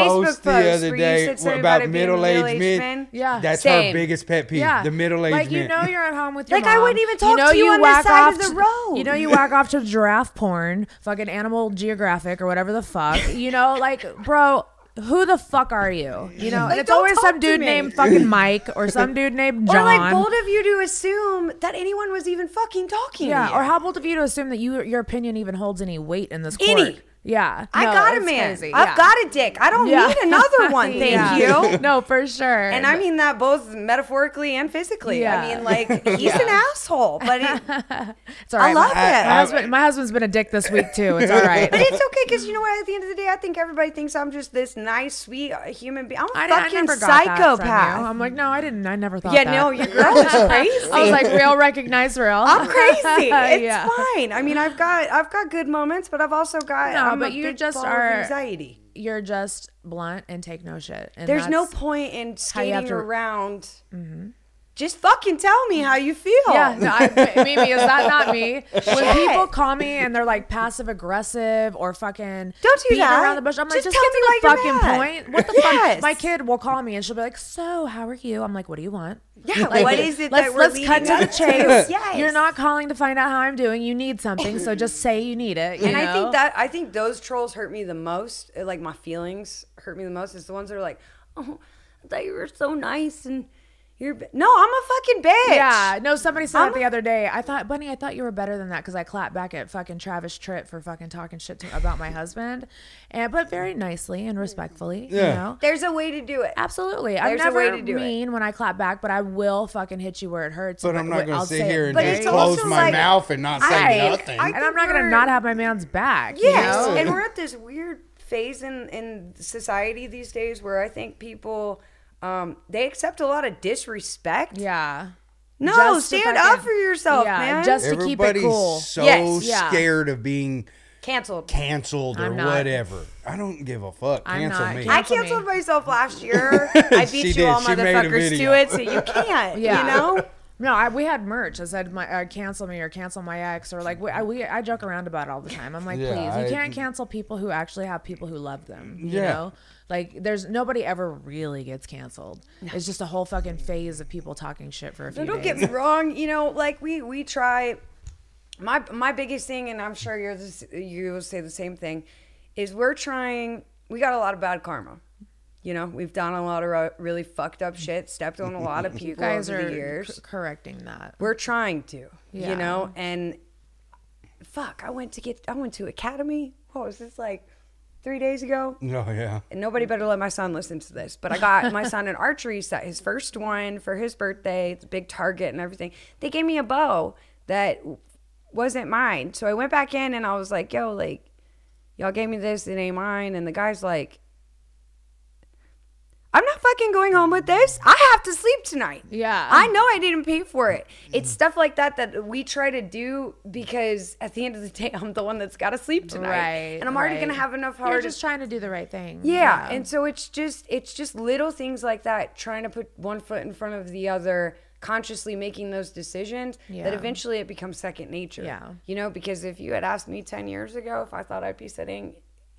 Speaker 4: the
Speaker 5: post
Speaker 4: other
Speaker 5: where you
Speaker 4: day
Speaker 5: said something about
Speaker 4: about
Speaker 5: it being
Speaker 4: middle-aged
Speaker 5: middle-aged
Speaker 4: men.
Speaker 5: men.
Speaker 1: Yeah.
Speaker 4: that's her
Speaker 5: Same.
Speaker 4: biggest pet peeve. The middle-aged
Speaker 1: Like you
Speaker 4: men.
Speaker 1: know, you're at home with your
Speaker 5: Like, I wouldn't
Speaker 1: mom.
Speaker 5: even talk to you on the
Speaker 1: whack
Speaker 5: side
Speaker 1: off
Speaker 5: of the
Speaker 1: to-
Speaker 5: road.
Speaker 1: You know, you whack off to giraffe porn, fucking Animal Geographic or whatever the fuck. You know, like bro. Who the fuck are you? You know, and it's
Speaker 5: don't
Speaker 1: always
Speaker 5: talk
Speaker 1: some
Speaker 5: to
Speaker 1: dude
Speaker 5: me.
Speaker 1: named fucking Mike or some dude named John.
Speaker 5: [laughs] Or like bold of you to assume that anyone was even fucking talking.
Speaker 1: Yeah,
Speaker 5: to you.
Speaker 1: or how bold of you to assume that you your opinion even holds any weight in this court?
Speaker 5: Any.
Speaker 1: Yeah,
Speaker 5: I
Speaker 1: No,
Speaker 5: got a
Speaker 1: it's
Speaker 5: man.
Speaker 1: crazy.
Speaker 5: I've
Speaker 1: Yeah.
Speaker 5: got a dick. I don't
Speaker 1: Yeah.
Speaker 5: need
Speaker 1: [laughs]
Speaker 5: another one. Thank
Speaker 1: Yeah.
Speaker 5: you.
Speaker 1: No, for sure.
Speaker 5: And I mean that both metaphorically and physically. I
Speaker 1: Yeah. [laughs]
Speaker 5: mean, like he's an asshole, but it,
Speaker 1: it's all right.
Speaker 5: love
Speaker 1: my,
Speaker 5: it.
Speaker 1: My, husband, my husband's been a dick this week too. It's all right.
Speaker 5: but it's okay because you know what? At the end of the day, I think everybody thinks I'm just this nice, sweet uh, human being. I'm a
Speaker 1: I, I
Speaker 5: fucking
Speaker 1: never got that from you.
Speaker 5: psychopath.
Speaker 1: I'm like, no, I didn't. I never thought.
Speaker 5: Yeah,
Speaker 1: that. [laughs]
Speaker 5: no, your girl is crazy.
Speaker 1: I was like, real, recognize real. [laughs]
Speaker 5: I'm crazy. It's
Speaker 1: Yeah.
Speaker 5: fine. I mean, I've got I've got good moments, but I've also got
Speaker 1: No,
Speaker 5: I'm a
Speaker 1: but you
Speaker 5: big
Speaker 1: just
Speaker 5: ball of
Speaker 1: are-
Speaker 5: anxiety.
Speaker 1: You're just blunt and take no shit. And
Speaker 5: There's no
Speaker 1: that's-
Speaker 5: point in
Speaker 1: how you
Speaker 5: skating
Speaker 1: have to- Mm-hmm.
Speaker 5: around. Just fucking tell me how you feel.
Speaker 1: Yeah, no, I, Mimi, is that not
Speaker 5: [laughs]
Speaker 1: me? When people call me and they're like passive aggressive or fucking
Speaker 5: Don't do
Speaker 1: beating
Speaker 5: that.
Speaker 1: around the bush, I'm like, just,
Speaker 5: Just tell me
Speaker 1: get to
Speaker 5: why
Speaker 1: the
Speaker 5: you're
Speaker 1: fucking
Speaker 5: mad.
Speaker 1: point. What the
Speaker 5: Yes.
Speaker 1: fuck? My kid will call me and she'll be like, "So, how are you?" I'm like, "What do you want?"
Speaker 5: Yeah,
Speaker 1: Like,
Speaker 5: what is it
Speaker 1: Let's
Speaker 5: that we're
Speaker 1: let's cut to
Speaker 5: leading
Speaker 1: the
Speaker 5: up
Speaker 1: chase.
Speaker 5: [laughs] Yes.
Speaker 1: You're not calling to find out how I'm doing. You need something, so just say you need it. you
Speaker 5: [laughs] And I
Speaker 1: know?
Speaker 5: think that I think those trolls hurt me the most. uh, Like my feelings hurt me the most. Is the ones that are like, [laughs] "Oh, I thought you were so nice and you're b-" no, I'm a fucking bitch."
Speaker 1: Yeah, no. Somebody said
Speaker 5: I'm
Speaker 1: that the other day. I thought, Bunny, I thought you were better than that because I clapped back at fucking Travis Tritt for fucking talking shit to, about my husband, and but very nicely and respectfully.
Speaker 4: Yeah.
Speaker 1: You know?
Speaker 5: There's a way to do it.
Speaker 1: Absolutely.
Speaker 5: There's a
Speaker 1: I'm never
Speaker 5: way to do it.
Speaker 1: mean when I clap back, but I will fucking hit you where it hurts.
Speaker 4: but I'm not
Speaker 1: I'll
Speaker 4: going to sit
Speaker 1: say it
Speaker 4: here and
Speaker 5: But
Speaker 1: very-
Speaker 4: just
Speaker 5: it's
Speaker 4: close
Speaker 5: also
Speaker 4: my
Speaker 5: like-
Speaker 4: mouth and not say
Speaker 5: I-
Speaker 4: nothing.
Speaker 5: I-
Speaker 1: and I'm not
Speaker 5: think
Speaker 1: going to
Speaker 5: we're-
Speaker 1: not have my man's back. you
Speaker 5: Yes,
Speaker 1: know?
Speaker 5: and we're at this weird phase in in society these days where I think people um, they accept a lot of disrespect.
Speaker 1: yeah.
Speaker 5: No,
Speaker 1: Just to
Speaker 5: stand
Speaker 1: fucking-
Speaker 5: up for yourself,
Speaker 1: yeah,
Speaker 5: man.
Speaker 1: just- to keep it
Speaker 4: Everybody's
Speaker 1: cool.
Speaker 4: so
Speaker 5: Yes.
Speaker 1: Yeah.
Speaker 4: scared of being
Speaker 5: canceled.
Speaker 4: canceled or
Speaker 1: I'm not.
Speaker 4: whatever. I don't give a fuck.
Speaker 1: I'm
Speaker 4: Cancel
Speaker 1: not
Speaker 4: me.
Speaker 5: I
Speaker 1: Cancel
Speaker 5: canceled
Speaker 1: me.
Speaker 5: myself
Speaker 4: [laughs]
Speaker 5: last year. I
Speaker 4: She
Speaker 5: beat you
Speaker 4: did.
Speaker 5: all
Speaker 4: She made a
Speaker 5: motherfuckers
Speaker 4: video.
Speaker 5: to it, so you can't.
Speaker 1: Yeah.
Speaker 5: You
Speaker 4: [laughs]
Speaker 5: know?
Speaker 1: No, I, we had merch that said my, uh, cancel me or cancel my ex or like we, I, we, I joke around about it all the time. I'm like,
Speaker 4: Yeah,
Speaker 1: please, you
Speaker 4: I-
Speaker 1: can't cancel people who actually have people who love them. You
Speaker 4: Yeah.
Speaker 1: know, like there's nobody ever really gets canceled. It's just a whole fucking phase of people talking shit for a few.
Speaker 5: No, don't
Speaker 1: days.
Speaker 5: get me wrong. You know, like we we try. My my biggest thing, and I'm sure you're this, you will say the same thing, is we're trying. We got a lot of bad karma. You know, we've done a lot of ro- really fucked up shit, stepped on a lot
Speaker 4: [laughs]
Speaker 5: of people
Speaker 1: You guys
Speaker 5: over
Speaker 1: are
Speaker 5: the years.
Speaker 1: c- correcting that.
Speaker 5: we're trying to you
Speaker 1: Yeah.
Speaker 5: know and fuck i went to get i went to academy what was this like three days ago
Speaker 4: No, Oh, yeah.
Speaker 5: and nobody better let my son listen to this but i got my son an archery set his first one for his birthday it's a big target and everything they gave me a bow that w- wasn't mine so i went back in and i was like yo like y'all gave me this it ain't mine and the guy's like I'm not fucking going home with this. I have to sleep tonight.
Speaker 1: Yeah.
Speaker 5: I know I didn't pay for it. It's stuff like that that we try to do because at the end of the day, [laughs] I'm the one that's got to sleep tonight.
Speaker 1: Right.
Speaker 5: And I'm already
Speaker 1: right.
Speaker 5: going to have enough hard.
Speaker 1: You're just trying to do the right thing.
Speaker 5: yeah. And so it's just, it's just little things like that, trying to put one foot in front of the other, consciously making those decisions
Speaker 1: Yeah.
Speaker 5: that eventually it becomes second nature.
Speaker 1: Yeah.
Speaker 5: You know, because if you had asked me 10 years ago if I thought I'd be sitting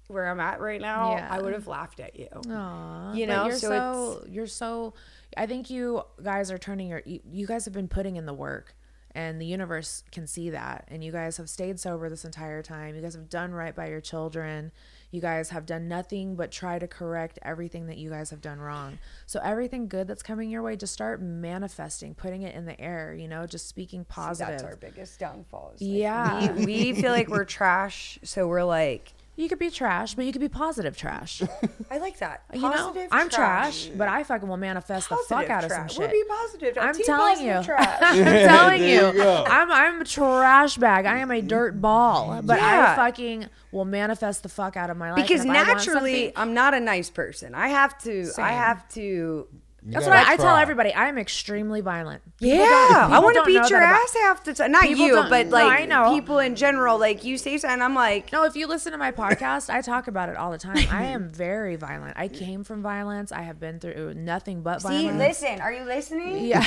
Speaker 5: where I'm at right now,
Speaker 1: Yeah.
Speaker 5: I would have laughed at you.
Speaker 1: Aw,
Speaker 5: You
Speaker 1: but
Speaker 5: know,
Speaker 1: you're
Speaker 5: so
Speaker 1: so,
Speaker 5: it's-
Speaker 1: you're so. I think you guys are turning your. You you guys have been putting in the work, and the universe can see that. And you guys have stayed sober this entire time. You guys have done right by your children. You guys have done nothing but try to correct everything that you guys have done wrong. So everything good that's coming your way, just start manifesting, putting it in the air. You know, just speaking positive.
Speaker 5: That's our biggest downfall. is, like,
Speaker 1: Yeah.
Speaker 5: we, we feel like
Speaker 1: [laughs]
Speaker 5: we're trash, so we're like,
Speaker 1: You could be trash, but you could be positive
Speaker 5: [laughs]
Speaker 1: trash.
Speaker 5: I like that.
Speaker 1: you know,
Speaker 5: Positive
Speaker 1: I'm trash, but I fucking will manifest the fuck
Speaker 5: Positive
Speaker 1: out of some
Speaker 5: trash.
Speaker 1: shit.
Speaker 5: We'll be positive.
Speaker 1: I'm
Speaker 5: Team
Speaker 1: telling
Speaker 5: positive
Speaker 1: you.
Speaker 4: [laughs]
Speaker 5: trash.
Speaker 1: [laughs] I'm telling you,
Speaker 4: There you go. Mm-hmm.
Speaker 1: I'm I'm a trash bag. I am a dirt ball, but I
Speaker 5: Yeah.
Speaker 1: fucking will manifest the fuck out of my life. and
Speaker 5: because
Speaker 1: if I want
Speaker 5: naturally,
Speaker 1: something-
Speaker 5: I'm not a nice person. I have to. I have to.
Speaker 1: that's what I, I tell everybody. I am extremely violent. People don't-
Speaker 5: Yeah, I
Speaker 1: people
Speaker 5: want to
Speaker 1: don't know
Speaker 5: beat your
Speaker 1: that about-
Speaker 5: ass half the time. Not
Speaker 1: People
Speaker 5: you,
Speaker 1: don't-
Speaker 5: but
Speaker 1: no,
Speaker 5: like
Speaker 1: I know.
Speaker 5: people in general. Like you say something, I'm like,
Speaker 1: No, if you listen to my podcast, I talk about it all the time. I
Speaker 5: [laughs]
Speaker 1: am very violent. I came from violence. I have been through nothing but
Speaker 5: see,
Speaker 1: violence.
Speaker 5: listen, are you listening?
Speaker 1: Yeah,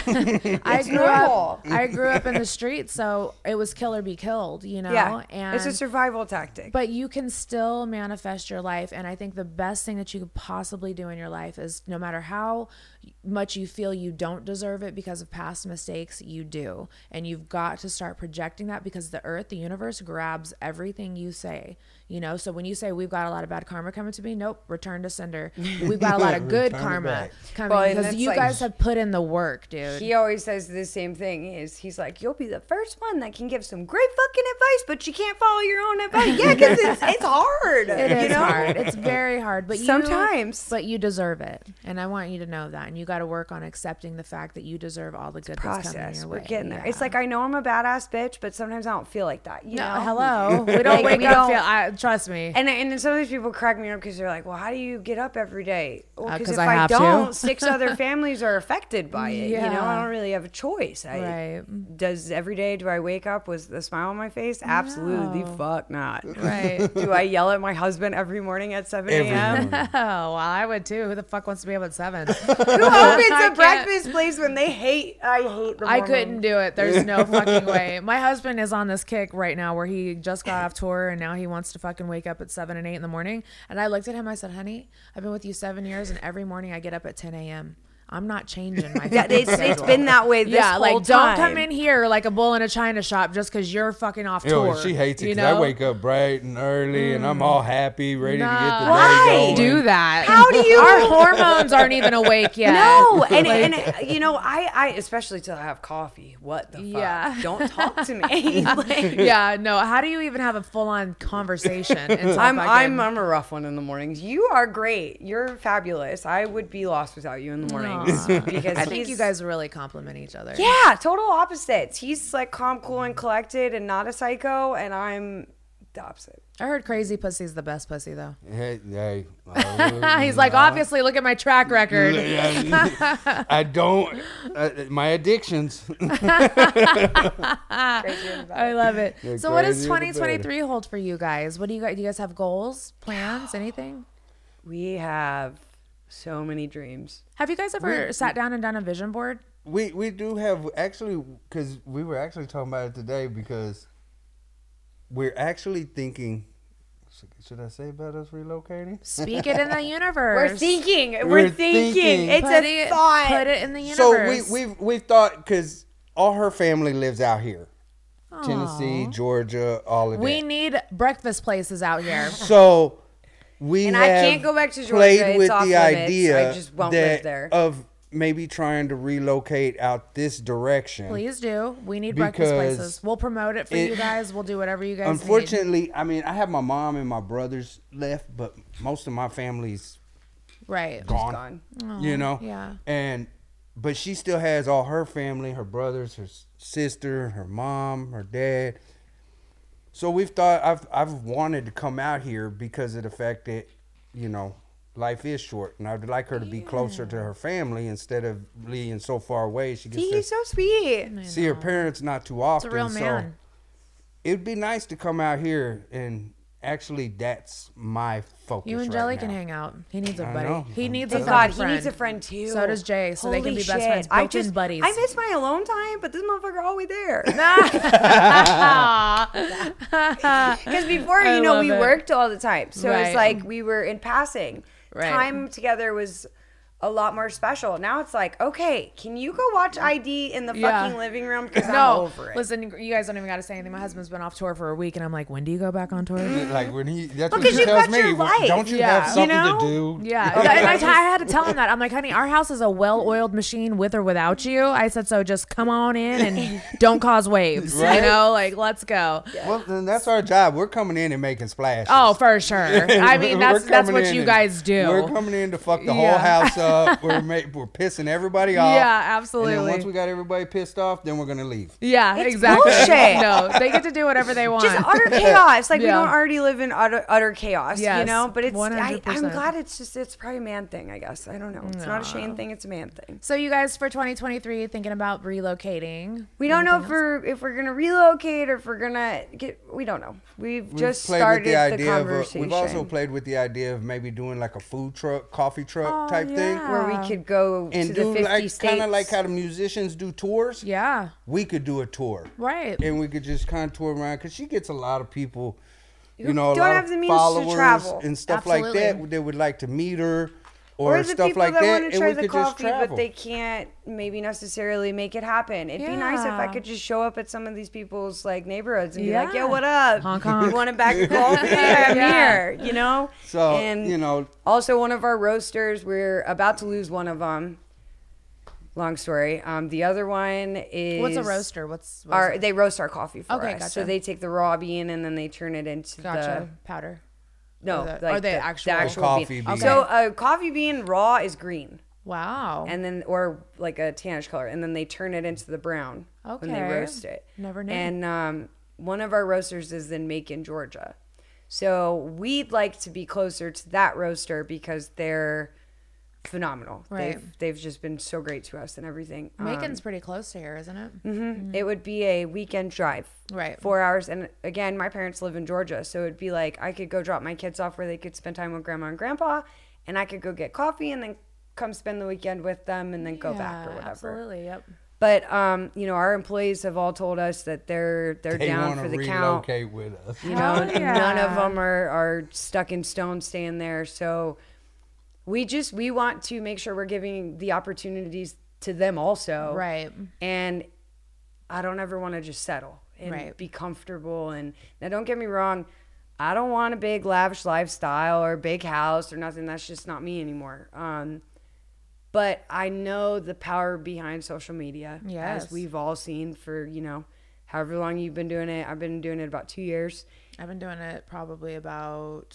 Speaker 1: I grew
Speaker 5: normal.
Speaker 1: up. [laughs] I grew up in the streets, so it was kill or be killed. You know,
Speaker 5: Yeah,
Speaker 1: and
Speaker 5: it's a survival tactic.
Speaker 1: But you can still manifest your life. And I think the best thing that you could possibly do in your life is no matter how much you feel you don't deserve it because of past mistakes, you do. And you've got to start projecting that because the earth, the universe grabs everything you say. You know, so when you say we've got a lot of bad karma coming to me, nope, return to
Speaker 4: [laughs]
Speaker 1: sender. We've got a lot of good
Speaker 4: Return it
Speaker 1: karma
Speaker 4: back.
Speaker 1: coming
Speaker 5: Well, and
Speaker 1: because
Speaker 5: that's
Speaker 1: you
Speaker 5: like-
Speaker 1: guys have put in the work, dude.
Speaker 5: he always says the same thing is he's like you'll be the first one that can give some great fucking advice but you can't follow your own advice yeah because
Speaker 1: [laughs]
Speaker 5: it's, it's hard
Speaker 1: It is
Speaker 5: you know
Speaker 1: hard. It's very hard. But you-
Speaker 5: Sometimes.
Speaker 1: but you deserve it, and I want you to know that. And you got to work on accepting the fact that you deserve all the good that's coming
Speaker 5: process
Speaker 1: your
Speaker 5: we're
Speaker 1: way.
Speaker 5: getting there
Speaker 1: Yeah.
Speaker 5: it's like i know i'm a badass bitch but sometimes i don't feel like that you
Speaker 1: no,
Speaker 5: know [laughs]
Speaker 1: hello. We don't
Speaker 5: Like,
Speaker 1: wake
Speaker 5: we
Speaker 1: up.
Speaker 5: don't-
Speaker 1: feel, I, trust me.
Speaker 5: [laughs] and, and then some of these people crack me up because they're like, "Well, how do you get up every day?" Well,
Speaker 1: Uh,
Speaker 5: because
Speaker 1: 'cause I
Speaker 5: if I,
Speaker 1: have to. [laughs]
Speaker 5: don't, six other families are affected by it. You know, I
Speaker 1: Yeah.
Speaker 5: don't really have a choice. I,
Speaker 1: Right.
Speaker 5: Does every day do I wake up with a smile on my face? Absolutely,
Speaker 1: No.
Speaker 5: fuck not.
Speaker 1: right.
Speaker 5: [laughs] do I yell at my husband every morning at 7
Speaker 4: Every
Speaker 5: [laughs] a.m.?
Speaker 1: [laughs]
Speaker 4: morning.
Speaker 1: Oh well, I would too. Who the fuck wants to be up at seven?
Speaker 5: [laughs] Who opens
Speaker 1: [laughs] I
Speaker 5: Oh, a
Speaker 1: can't-
Speaker 5: breakfast place when they hate? I hate the
Speaker 1: I
Speaker 5: morning.
Speaker 1: couldn't do it. There's
Speaker 5: [laughs]
Speaker 1: no fucking way. My husband is on this kick right now where he just got off tour and now he wants to fucking wake up at seven and eight in the morning. And I looked at him. I said, "Honey, I've been with you seven years, and every morning I get up at 10 a.m. I'm not changing my.
Speaker 5: [laughs] Yeah,
Speaker 1: fucking
Speaker 5: it's, it's
Speaker 1: schedule."
Speaker 5: been that way this
Speaker 1: yeah,
Speaker 5: whole
Speaker 1: like don't
Speaker 5: time.
Speaker 1: come in here like a bull in a china shop just because you're fucking off
Speaker 4: Yo,
Speaker 1: tour.
Speaker 4: she hates it
Speaker 1: You
Speaker 4: 'cause
Speaker 1: know,
Speaker 4: I wake up bright and early and I'm all happy, ready to get the
Speaker 1: No.
Speaker 4: day
Speaker 5: Why?
Speaker 4: going.
Speaker 1: do that.
Speaker 5: How do [laughs] you-
Speaker 1: Our hormones aren't even awake yet. [laughs]
Speaker 5: No, and, and you know, I, I especially till I have coffee. What the fuck?
Speaker 1: Yeah.
Speaker 5: Don't
Speaker 1: [laughs]
Speaker 5: talk to me. [laughs] Like,
Speaker 1: yeah, no. How do you even have a full on
Speaker 5: [laughs]
Speaker 1: conversation? until
Speaker 5: I'm
Speaker 1: fucking-
Speaker 5: I'm I'm a rough one in the mornings. You are great. You're fabulous. I would be lost without you in the mornings
Speaker 1: [laughs]
Speaker 5: because
Speaker 1: I think
Speaker 5: he's-
Speaker 1: you guys really compliment each other.
Speaker 5: Yeah, total opposites. He's like calm, cool, and collected, and not a psycho. And I'm the opposite.
Speaker 1: I heard crazy pussy's the best pussy though. Ah,
Speaker 4: Hey, hey, oh,
Speaker 1: He's like, obviously, look at my track record.
Speaker 4: yeah, I don't. Uh, my addictions. [laughs]
Speaker 1: I love it. So, what does
Speaker 4: crazier the better.
Speaker 1: 2023 hold for you guys? What do you guys? Do you guys have goals,
Speaker 5: [gasps]
Speaker 1: plans, anything?
Speaker 5: We have so many dreams.
Speaker 1: Have you guys ever sat down and done a vision board?
Speaker 4: We we do have actually because we were actually talking about it today because we're actually thinking. should- Should I say about us relocating?
Speaker 1: Speak it
Speaker 5: [laughs]
Speaker 1: in the universe.
Speaker 5: We're thinking. We're,
Speaker 4: We're
Speaker 5: thinking.
Speaker 4: thinking.
Speaker 5: It's
Speaker 1: Put
Speaker 5: a
Speaker 1: it,
Speaker 5: thought.
Speaker 1: Put it in the
Speaker 4: So we
Speaker 1: universe.
Speaker 4: we've we've thought because all her family lives out here, Tennessee, Georgia, all of
Speaker 1: We
Speaker 4: that.
Speaker 1: need breakfast places out
Speaker 4: [laughs]
Speaker 1: here.
Speaker 4: So we
Speaker 5: And I
Speaker 4: have
Speaker 5: can't go back to Georgia.
Speaker 4: Played
Speaker 5: It's
Speaker 4: with
Speaker 5: off
Speaker 4: the
Speaker 5: limits. I
Speaker 4: idea
Speaker 5: just won't
Speaker 4: that,
Speaker 5: live there.
Speaker 4: of maybe trying to relocate out this direction.
Speaker 1: Please do. We need breakfast
Speaker 4: Because
Speaker 1: places. We'll promote it for
Speaker 4: it-
Speaker 1: you guys. We'll do whatever you guys need.
Speaker 4: Unfortunately, I mean, I have my mom and my brothers left, but most of my family's
Speaker 1: right.
Speaker 4: gone.
Speaker 5: gone.
Speaker 4: you know,
Speaker 1: yeah.
Speaker 4: And but she still has all her family, her brothers, her s- sister, her mom, her dad. So we've thought I've I've wanted to come out here because of the fact that you know life is short, and I'd like her to be closer to her family instead of being so far away. She gets to
Speaker 5: He's so sweet.
Speaker 4: see her parents not too often.
Speaker 1: real man.
Speaker 4: So it'd be nice to come out here and actually that's my focus.
Speaker 1: You and
Speaker 4: right
Speaker 1: Jelly
Speaker 4: now.
Speaker 1: can hang out. He needs a
Speaker 4: I
Speaker 1: buddy.
Speaker 4: know.
Speaker 1: He needs a
Speaker 5: Thank
Speaker 1: fucking
Speaker 5: God, he needs a friend too.
Speaker 1: So does Jay. So they can
Speaker 5: Holy
Speaker 1: be
Speaker 5: shit.
Speaker 1: best friends.
Speaker 5: I
Speaker 1: Broken
Speaker 5: just,
Speaker 1: buddies.
Speaker 5: I miss my alone time, but this motherfucker always there.
Speaker 1: [laughs]
Speaker 5: [laughs] Because before,
Speaker 1: I
Speaker 5: you know,
Speaker 1: love
Speaker 5: we
Speaker 1: it.
Speaker 5: worked all the time, so it's
Speaker 1: Right.
Speaker 5: like we were in passing.
Speaker 1: Right.
Speaker 5: Time together was a lot more special. Now it's like, okay, can you go watch ID in the
Speaker 1: Yeah.
Speaker 5: fucking living room? Because I'm
Speaker 1: No,
Speaker 5: over it.
Speaker 1: listen, you guys don't even got to say anything. My husband's been off tour for a week, and I'm like, when do you go back on tour?
Speaker 5: [laughs]
Speaker 1: yeah,
Speaker 4: Like when he that's
Speaker 5: Well,
Speaker 4: what
Speaker 5: 'cause
Speaker 4: he
Speaker 5: you've
Speaker 4: tells
Speaker 5: got
Speaker 4: me.
Speaker 5: your
Speaker 4: "Well,
Speaker 5: life,
Speaker 4: Don't you
Speaker 1: you
Speaker 4: have
Speaker 1: know?
Speaker 4: something to
Speaker 5: You
Speaker 4: do?
Speaker 1: and I, I had to tell him that. I'm like, honey, our house is a well-oiled machine with or without you. I said, so just come on in
Speaker 5: [laughs]
Speaker 1: and don't cause waves. You
Speaker 4: Right?
Speaker 1: know, like let's go.
Speaker 4: Well, then that's our job. We're coming in and making splashes.
Speaker 1: Oh, for sure. I mean,
Speaker 4: [laughs] We're
Speaker 1: that's that's
Speaker 4: coming
Speaker 1: what
Speaker 4: in
Speaker 1: you
Speaker 4: and-
Speaker 1: guys do.
Speaker 4: We're coming in to fuck the whole
Speaker 1: Yeah.
Speaker 4: house
Speaker 1: [laughs]
Speaker 4: up. We're ma- we're pissing everybody off.
Speaker 1: Yeah,
Speaker 4: And
Speaker 1: absolutely.
Speaker 4: then once we got everybody pissed off, then we're gonna leave.
Speaker 1: yeah,
Speaker 5: It's
Speaker 1: exactly.
Speaker 5: bullshit.
Speaker 1: [laughs] No, they get to do whatever they want.
Speaker 5: just utter
Speaker 1: [laughs]
Speaker 5: chaos. Like we
Speaker 1: Yeah.
Speaker 5: don't already live in utter, utter chaos, you
Speaker 1: Yes,
Speaker 5: know. But it's I, I'm
Speaker 1: 100%.
Speaker 5: glad it's just it's probably a man thing. I guess I don't know. It's not a Shane thing. It's a man thing.
Speaker 1: so you guys for 2023 thinking about relocating?
Speaker 5: We don't know if we're if we're gonna relocate or if we're gonna get. We don't know. We've,
Speaker 4: We've
Speaker 5: just
Speaker 4: played
Speaker 5: started the,
Speaker 4: of a-
Speaker 5: conversation.
Speaker 4: we've also played with the idea of maybe doing like a food truck, coffee truck
Speaker 1: Oh,
Speaker 4: type thing,
Speaker 1: yeah.
Speaker 5: where we could go
Speaker 4: and
Speaker 5: to the
Speaker 4: do
Speaker 5: 50
Speaker 4: like
Speaker 5: states.
Speaker 4: kind of like how the musicians do tours.
Speaker 1: Yeah.
Speaker 4: we could do a tour,
Speaker 1: Right.
Speaker 4: And we could just kind of tour awn because she gets a lot of people, you know, a
Speaker 5: don't
Speaker 4: lot
Speaker 5: have
Speaker 4: of
Speaker 5: the means to
Speaker 4: followers
Speaker 5: travel.
Speaker 4: and stuff
Speaker 1: Absolutely.
Speaker 4: like that. They would like to meet her or,
Speaker 5: or, the
Speaker 4: stuff
Speaker 5: people
Speaker 4: like
Speaker 5: that,
Speaker 4: that,
Speaker 5: want
Speaker 4: and
Speaker 5: to try
Speaker 4: we
Speaker 5: the
Speaker 4: could just
Speaker 5: coffee
Speaker 4: travel.
Speaker 5: but they can't maybe necessarily make it happen it'd be nice if i
Speaker 1: Yeah.
Speaker 5: could just show up at some of these people's like neighborhoods and be like
Speaker 1: Yeah.
Speaker 5: yo what up
Speaker 1: Honk, honk.
Speaker 5: you want a bag of coffee i'm
Speaker 1: Yeah.
Speaker 5: here you know
Speaker 4: So,
Speaker 5: and
Speaker 4: you know-
Speaker 5: also one of our roasters we're about to lose one of them long story um the other one is
Speaker 1: What's a roaster? What's, what's
Speaker 5: our, they roast our coffee for
Speaker 1: Okay,
Speaker 5: us. So
Speaker 1: gotcha.
Speaker 5: they take the raw bean and then they turn it into
Speaker 1: gotcha
Speaker 5: the
Speaker 1: powder?
Speaker 5: no,
Speaker 1: Or the- or
Speaker 5: like
Speaker 1: the
Speaker 5: the
Speaker 1: actual- The
Speaker 4: coffee bean.
Speaker 5: So a coffee bean raw is green,
Speaker 1: Wow.
Speaker 5: and then or like a tannish color, and then they turn it into the brown when they
Speaker 1: Okay.
Speaker 5: roast it.
Speaker 1: Never knew.
Speaker 5: And um, one of our roasters is in Macon, Georgia. So we'd like to be closer to that roaster because they're phenomenal.
Speaker 1: Right.
Speaker 5: They've, they've just been so great to us and everything. Um, Mm-hmm.
Speaker 1: Macon's pretty close to here, isn't it?
Speaker 5: it would be a weekend drive.
Speaker 1: Mm-hmm. Right.
Speaker 5: Four hours. And again, my parents live in Georgia. So it'd be like I could go drop my kids off where they could spend time with grandma and grandpa, and I could go get coffee and then come spend the weekend with them and then go back or
Speaker 1: Yeah,
Speaker 5: whatever.
Speaker 1: Absolutely. Yep.
Speaker 5: But um, you know, our employees have all told us that they're they're
Speaker 4: They
Speaker 5: down
Speaker 4: wanna
Speaker 5: for the count.
Speaker 4: relocate with us.
Speaker 5: You know,
Speaker 1: Hell Oh, yeah.
Speaker 5: none of them are, are stuck in stone staying there. So we just we want to make sure we're giving the opportunities to them also.
Speaker 1: Right.
Speaker 5: And I don't ever want to just settle and
Speaker 1: Right.
Speaker 5: be comfortable and now don't get me wrong, I don't want a big lavish lifestyle or a big house or nothing. That's just not me anymore. Um but I know the power behind social media.
Speaker 1: Yes.
Speaker 5: As we've all seen for, you know, however long you've been doing it. I've been doing it about two years.
Speaker 1: I've been doing it probably about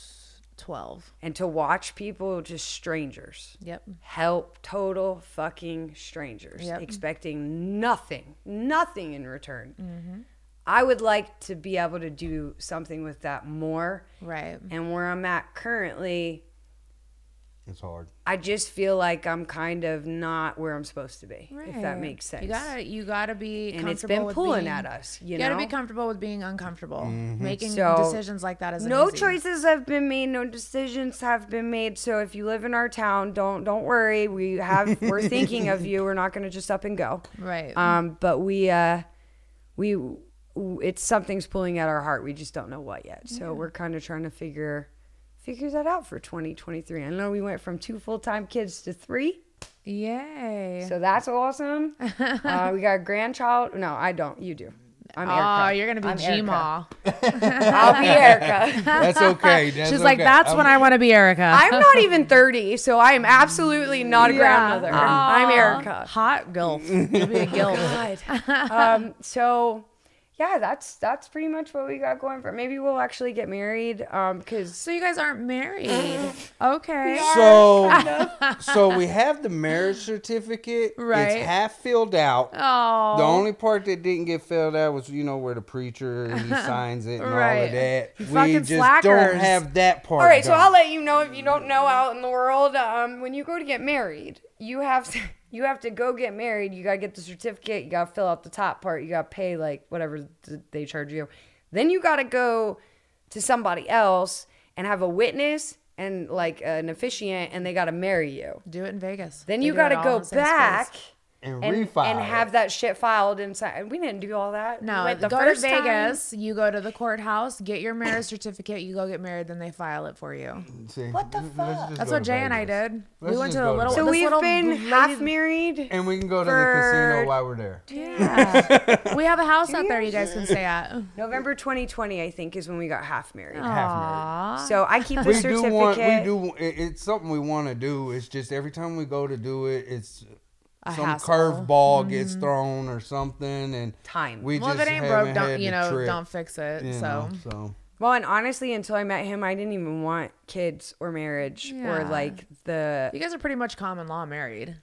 Speaker 1: 12.
Speaker 5: and to watch people just strangers
Speaker 1: Yep.
Speaker 5: help total fucking strangers
Speaker 1: Yep.
Speaker 5: expecting nothing nothing in return
Speaker 1: Mm-hmm.
Speaker 5: i would like to be able to do something with that more
Speaker 1: Right.
Speaker 5: and where i'm at currently
Speaker 4: It's hard.
Speaker 5: i just feel like i'm kind of not where i'm supposed to be if that
Speaker 1: Right.
Speaker 5: makes sense
Speaker 1: You gotta you gotta be
Speaker 5: And
Speaker 1: comfortable
Speaker 5: it's been
Speaker 1: with
Speaker 5: pulling
Speaker 1: being-
Speaker 5: at us, you
Speaker 1: gotta be
Speaker 5: know? Mm-hmm.
Speaker 1: comfortable with being uncomfortable. Making
Speaker 5: So,
Speaker 1: decisions like that is
Speaker 5: no choices have been made no decisions have been made so if you live in our town don't don't worry we
Speaker 1: [laughs]
Speaker 5: have we're thinking of you we're not going to just up and go
Speaker 1: Right.
Speaker 5: um but we uh we w- it's something's pulling at our heart we just don't know what yet so we're kind of trying to figure figure that out for 2023 i know we went from two full-time kids to three
Speaker 1: Yay.
Speaker 5: so
Speaker 1: [laughs]
Speaker 5: that's awesome uh, we got a grandchild no i don't you do i'm
Speaker 1: Oh,
Speaker 5: Erica.
Speaker 1: you're gonna be
Speaker 5: I'm
Speaker 1: G
Speaker 5: Erica.
Speaker 1: Ma.
Speaker 5: i'll
Speaker 1: [laughs]
Speaker 5: be erica
Speaker 4: That's
Speaker 5: [laughs]
Speaker 4: okay. That's
Speaker 1: She's like,
Speaker 4: okay. Um,
Speaker 1: that's
Speaker 4: I'm-
Speaker 1: when I want to be Erica.
Speaker 5: I'm
Speaker 1: [gasps]
Speaker 5: not even 30, so I am absolutely not a grandmother. I'm Erica.
Speaker 1: Hot gilf. You'll be a
Speaker 5: [laughs]
Speaker 1: gilf.
Speaker 5: um, so yeah, that's that's pretty much what we got going for. Maybe we'll actually get married. Um, cause
Speaker 1: So you guys aren't married. [gasps] Okay.
Speaker 4: So, so we have the marriage certificate.
Speaker 1: Right.
Speaker 4: It's half filled out.
Speaker 1: Oh.
Speaker 4: The only part that didn't get filled out was, you know, where the preacher
Speaker 5: [laughs]
Speaker 4: he signs it and all
Speaker 1: Right.
Speaker 4: of that. We
Speaker 1: fucking
Speaker 4: just
Speaker 1: slackers.
Speaker 4: don't have that part.
Speaker 5: all right, so
Speaker 4: done.
Speaker 5: I'll let you know if you don't know out in the world. Um, when you go to get married, you have to [laughs] you have to go get married. You gotta get the certificate. You gotta fill out the top part. You gotta pay like whatever th- they charge you. Then you gotta go to somebody else and have a witness and like an officiant, and they gotta marry you.
Speaker 1: Do it in Vegas.
Speaker 5: Then
Speaker 1: They
Speaker 5: you
Speaker 1: do
Speaker 5: got
Speaker 1: it
Speaker 5: to
Speaker 1: all
Speaker 5: go
Speaker 1: in the same space.
Speaker 5: back
Speaker 4: And,
Speaker 5: and,
Speaker 4: refile.
Speaker 5: and have that shit filed inside. We didn't do all that.
Speaker 1: No,
Speaker 5: Like, the
Speaker 1: go
Speaker 5: first
Speaker 1: to
Speaker 5: time-
Speaker 1: Vegas. You go to the courthouse, get your marriage certificate. You go get married, then they file it for you.
Speaker 4: what the fuck?
Speaker 1: That's what Jay and I did. we went to a little.
Speaker 5: So
Speaker 1: this
Speaker 5: we've
Speaker 1: little
Speaker 5: been
Speaker 1: lady- [laughs]
Speaker 5: half married.
Speaker 4: And we can go to the
Speaker 5: for-
Speaker 4: casino while we're there. [laughs]
Speaker 1: Yeah. we have a house out there. You guys can stay at.
Speaker 5: November 2020, I think, is when we got half married.
Speaker 4: Half married.
Speaker 5: So I keep the
Speaker 4: We
Speaker 5: certificate.
Speaker 4: do want. We do. it- It's something we want to do. It's just every time we go to do it, it's
Speaker 1: hassle.
Speaker 4: some
Speaker 1: Mm-hmm.
Speaker 4: curveball gets thrown or something, and
Speaker 5: Time.
Speaker 4: We
Speaker 1: Well, if
Speaker 4: just
Speaker 1: it ain't
Speaker 4: haven't
Speaker 1: broke,
Speaker 4: had
Speaker 1: don't
Speaker 4: the
Speaker 1: you know,
Speaker 4: trip,
Speaker 1: don't fix it.
Speaker 4: you
Speaker 1: so
Speaker 4: know, so.
Speaker 5: Well, and honestly, until I met him, I didn't even want kids or marriage or
Speaker 1: Yeah.
Speaker 5: like the
Speaker 1: you guys are pretty much common law married.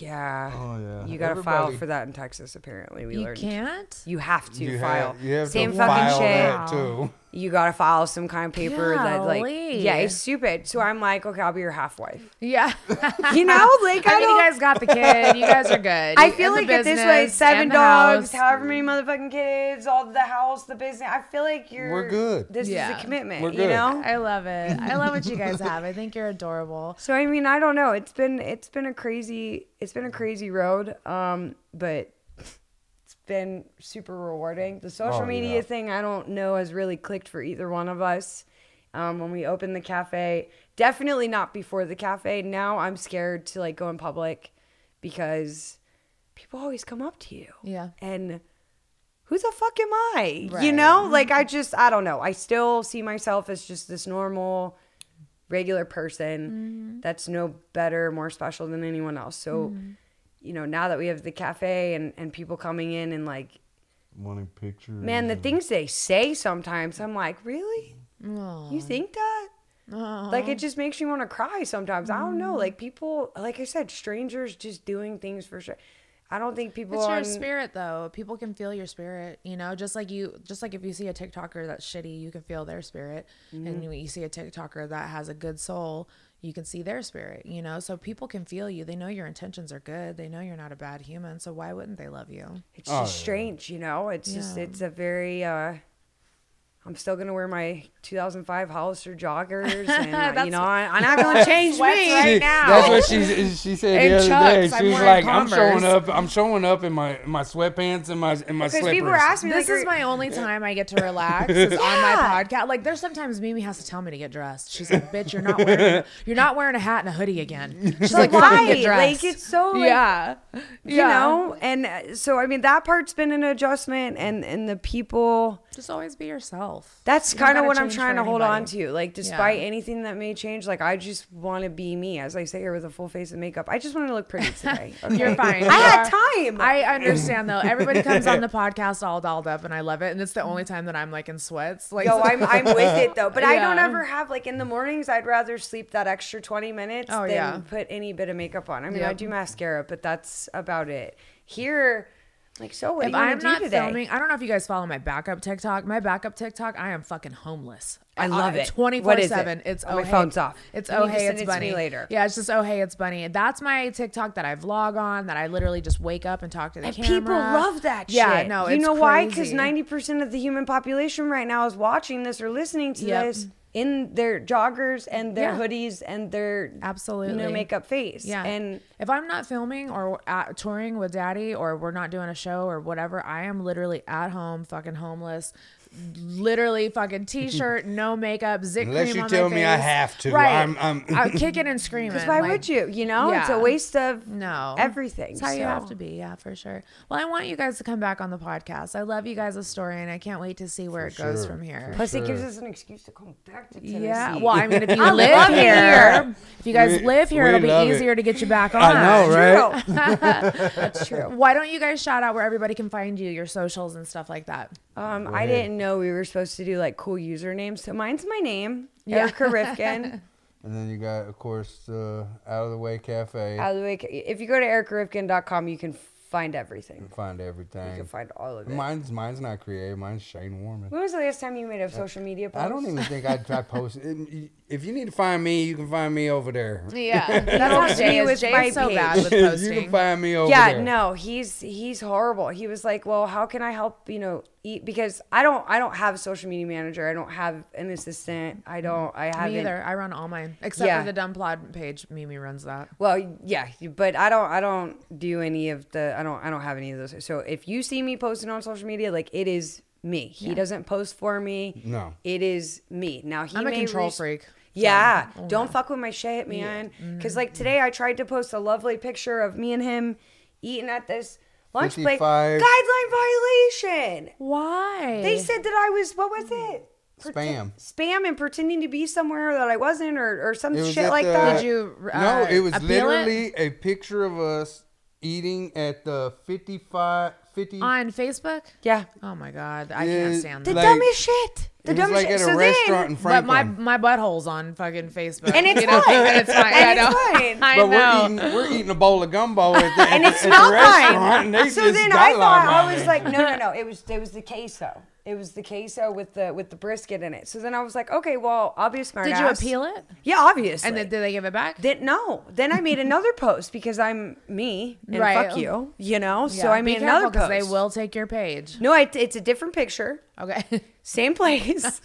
Speaker 5: yeah.
Speaker 4: Oh, yeah.
Speaker 5: You gotta file
Speaker 4: Everybody-
Speaker 5: for that in Texas. Apparently, we
Speaker 1: You
Speaker 5: learned
Speaker 1: can't.
Speaker 5: you have to
Speaker 4: You
Speaker 5: file.
Speaker 4: have, you have
Speaker 5: Same
Speaker 4: to
Speaker 5: fucking
Speaker 4: file
Speaker 5: shit.
Speaker 4: that too.
Speaker 5: You gotta file some kind of paper that like
Speaker 1: Golly.
Speaker 5: yeah, it's stupid. So I'm like, okay, I'll be your half wife. [laughs]
Speaker 1: Yeah. [laughs]
Speaker 5: You know, like I,
Speaker 1: I mean,
Speaker 5: don't.
Speaker 1: you guys got the kid. You guys are good.
Speaker 5: I
Speaker 1: You-
Speaker 5: feel
Speaker 1: and the
Speaker 5: like at this
Speaker 1: business
Speaker 5: way, seven
Speaker 1: and the
Speaker 5: dogs,
Speaker 1: house.
Speaker 5: however many motherfucking kids, all the house, the business. I feel like you're
Speaker 4: We're good.
Speaker 5: This is
Speaker 1: Yeah.
Speaker 5: a commitment.
Speaker 4: We're
Speaker 5: You
Speaker 4: good.
Speaker 5: know.
Speaker 1: I love it. I love what you guys have. I think you're adorable.
Speaker 5: So I mean, I don't know. It's been it's been a crazy it's been a crazy road. Um, but it's been super rewarding. The social
Speaker 4: Oh,
Speaker 5: media
Speaker 4: yeah.
Speaker 5: thing I don't know has really clicked for either one of us. Um, when we opened the cafe, definitely not before the cafe. Now I'm scared to like go in public because people always come up to you.
Speaker 1: Yeah.
Speaker 5: And who the fuck am I? You
Speaker 1: Right.
Speaker 5: know, like I just, I don't know. I still see myself as just this normal, regular person
Speaker 1: Mm-hmm.
Speaker 5: that's no better, more special than anyone else. So, you know, now that we have the cafe and, and people coming in and like,
Speaker 4: Wanting pictures.
Speaker 5: man, the things they say sometimes, I'm like, really? You think that? Like it just makes you want to cry sometimes. I
Speaker 1: Mm-hmm.
Speaker 5: don't know. Like people, like I said, strangers just doing things for sure. I don't think
Speaker 1: [laughs]
Speaker 5: people
Speaker 1: It's your
Speaker 5: on-
Speaker 1: spirit though. People can feel your spirit, you know, just like you just like if you see a TikToker that's shitty, you can feel their spirit. And when you see a TikToker that has a good soul, you can see their spirit, you know. So people can feel you. They know your intentions are good. They know you're not a bad human. So why wouldn't they love you?
Speaker 5: it's
Speaker 4: Oh,
Speaker 5: just strange, you know. It's just it's a very. uh I'm still gonna wear my 2005
Speaker 1: [laughs]
Speaker 5: Hollister joggers, and uh, you know I- I'm not gonna change me right now.
Speaker 4: That's what she she said
Speaker 1: And
Speaker 4: the other
Speaker 1: Chucks,
Speaker 4: day.
Speaker 1: I'm
Speaker 4: She was
Speaker 1: wearing
Speaker 4: like, I'm
Speaker 1: Converse."
Speaker 4: showing up. I'm showing up in my in my sweatpants and my and my
Speaker 5: Because
Speaker 4: slippers.
Speaker 5: people were asking me,
Speaker 1: This
Speaker 5: like,
Speaker 1: is
Speaker 5: are-
Speaker 1: my only time I get to
Speaker 5: [laughs]
Speaker 1: relax is on my podcast. Like there's sometimes Mimi has to tell me to get dressed. She's like, "Bitch, you're not wearing
Speaker 5: [laughs]
Speaker 1: you're not wearing a hat and a hoodie again." She's like, "Fucking
Speaker 5: why?
Speaker 1: get dressed."
Speaker 5: Like, it's so, like,
Speaker 1: yeah,
Speaker 5: you
Speaker 1: Yeah.
Speaker 5: know. And uh, so I mean that part's been an adjustment, and and the people.
Speaker 1: Just always be yourself.
Speaker 5: That's
Speaker 1: You don't
Speaker 5: kind of
Speaker 1: gotta
Speaker 5: what I'm
Speaker 1: change for
Speaker 5: trying to hold
Speaker 1: anybody.
Speaker 5: on to. Like, despite anything that may change, like I just want to be me, as I sit here with a full face of makeup. I just want to
Speaker 1: [laughs]
Speaker 5: look pretty today. Okay?
Speaker 1: You're fine.
Speaker 5: [laughs] I had
Speaker 1: You are-
Speaker 5: time.
Speaker 1: I understand though. Everybody comes
Speaker 5: [laughs]
Speaker 1: on the podcast all dolled up, and I love it. And it's the only time that I'm like in sweats. Like,
Speaker 5: Yo, I'm I'm with it though, but I don't
Speaker 1: Yeah.
Speaker 5: ever have like in the mornings. I'd rather sleep that extra 20 minutes
Speaker 1: Oh,
Speaker 5: than
Speaker 1: yeah.
Speaker 5: put any bit of makeup on. I mean, I
Speaker 1: Yep.
Speaker 5: do mascara, but that's about it. Here, like, so what?
Speaker 1: if
Speaker 5: are you
Speaker 1: I'm
Speaker 5: gonna do
Speaker 1: not
Speaker 5: today?
Speaker 1: filming, I don't know if you guys follow my backup TikTok. My backup TikTok, I am fucking homeless.
Speaker 5: I love it. What is
Speaker 1: Twenty
Speaker 5: it?
Speaker 1: four seven. It's
Speaker 5: Oh,
Speaker 1: oh,
Speaker 5: my
Speaker 1: hey-
Speaker 5: phone's off.
Speaker 1: It's
Speaker 5: You
Speaker 1: oh
Speaker 5: need to
Speaker 1: hey,
Speaker 5: send
Speaker 1: it's
Speaker 5: it to me
Speaker 1: bunny
Speaker 5: later.
Speaker 1: Yeah, it's just oh hey, it's bunny. That's my TikTok that I vlog on. That I literally just wake up and talk to the
Speaker 5: And
Speaker 1: camera.
Speaker 5: people love that
Speaker 1: yeah,
Speaker 5: shit.
Speaker 1: no,
Speaker 5: you
Speaker 1: it's
Speaker 5: know why? Because
Speaker 1: crazy.
Speaker 5: 90% of the human population right now is watching this or listening to
Speaker 1: Yep.
Speaker 5: this in their joggers and their
Speaker 1: Yeah.
Speaker 5: hoodies and their
Speaker 1: Absolutely.
Speaker 5: no makeup face.
Speaker 1: Yeah.
Speaker 5: And
Speaker 1: if I'm not filming or at, touring with daddy or we're not doing a show or whatever, I am literally at home, fucking homeless, literally
Speaker 5: [laughs]
Speaker 1: fucking t shirt, no makeup, zit
Speaker 4: Unless
Speaker 1: cream
Speaker 4: you
Speaker 1: on
Speaker 4: tell
Speaker 1: my
Speaker 4: me I
Speaker 1: face.
Speaker 4: have to.
Speaker 1: Right.
Speaker 4: I'm-
Speaker 1: [laughs]
Speaker 4: I'm-
Speaker 1: kicking and screaming.
Speaker 5: because why
Speaker 1: like-
Speaker 5: would you? You know, it's a
Speaker 1: Yeah.
Speaker 5: waste of
Speaker 1: No.
Speaker 5: everything.
Speaker 1: It's how you have
Speaker 5: so.
Speaker 1: to be. Yeah, for sure. Well, I want you guys to come back on the podcast. I love you guys' story and I can't wait to see where it goes
Speaker 4: sure.
Speaker 1: from here.
Speaker 5: Plus, it gives
Speaker 4: Sure.
Speaker 5: us an excuse to come back to Tennessee.
Speaker 1: Yeah. Well,
Speaker 4: [laughs]
Speaker 1: I mean,
Speaker 5: [laughs]
Speaker 1: if you
Speaker 5: love
Speaker 1: live
Speaker 5: it
Speaker 1: here, if you guys
Speaker 4: We-
Speaker 1: live here,
Speaker 4: we
Speaker 1: it'll
Speaker 4: love
Speaker 1: be
Speaker 4: it.
Speaker 1: easier to get you back on.
Speaker 4: I know, right?
Speaker 5: True. That's true.
Speaker 1: Why don't you guys shout out where everybody can find you, your socials and stuff like that?
Speaker 5: [laughs] Um, I didn't know we were supposed to do like cool usernames. So mine's my name,
Speaker 1: Yeah.
Speaker 5: Erica
Speaker 1: [laughs]
Speaker 5: Rifkin.
Speaker 4: And then you got, of course, uh, out of the way cafe.
Speaker 5: Out of the way, if you go to ericarifkin.com, you can find everything.
Speaker 4: find everything.
Speaker 5: You can find all of it.
Speaker 4: mine's mine's not creative. Mine's Shane Warman.
Speaker 5: when was the last time you made a social media post?
Speaker 4: I don't even think I, I posted. and If you need to find me, you can find me over there. [laughs]
Speaker 1: Yeah, [laughs] that's how
Speaker 5: helps me
Speaker 1: Jay
Speaker 5: with
Speaker 1: is. Jay
Speaker 5: my
Speaker 1: is so
Speaker 5: page.
Speaker 1: bad [laughs] with
Speaker 4: you
Speaker 1: posting.
Speaker 4: can find me over
Speaker 5: Yeah,
Speaker 4: there.
Speaker 5: no, he's he's horrible. He was like, "Well, how can I help?" You know, e- because I don't I don't have a social media manager. I don't have an assistant. I don't I haven't
Speaker 1: Me either. I run all mine except
Speaker 5: Yeah.
Speaker 1: for the dumb plod page. Mimi runs that.
Speaker 5: Well, yeah, but I don't I don't do any of the I don't I don't have any of those. So if you see me posting on social media, like it is me. He doesn't post for me.
Speaker 4: No.
Speaker 5: It is me. Now he
Speaker 1: I'm a
Speaker 5: may
Speaker 1: control
Speaker 5: res-
Speaker 1: freak, so,
Speaker 5: Yeah. don't fuck with my shit, man.
Speaker 1: Mm-hmm.
Speaker 5: Cuz like today I tried to post a lovely picture of me and him eating at this lunch plate
Speaker 4: 55
Speaker 5: guideline violation.
Speaker 1: Why?
Speaker 5: They said that I was what was it?
Speaker 4: Spam.
Speaker 5: Spam and pretending to be somewhere that I wasn't or, or some
Speaker 4: It was
Speaker 5: shit
Speaker 4: at
Speaker 5: like
Speaker 4: the-
Speaker 5: that.
Speaker 1: Did you,
Speaker 4: no,
Speaker 1: uh,
Speaker 4: it was
Speaker 1: appeal it?
Speaker 4: literally a picture of us eating at the 55, 50.
Speaker 1: on Facebook.
Speaker 5: yeah.
Speaker 1: Oh my god, I
Speaker 4: Yeah,
Speaker 1: can't stand
Speaker 5: The
Speaker 1: that.
Speaker 4: like-
Speaker 5: dumbest shit. The
Speaker 4: it was
Speaker 5: dumbest
Speaker 4: like
Speaker 5: shit.
Speaker 4: at a
Speaker 5: so
Speaker 4: restaurant
Speaker 5: then, [laughs]
Speaker 4: in
Speaker 1: But
Speaker 4: Franklin.
Speaker 1: my my butthole's on fucking Facebook,
Speaker 5: And it's
Speaker 1: You know,
Speaker 5: fine.
Speaker 1: and it's fine.
Speaker 5: And
Speaker 1: I
Speaker 5: it's
Speaker 1: know. [laughs]
Speaker 5: fine.
Speaker 1: I
Speaker 4: but
Speaker 1: know.
Speaker 4: we're eating, we're eating a bowl of gumbo at the, at
Speaker 5: [laughs] and
Speaker 4: the-
Speaker 5: it
Speaker 4: at the
Speaker 5: smelled
Speaker 4: restaurant. And they
Speaker 5: fine. So
Speaker 4: just
Speaker 5: then I
Speaker 4: guideline
Speaker 5: thought
Speaker 4: my
Speaker 5: I was
Speaker 4: ass.
Speaker 5: like, no,
Speaker 4: [laughs]
Speaker 5: no, no. It was it was the queso. It was the queso with the with the brisket in it. So then I was like, okay, well, I'll be a smart.
Speaker 1: Did you appeal it?
Speaker 5: Yeah, obviously.
Speaker 1: And then did they give it back?
Speaker 5: Then no. Then I made another post because I'm me and
Speaker 1: Right.
Speaker 5: fuck you, you know.
Speaker 1: Yeah,
Speaker 5: So I
Speaker 1: be
Speaker 5: made
Speaker 1: careful
Speaker 5: another
Speaker 1: 'cause
Speaker 5: post.
Speaker 1: They will take your page.
Speaker 5: No, I, it's a different picture,
Speaker 1: Okay. [laughs]
Speaker 5: same place,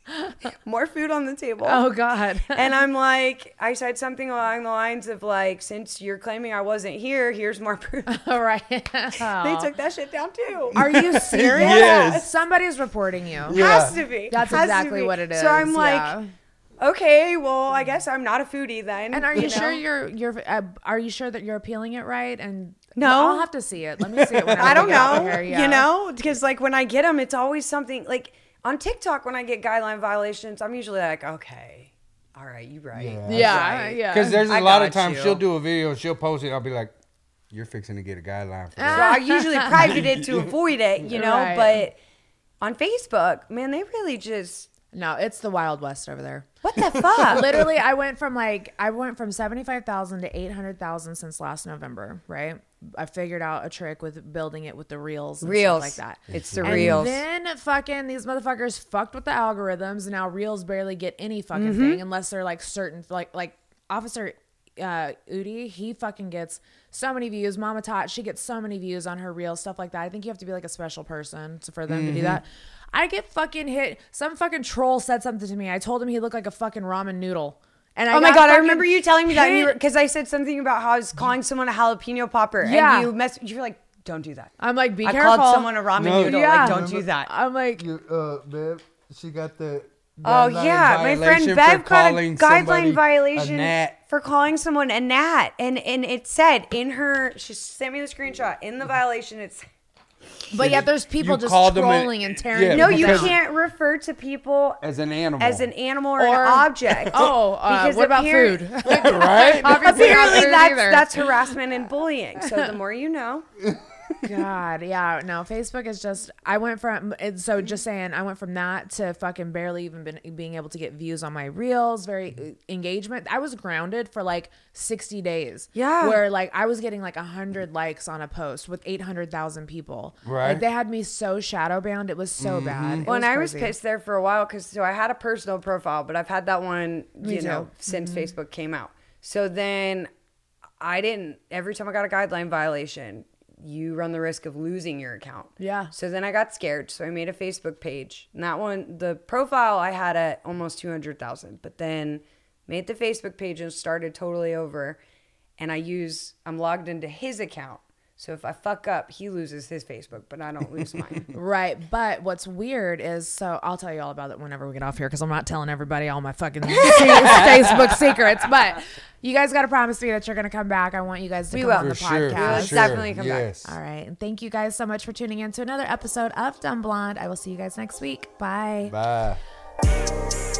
Speaker 5: [laughs] more food on the table.
Speaker 1: Oh God. [laughs]
Speaker 5: and I'm like, I said something along the lines of like, since you're claiming I wasn't here, here's more proof. [laughs]
Speaker 1: All right. [laughs]
Speaker 5: they took that shit down too.
Speaker 1: Are
Speaker 5: [laughs]
Speaker 1: you serious?
Speaker 4: Yes.
Speaker 1: Somebody's reporting you.
Speaker 5: Has to be.
Speaker 1: That's
Speaker 5: Has to
Speaker 1: exactly
Speaker 5: be.
Speaker 1: what it is.
Speaker 5: So I'm like,
Speaker 1: yeah.
Speaker 5: okay, well, I guess I'm not a foodie then.
Speaker 1: and are you,
Speaker 5: know?
Speaker 1: sure you're you're uh, are you sure that you're appealing it right? And
Speaker 5: No.
Speaker 1: I'll have to see it. Let me see it. When I,
Speaker 5: [laughs] I don't
Speaker 1: get out
Speaker 5: know.
Speaker 1: here,
Speaker 5: You
Speaker 1: yeah.
Speaker 5: know, because like when I get them, it's always something like on TikTok when I get guideline violations, I'm usually like, okay, all right, you right.
Speaker 1: Yeah, yeah.
Speaker 4: Because there's a
Speaker 5: I
Speaker 4: lot of
Speaker 5: got
Speaker 4: times
Speaker 5: you.
Speaker 4: she'll do a video and she'll post it. I'll be like, you're fixing to get a guideline for
Speaker 5: So
Speaker 4: that.
Speaker 5: I usually private it to avoid it, you know.
Speaker 1: Right.
Speaker 5: But on Facebook, man, they really just
Speaker 1: no, it's the Wild West over there.
Speaker 5: what the fuck?
Speaker 1: Literally, I went from like I went from seventy five thousand to eight hundred thousand since last November. Right, I figured out a trick with building it with the reels, and stuff
Speaker 5: reels
Speaker 1: like that.
Speaker 5: It's the
Speaker 1: And
Speaker 5: reels.
Speaker 1: then fucking these motherfuckers fucked with the algorithms, and now reels barely get any fucking
Speaker 5: Mm-hmm.
Speaker 1: thing unless they're like certain, like like Officer uh, Udi, he fucking gets so many views. Mama Tot, she gets so many views on her reels, stuff like that. I think you have to be like a special person to- for them to do that.
Speaker 5: Mm-hmm.
Speaker 1: I get fucking hit. Some fucking troll said something to me. I told him he looked like a fucking ramen noodle. And I
Speaker 5: Oh my
Speaker 1: got
Speaker 5: god! I
Speaker 1: fucking
Speaker 5: remember you telling me that
Speaker 1: hit.
Speaker 5: because I said something about how I was calling someone a jalapeno popper,
Speaker 1: Yeah.
Speaker 5: and you mess. You're like, don't do that.
Speaker 1: I'm like, be
Speaker 5: I
Speaker 1: careful.
Speaker 5: called someone a ramen
Speaker 4: No.
Speaker 5: noodle.
Speaker 1: Yeah.
Speaker 5: Like, don't do that.
Speaker 1: I'm like,
Speaker 4: Uh, Bev, she got the.
Speaker 5: Oh yeah, my friend Bev got a guideline violation for calling someone a gnat, and and it said in her. She sent me the screenshot in the violation. It's
Speaker 1: but yet there's people
Speaker 4: you
Speaker 1: just
Speaker 4: called them a-
Speaker 1: trolling and tearing.
Speaker 4: yeah,
Speaker 1: people
Speaker 5: no, you
Speaker 1: down.
Speaker 5: can't refer to people
Speaker 4: As an animal.
Speaker 5: as an animal or, [laughs]
Speaker 1: Or-
Speaker 5: an object.
Speaker 1: [laughs] Oh, uh,
Speaker 5: Because
Speaker 1: what about
Speaker 5: apparent-
Speaker 1: food? [laughs]
Speaker 4: [laughs] right?
Speaker 1: Obviously not
Speaker 5: Apparently,
Speaker 1: food
Speaker 5: that's
Speaker 1: either. [laughs]
Speaker 5: that's harassment and bullying. So the more you know.
Speaker 1: God, yeah. No, Facebook is just. I went from and so just saying. I went from that to fucking barely even been being able to get views on my reels, very uh, engagement. I was grounded for like sixty days.
Speaker 5: Yeah.
Speaker 1: where like I was getting like hundred likes on a post with eight hundred thousand people.
Speaker 4: Right. Mm-hmm.
Speaker 1: like, they had me so shadow bound. It was so bad. It
Speaker 5: Well, and I was
Speaker 1: crazy.
Speaker 5: pissed there for a while because so I had a personal profile, but I've had that one, you know,
Speaker 1: too. Mm-hmm.
Speaker 5: since Facebook came out. So then I didn't. Every time I got a guideline violation, you run the risk of losing your account.
Speaker 1: Yeah.
Speaker 5: So then I got scared, so I made a Facebook page. And that one, the profile I had at almost two hundred thousand, but then made the Facebook page and started totally over. And I use I'm logged into his account. So if I fuck up, he loses his Facebook, but I don't
Speaker 1: [laughs]
Speaker 5: lose mine.
Speaker 1: Right, but what's weird is so I'll tell you all about it whenever we get off here because I'm not telling everybody all my fucking [laughs] se- Facebook secrets. But you guys got to promise me that you're going to come back. I want you guys to
Speaker 5: We
Speaker 1: come
Speaker 5: will.
Speaker 1: on the
Speaker 4: For sure, for
Speaker 1: podcast.
Speaker 5: sure. definitely come back.
Speaker 4: yes.
Speaker 1: All right, and thank you guys so much for tuning in to another episode of Dumb Blonde. I will see you guys next week. Bye.
Speaker 4: Bye.